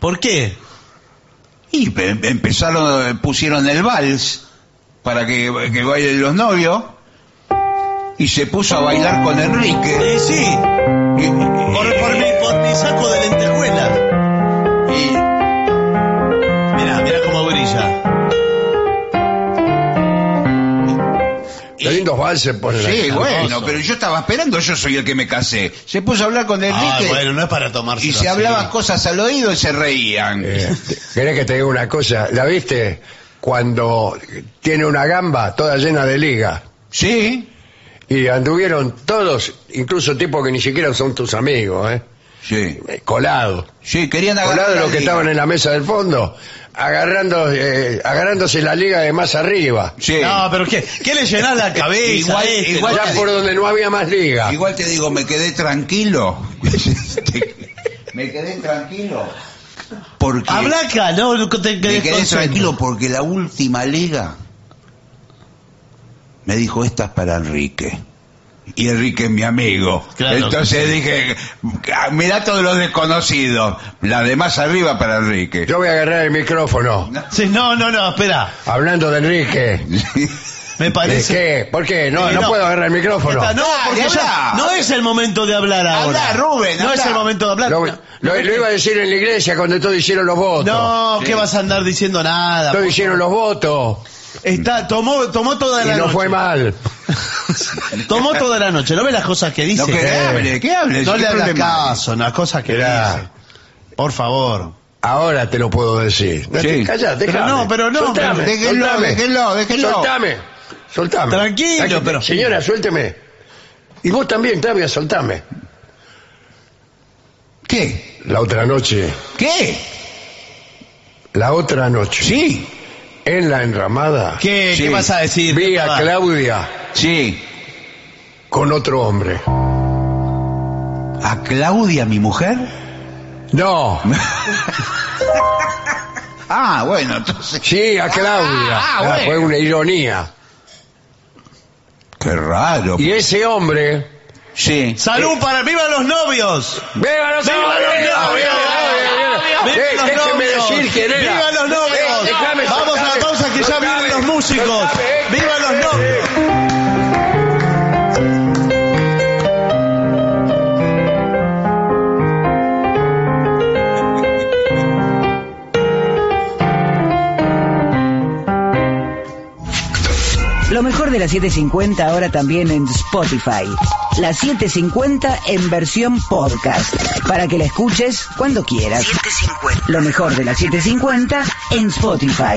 B: ¿Por qué?
C: Y pe- empezaron, eh, pusieron el vals para que, que bailen los novios y se puso a bailar con Enrique.
B: Eh, sí,
C: Y-
B: por, por mi, por mi saco de lentejuela.
C: y-
B: Mirá, mirá cómo brilla.
A: Qué lindos valses por
C: Sí, bueno, pero yo estaba esperando, yo soy el que me casé. Se puso a hablar con
B: Ah,
C: Enrique
B: bueno, no es para tomarse.
C: y se hablaban cosas al oído y se reían.
A: Este, ¿Querés que te diga una cosa? ¿La viste? Cuando tiene una gamba toda llena de liga.
C: Sí,
A: Y anduvieron todos, incluso tipos que ni siquiera son tus amigos, ¿eh?
C: sí,
A: Eh, Colados.
C: sí, querían agarrar.
A: Colados
C: la
A: los que
C: liga.
A: estaban en la mesa del fondo, agarrando, eh, agarrándose la liga de más arriba.
C: Sí.
B: No, pero ¿qué? ¿Qué le llenás la cabeza?
C: Igual-
B: este?
C: igual-
A: Ya por donde no había más liga.
C: Igual te digo, me quedé tranquilo. me quedé tranquilo. Porque
B: Habla acá, no, no te
C: me quedé
B: desconcentro.
C: tranquilo porque la última liga me dijo, esta es para Enrique. Y Enrique es mi amigo.
B: Claro.
C: Entonces dije, "Ah, mirá todos los desconocidos. La de más arriba para Enrique.
A: Yo voy a agarrar el micrófono.
B: Sí, no, no, no, espera.
A: Hablando de Enrique.
B: Me
A: ¿De
B: parece.
A: qué? ¿Por qué? No,
B: Sí,
A: no,
B: no.
A: puedo agarrar el micrófono. Ah,
B: Está, no,
C: Dale,
B: porque ya
C: habla.
B: no es el momento de hablar ahora.
C: Habla, Rubén,
B: No
C: habla.
B: es el momento de hablar.
A: Lo,
B: No.
A: lo- lo iba a decir en la iglesia cuando todos hicieron los votos.
B: No, ¿qué vas a andar diciendo nada?
A: Todos
B: po-
A: hicieron los votos.
B: Está, tomó, tomó toda
A: Y
B: la
A: no
B: noche.
A: fue mal.
B: Tomó toda la noche. ¿No ves las cosas que dice?
C: No, que
B: Eh,
C: hable, que hable.
B: no
C: ¿Qué
B: le hagas
C: problema hay?
B: caso, las cosas que
A: Mirá.
B: dice. Por favor.
A: Ahora te lo puedo decir. No,
C: Sí.
A: te- Callá,
B: Pero
A: déjame.
B: no, pero no,
A: Soltame,
C: pero déjenlo,
A: soltame.
C: déjenlo, déjenlo.
A: Soltame, soltame.
B: Tranquilo,
A: Tranquilo,
B: pero-
A: Señora, suélteme. Y vos también, Claudia, soltame.
C: ¿Qué?
A: La otra noche,
C: ¿Qué?
A: la otra noche,
C: Sí,
A: en la enramada,
B: ¿Qué,
C: Sí.
B: ¿qué vas a decir?
A: vi a
B: Ah,
A: Claudia
C: sí.
A: con otro hombre.
C: ¿A Claudia, mi mujer?
A: No,
C: Ah, bueno, entonces...
A: sí, a Claudia.
C: Ah,
A: Ah,
C: bueno.
A: Fue una ironía.
C: Qué raro.
A: Y ese hombre...
C: Sí.
B: ¡Salud para viva los novios!
A: Eh. ¡Viva los
B: ¡Viva
A: novios!
B: los
A: ¡Viva,
B: novios!
A: viva, viva, viva!
B: ¡Viva
A: Eh,
B: los
A: Déjeme
B: novios!
A: decir quién era.
B: ¡Viva los novios!
A: Eh, déjame,
B: Vamos a la
A: soltame,
B: pausa que ya
A: soltame,
B: vienen los músicos.
A: soltame, eh.
B: ¡Viva los novios!
D: Lo mejor de la 750 ahora también en Spotify. La 750 en versión podcast. Para que la escuches cuando quieras. Lo mejor de la 750 en Spotify.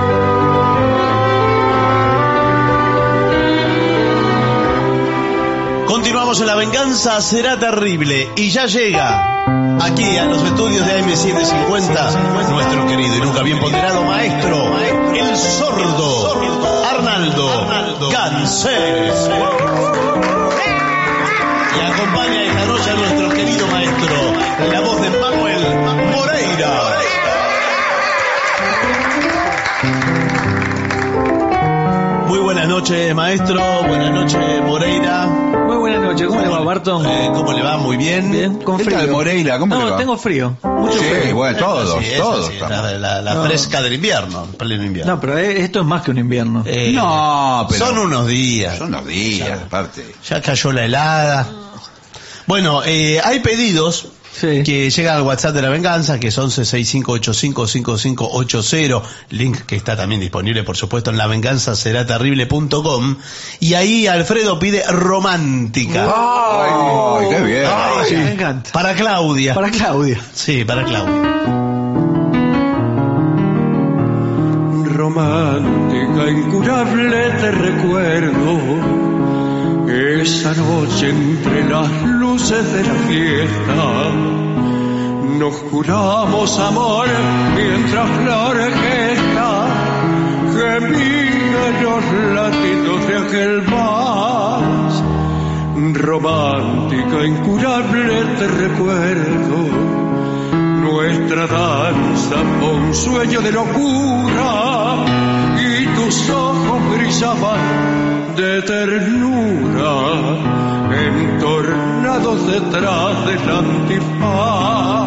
B: Continuamos en La Venganza Será Terrible y ya llega aquí a los estudios de AM750 nuestro querido y nunca bien ponderado maestro, el sordo Arnaldo Cancel. Y acompaña esta noche a nuestro querido maestro, la voz de Manuel Moreira. Muy buenas noches, maestro. Buenas noches, Moreira.
I: Muy buenas noches, ¿cómo le va, Barton?
B: Eh, ¿Cómo le va? Muy bien.
I: Bien, con
C: ¿Qué tal,
I: frío.
C: Moreira? ¿Cómo
I: no,
C: le va?
I: tengo frío.
C: Sí, bueno, todos,
B: Sí, eso
C: todos.
B: sí,
C: estamos.
B: la la- la
I: No.
B: fresca del invierno, el pleno invierno.
I: No, pero eh, esto es más que un invierno.
B: Eh,
C: No, pero-
B: Son unos días.
C: Son los días, aparte.
B: este, Ya cayó la helada. Bueno, eh, hay pedidos
I: Sí.
B: que llegan al WhatsApp de la venganza, que es 1165855580, link que está también disponible, por supuesto, en lavenganzaseraterrible.com. Y ahí Alfredo pide romántica.
C: Ay, qué bien.
I: Ay, me encanta.
B: Para Claudia.
I: Para Claudia.
B: Sí, para Claudia.
J: Romántica, incurable te recuerdo. Esa noche entre las luces de la fiesta nos juramos amor mientras la orquesta gemía los latidos de aquel vals. Romántica, incurable te recuerdo. Nuestra danza fue un sueño de locura y tus ojos brillaban de ternura, entornados detrás del antifaz,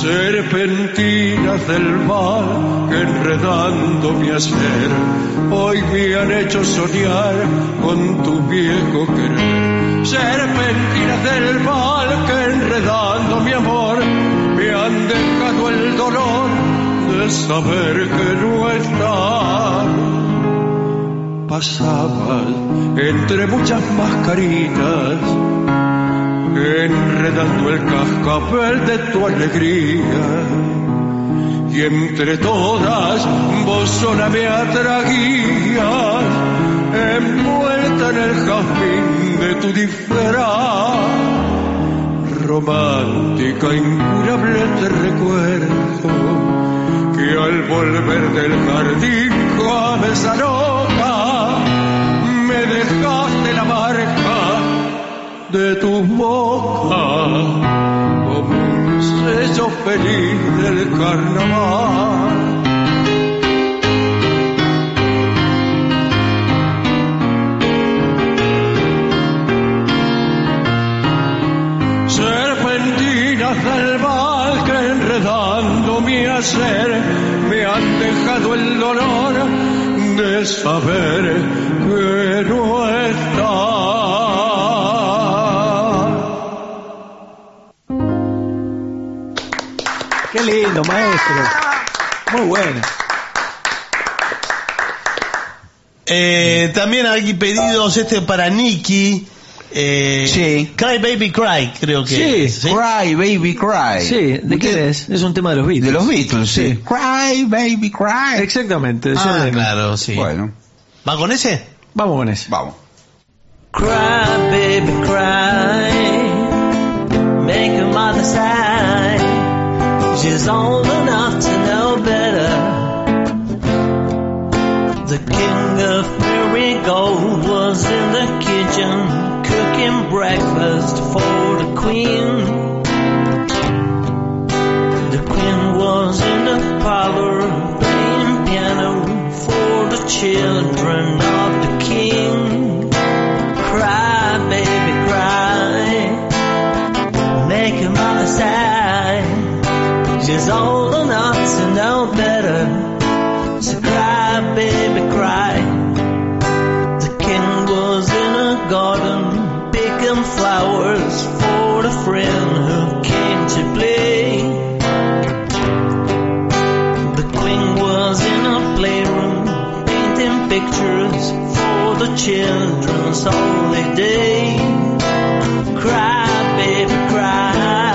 J: serpentinas del mar que enredando mi hacer, hoy me han hecho soñar con tu viejo querer. Serpentinas del mal que enredando mi amor me han dejado el dolor de saber que no estás. Pasabas entre muchas mascaritas, enredando el cascabel de tu alegría. Y entre todas vos sola me atraías, envuelta en el jazmín de tu disfraz romántica, incurable te recuerdo que al volver del jardín con esa ropa me dejaste la marca de tu boca como un sello feliz del carnaval. serpentinas del mal que enredando mi hacer me han dejado el dolor de saber que no está.
I: Qué lindo, maestro. Muy bueno.
B: Eh, también hay pedidos este para Nicky. Eh,
C: Sí.
B: Cry Baby Cry, creo que.
I: Sí,
B: es,
C: Cry, baby, cry.
I: Sí, ¿de qué es? Es un tema de los Beatles.
C: De los Beatles, sí.
I: Sí.
C: Cry, baby, cry.
I: Exactamente, de John
B: Ah,
I: Lennon.
B: claro, sí.
C: Bueno,
B: ¿Va con ese?
I: Vamos con eso.
C: vamos.
I: Cry, baby, cry. Make a mother sigh. She's old enough to know better. The king of merry-go was in the kitchen cooking breakfast for the queen. The queen was in the parlor playing piano for the children of the king. garden, picking flowers for a friend who came to play. The queen was in a playroom, painting pictures for the children's holiday. Cry, baby, cry,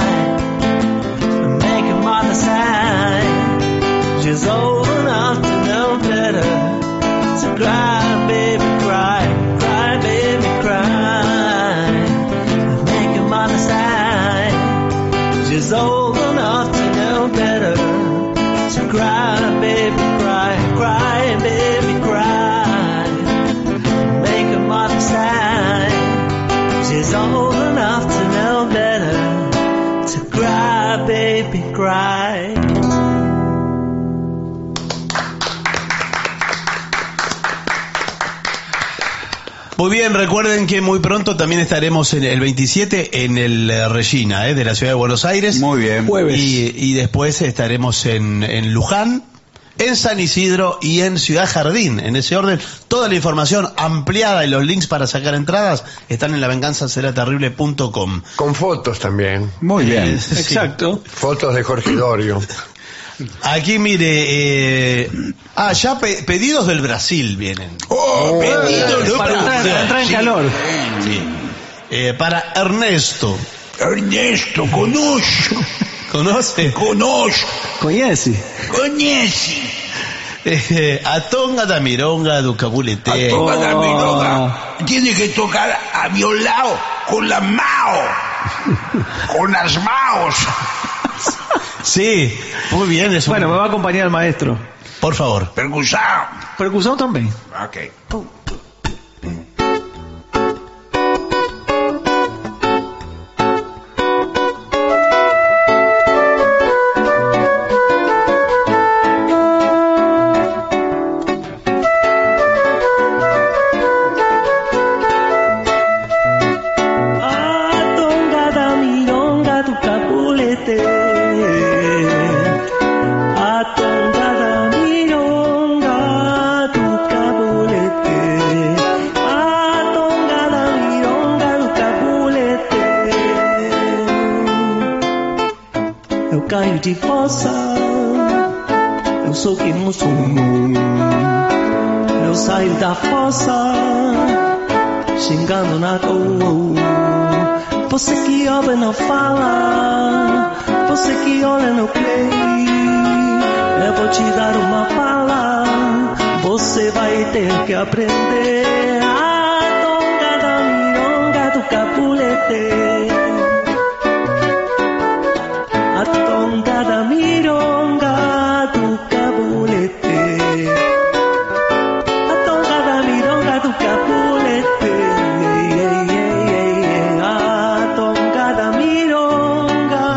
I: make a mother sigh. She's old enough to know better. So cry, baby, cry, cry, baby, cry. Make your mother sigh. She's old enough to know better. So cry, baby, cry, cry, baby, cry. Make your mother sigh. She's old enough to know better. So cry, baby, cry.
B: Muy bien, recuerden que muy pronto también estaremos en el 27 en el eh, Regina, eh, de la ciudad de Buenos Aires. Muy bien.
K: Jueves.
B: Y, y después estaremos en, en Luján, en San Isidro y en Ciudad Jardín. En ese orden, toda la información ampliada y los links para sacar entradas están en lavenganzaseraterrible.com.
A: Con fotos también.
B: Muy bien.
A: Exacto. Fotos de Jorge Dorio.
B: Aquí mire, eh, ah, ya pe- pedidos del Brasil vienen.
A: Oh,
B: Pedidos del
K: para
B: Brasil.
K: entrar- entrar en calor.
B: Sí. Eh, para Ernesto. Ernesto, conozco. ¿Conoce? Conozco.
K: Conoce.
B: Conoce. Eh, a Tonga da Mironga do Cabulete.
L: Tonga da
C: Oh.
L: Mironga. Tiene que tocar a violado con las mao. Con las maos.
B: Sí, muy bien. Eso.
K: Bueno, me va a acompañar el maestro.
B: Por favor.
K: Percusión. Percusión también.
L: Ok.
I: tonga da mironga do capulete. A tonga da mironga do capulete. A tonga da mironga do capulete. Eu caio de roça, eu sou que não sou um. Eu saio da fossa xingando na toa. Você que obra não fala, você que olha não crê. Eu vou te dar uma bala, você vai ter que aprender. A tonga da mironga do capulete. A tonga da mironga do capulete. A tonga da mironga do capulete. A tonga da mironga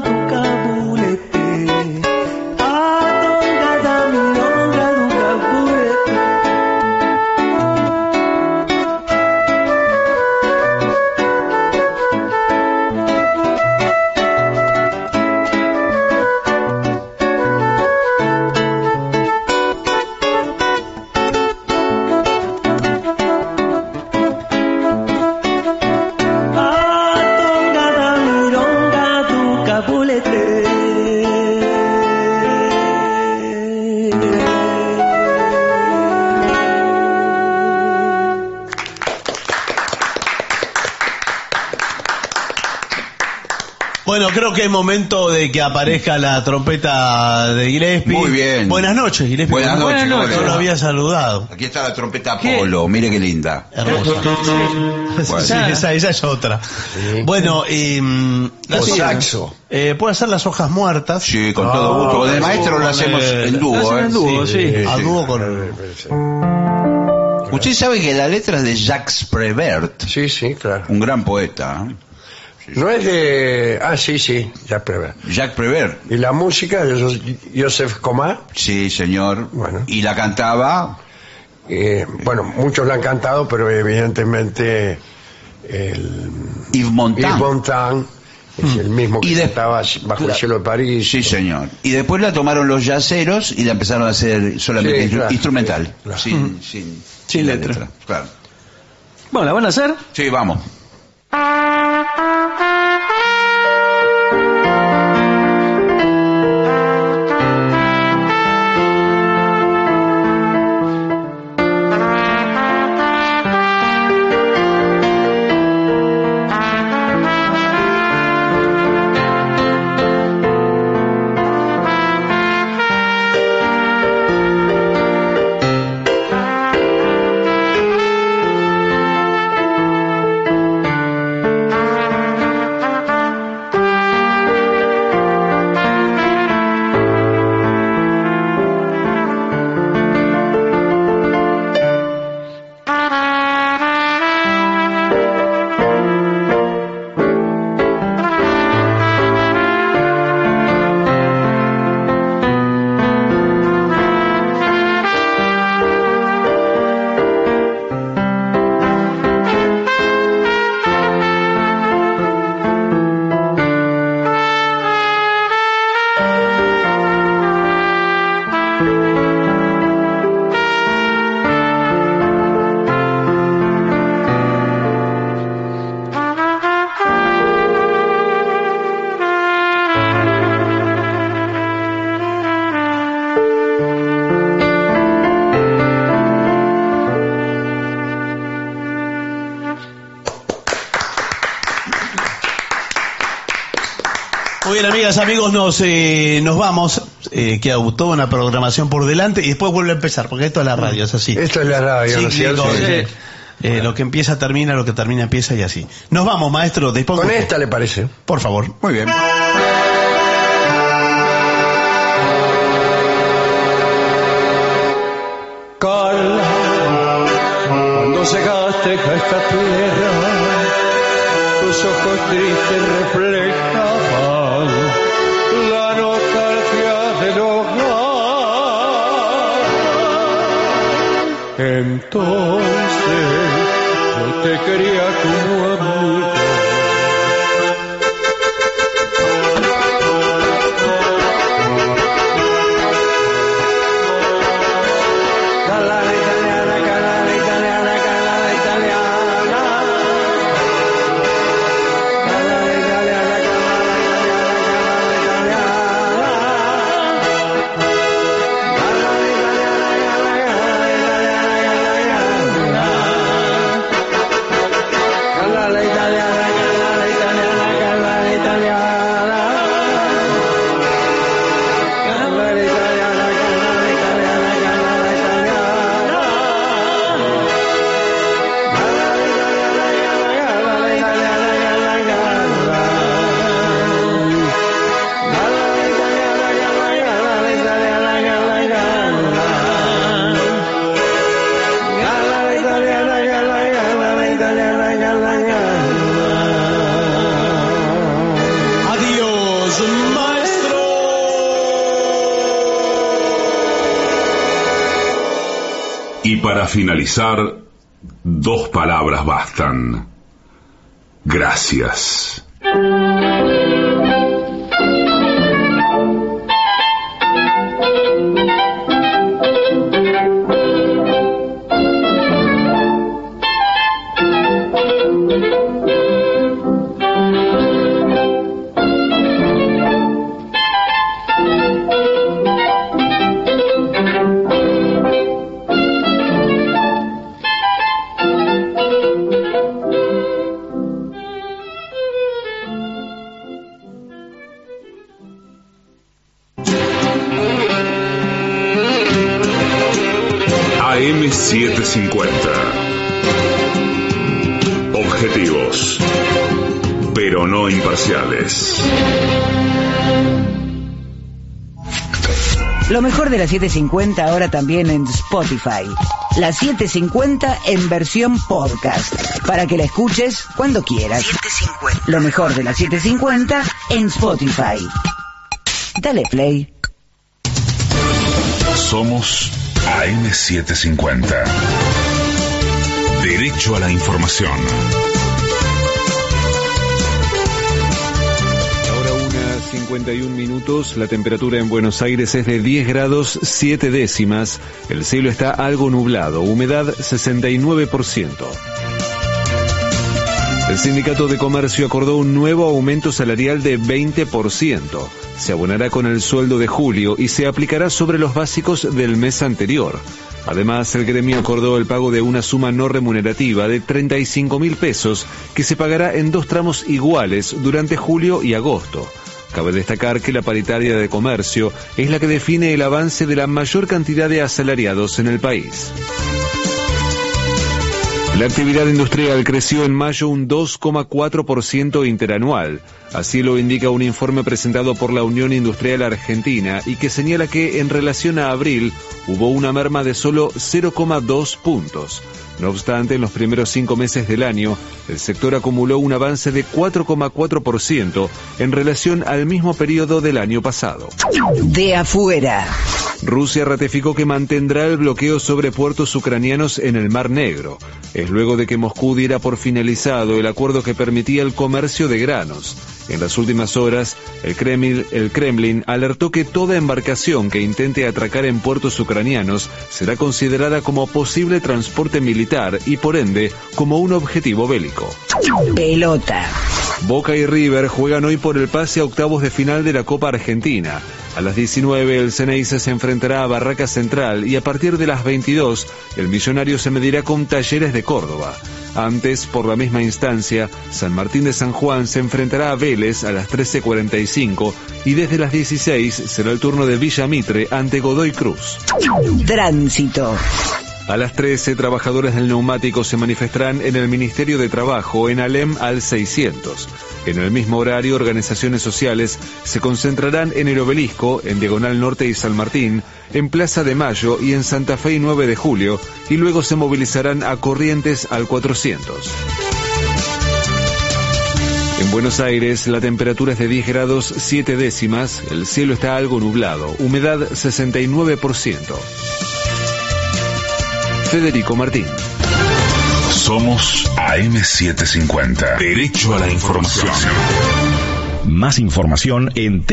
I: do capulete. A tonga da mironga do capulete. A tonga da mironga do capulete.
B: Bueno, creo que es momento de que aparezca la trompeta de Gillespie. Muy bien. Buenas noches, Gillespie.
C: Buenas noches,
B: Buenas
C: ¿cómo le
B: No
C: va?
B: lo había saludado.
C: Aquí está la trompeta Polo, mire qué linda.
B: Hermosa.
C: Bueno.
B: Sí, esa, esa es otra. Bueno, y, mm,
C: O
B: sí,
C: saxo.
B: eh, puede hacer las hojas muertas. Ah, Sí,
C: con todo gusto. Con el Ah, maestro lo hacemos en dúo, Lo hacen en ¿eh? dúo, sí.
B: A
C: Sí.
B: dúo con.
C: Usted sabe que la letra es de Jacques Prévert.
A: Sí, sí, claro.
C: Un gran poeta. ¿eh?
A: No es de. Ah, sí, sí, Jacques Prévert.
C: Jacques Prévert.
A: ¿Y la música de Jos- Joseph Comá?
C: Sí, señor. ¿Y la cantaba?
A: Eh, bueno, muchos la han cantado, pero evidentemente el.
C: Yves Montand. Mm.
A: Yves Montand es el mismo que cantaba Bajo el
C: Claro.
A: cielo de París.
C: Sí, señor. Y después la tomaron los yaceros y la empezaron a hacer solamente
A: Sí, claro.
C: instru- instrumental.
A: Claro.
C: Sin,
A: Ujú.
C: sin,
K: letra.
C: Claro.
K: Bueno, ¿la van a hacer?
C: Sí, vamos.
B: Muy bien, amigas, amigos, nos, eh, nos vamos. Eh, queda toda una programación por delante y después vuelve a empezar, porque esto es la radio, es así.
A: Esto es la radio, ¿no es cierto?
B: Cíclico,
A: Sí.
B: eh, eh, Lo que empieza termina, lo que termina empieza y así. Nos vamos, maestro. Después
A: Con esta le parece.
B: Por favor.
C: Muy bien.
J: Carla, cuando llegaste a esta tierra, tus ojos tristes reflejaban la nostalgia del hogar. Entonces, yo te quería como amigo.
B: Adiós, maestro.
H: Y para finalizar, dos palabras bastan. Gracias. AM750. Objetivos, pero no imparciales.
D: Lo mejor de la 750 ahora también en Spotify. La 750 en versión podcast. Para que la escuches cuando quieras. Lo mejor de la 750 en Spotify. Dale play.
H: Somos AM750. Derecho a la información.
M: Ahora una 51 minutos, la temperatura en Buenos Aires es de 10 grados 7 décimas, el cielo está algo nublado, humedad 69%. El sindicato de comercio acordó un nuevo aumento salarial de 20%. Se abonará con el sueldo de julio y se aplicará sobre los básicos del mes anterior. Además, el gremio acordó el pago de una suma no remunerativa de 35 mil pesos que se pagará en dos tramos iguales durante julio y agosto. Cabe destacar que la paritaria de comercio es la que define el avance de la mayor cantidad de asalariados en el país. La actividad industrial creció en mayo un 2,4% interanual. Así lo indica un informe presentado por la Unión Industrial Argentina y que señala que en relación a abril hubo una merma de solo 0,2 puntos. No obstante, en los primeros cinco meses del año, el sector acumuló un avance de 4,4% en relación al mismo periodo del año pasado.
D: De afuera.
M: Rusia ratificó que mantendrá el bloqueo sobre puertos ucranianos en el Mar Negro. Es luego de que Moscú diera por finalizado el acuerdo que permitía el comercio de granos. En las últimas horas, el Kremlin, el Kremlin alertó que toda embarcación que intente atracar en puertos ucranianos será considerada como posible transporte militar y por ende como un objetivo bélico.
D: Pelota.
M: Boca y River juegan hoy por el pase a octavos de final de la Copa Argentina. A las 19 el Ceneice se enfrentará a Barraca Central y a partir de las 22 el Millonario se medirá con Talleres de Córdoba. Antes, por la misma instancia, San Martín de San Juan se enfrentará a Vélez a las 13.45 y desde las 16 será el turno de Villa Mitre ante Godoy Cruz.
D: Tránsito.
M: A las 13, trabajadores del neumático se manifestarán en el Ministerio de Trabajo en Alem al 600. En el mismo horario, organizaciones sociales se concentrarán en el Obelisco, en Diagonal Norte y San Martín, en Plaza de Mayo y en Santa Fe y 9 de Julio, y luego se movilizarán a Corrientes al 400. En Buenos Aires la temperatura es de 10 grados 7 décimas, el cielo está algo nublado, humedad 69%. Federico Martín.
H: Somos AM750. Derecho a la información.
N: Más información en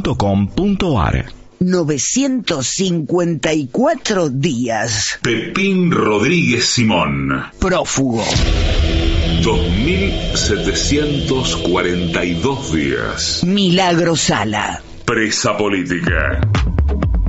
N: www.pagina12.com.ar.
D: 954 días.
H: Pepín Rodríguez Simón.
D: Prófugo.
H: 2742 días.
D: Milagro Sala.
H: Presa política.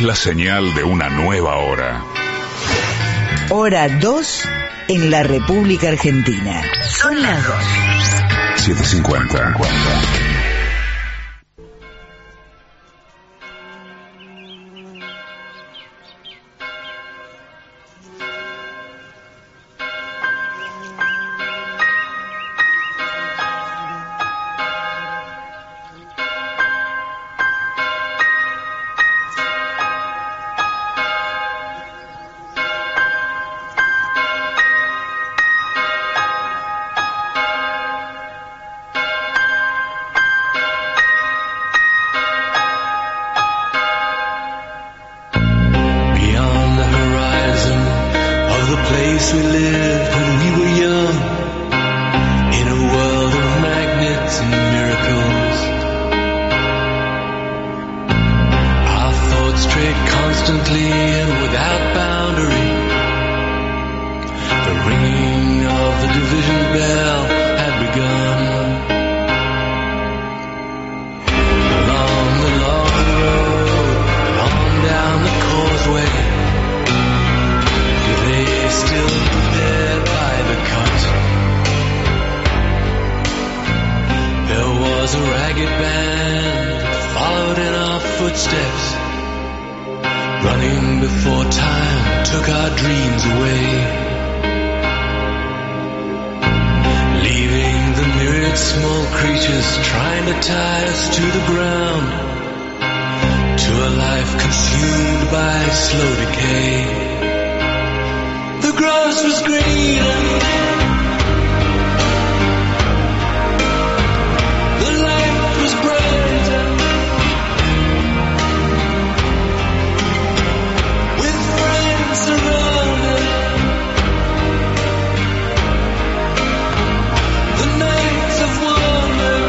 H: la señal de una nueva hora.
D: Hora 2 en la República Argentina.
G: Son las dos.
H: 750.
O: Beyond the horizon of the place we lived when we were young. In a world of magnets and miracles. Our thoughts strayed constantly and without boundary. The ringing of the division bell had begun. Along the long road, on down the causeway. Do they still live there by the cot? There was a ragged band that followed in our footsteps. Running before time took our dreams away. Leaving the myriad small creatures trying to tie us to the ground to a life consumed by slow decay. The grass was greener. The light was brighter. With friends around it. The nights of wonder.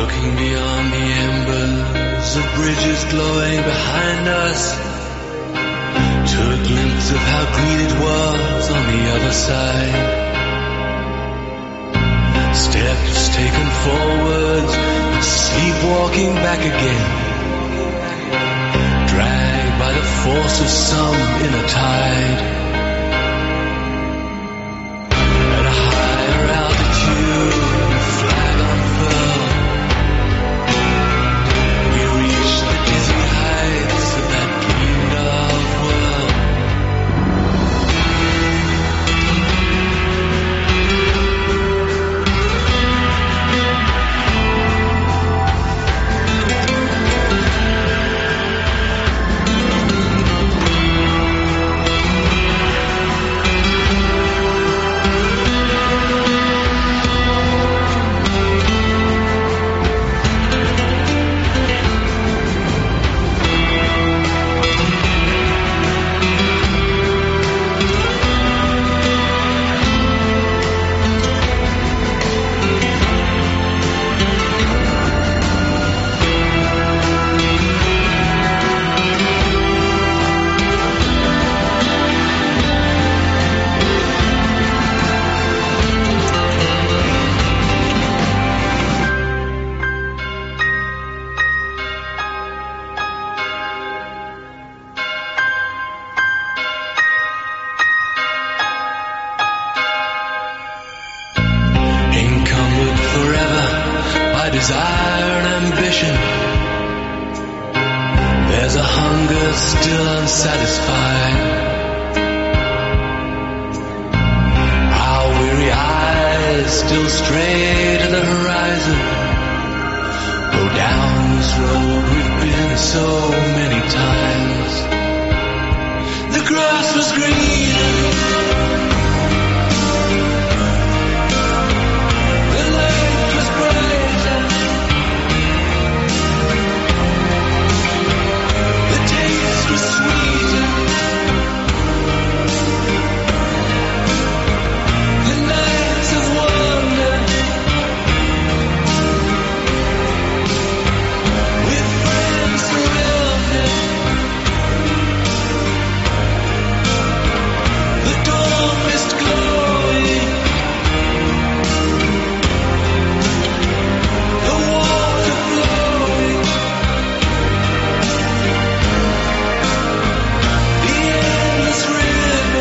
O: Looking beyond the embers of bridges glowing behind us to a glimpse of how green it was on the other side. Steps taken forwards, but sleepwalking back again. Dragged by the force of some inner tide. At a higher altitude, flag unfurled. We reached the dizzy heights of that dreamed of world. encumbered forever by desire and ambition. There's a hunger still unsatisfied. Our weary eyes still stray to the horizon. Go down this road we've been so many times. The grass was greener.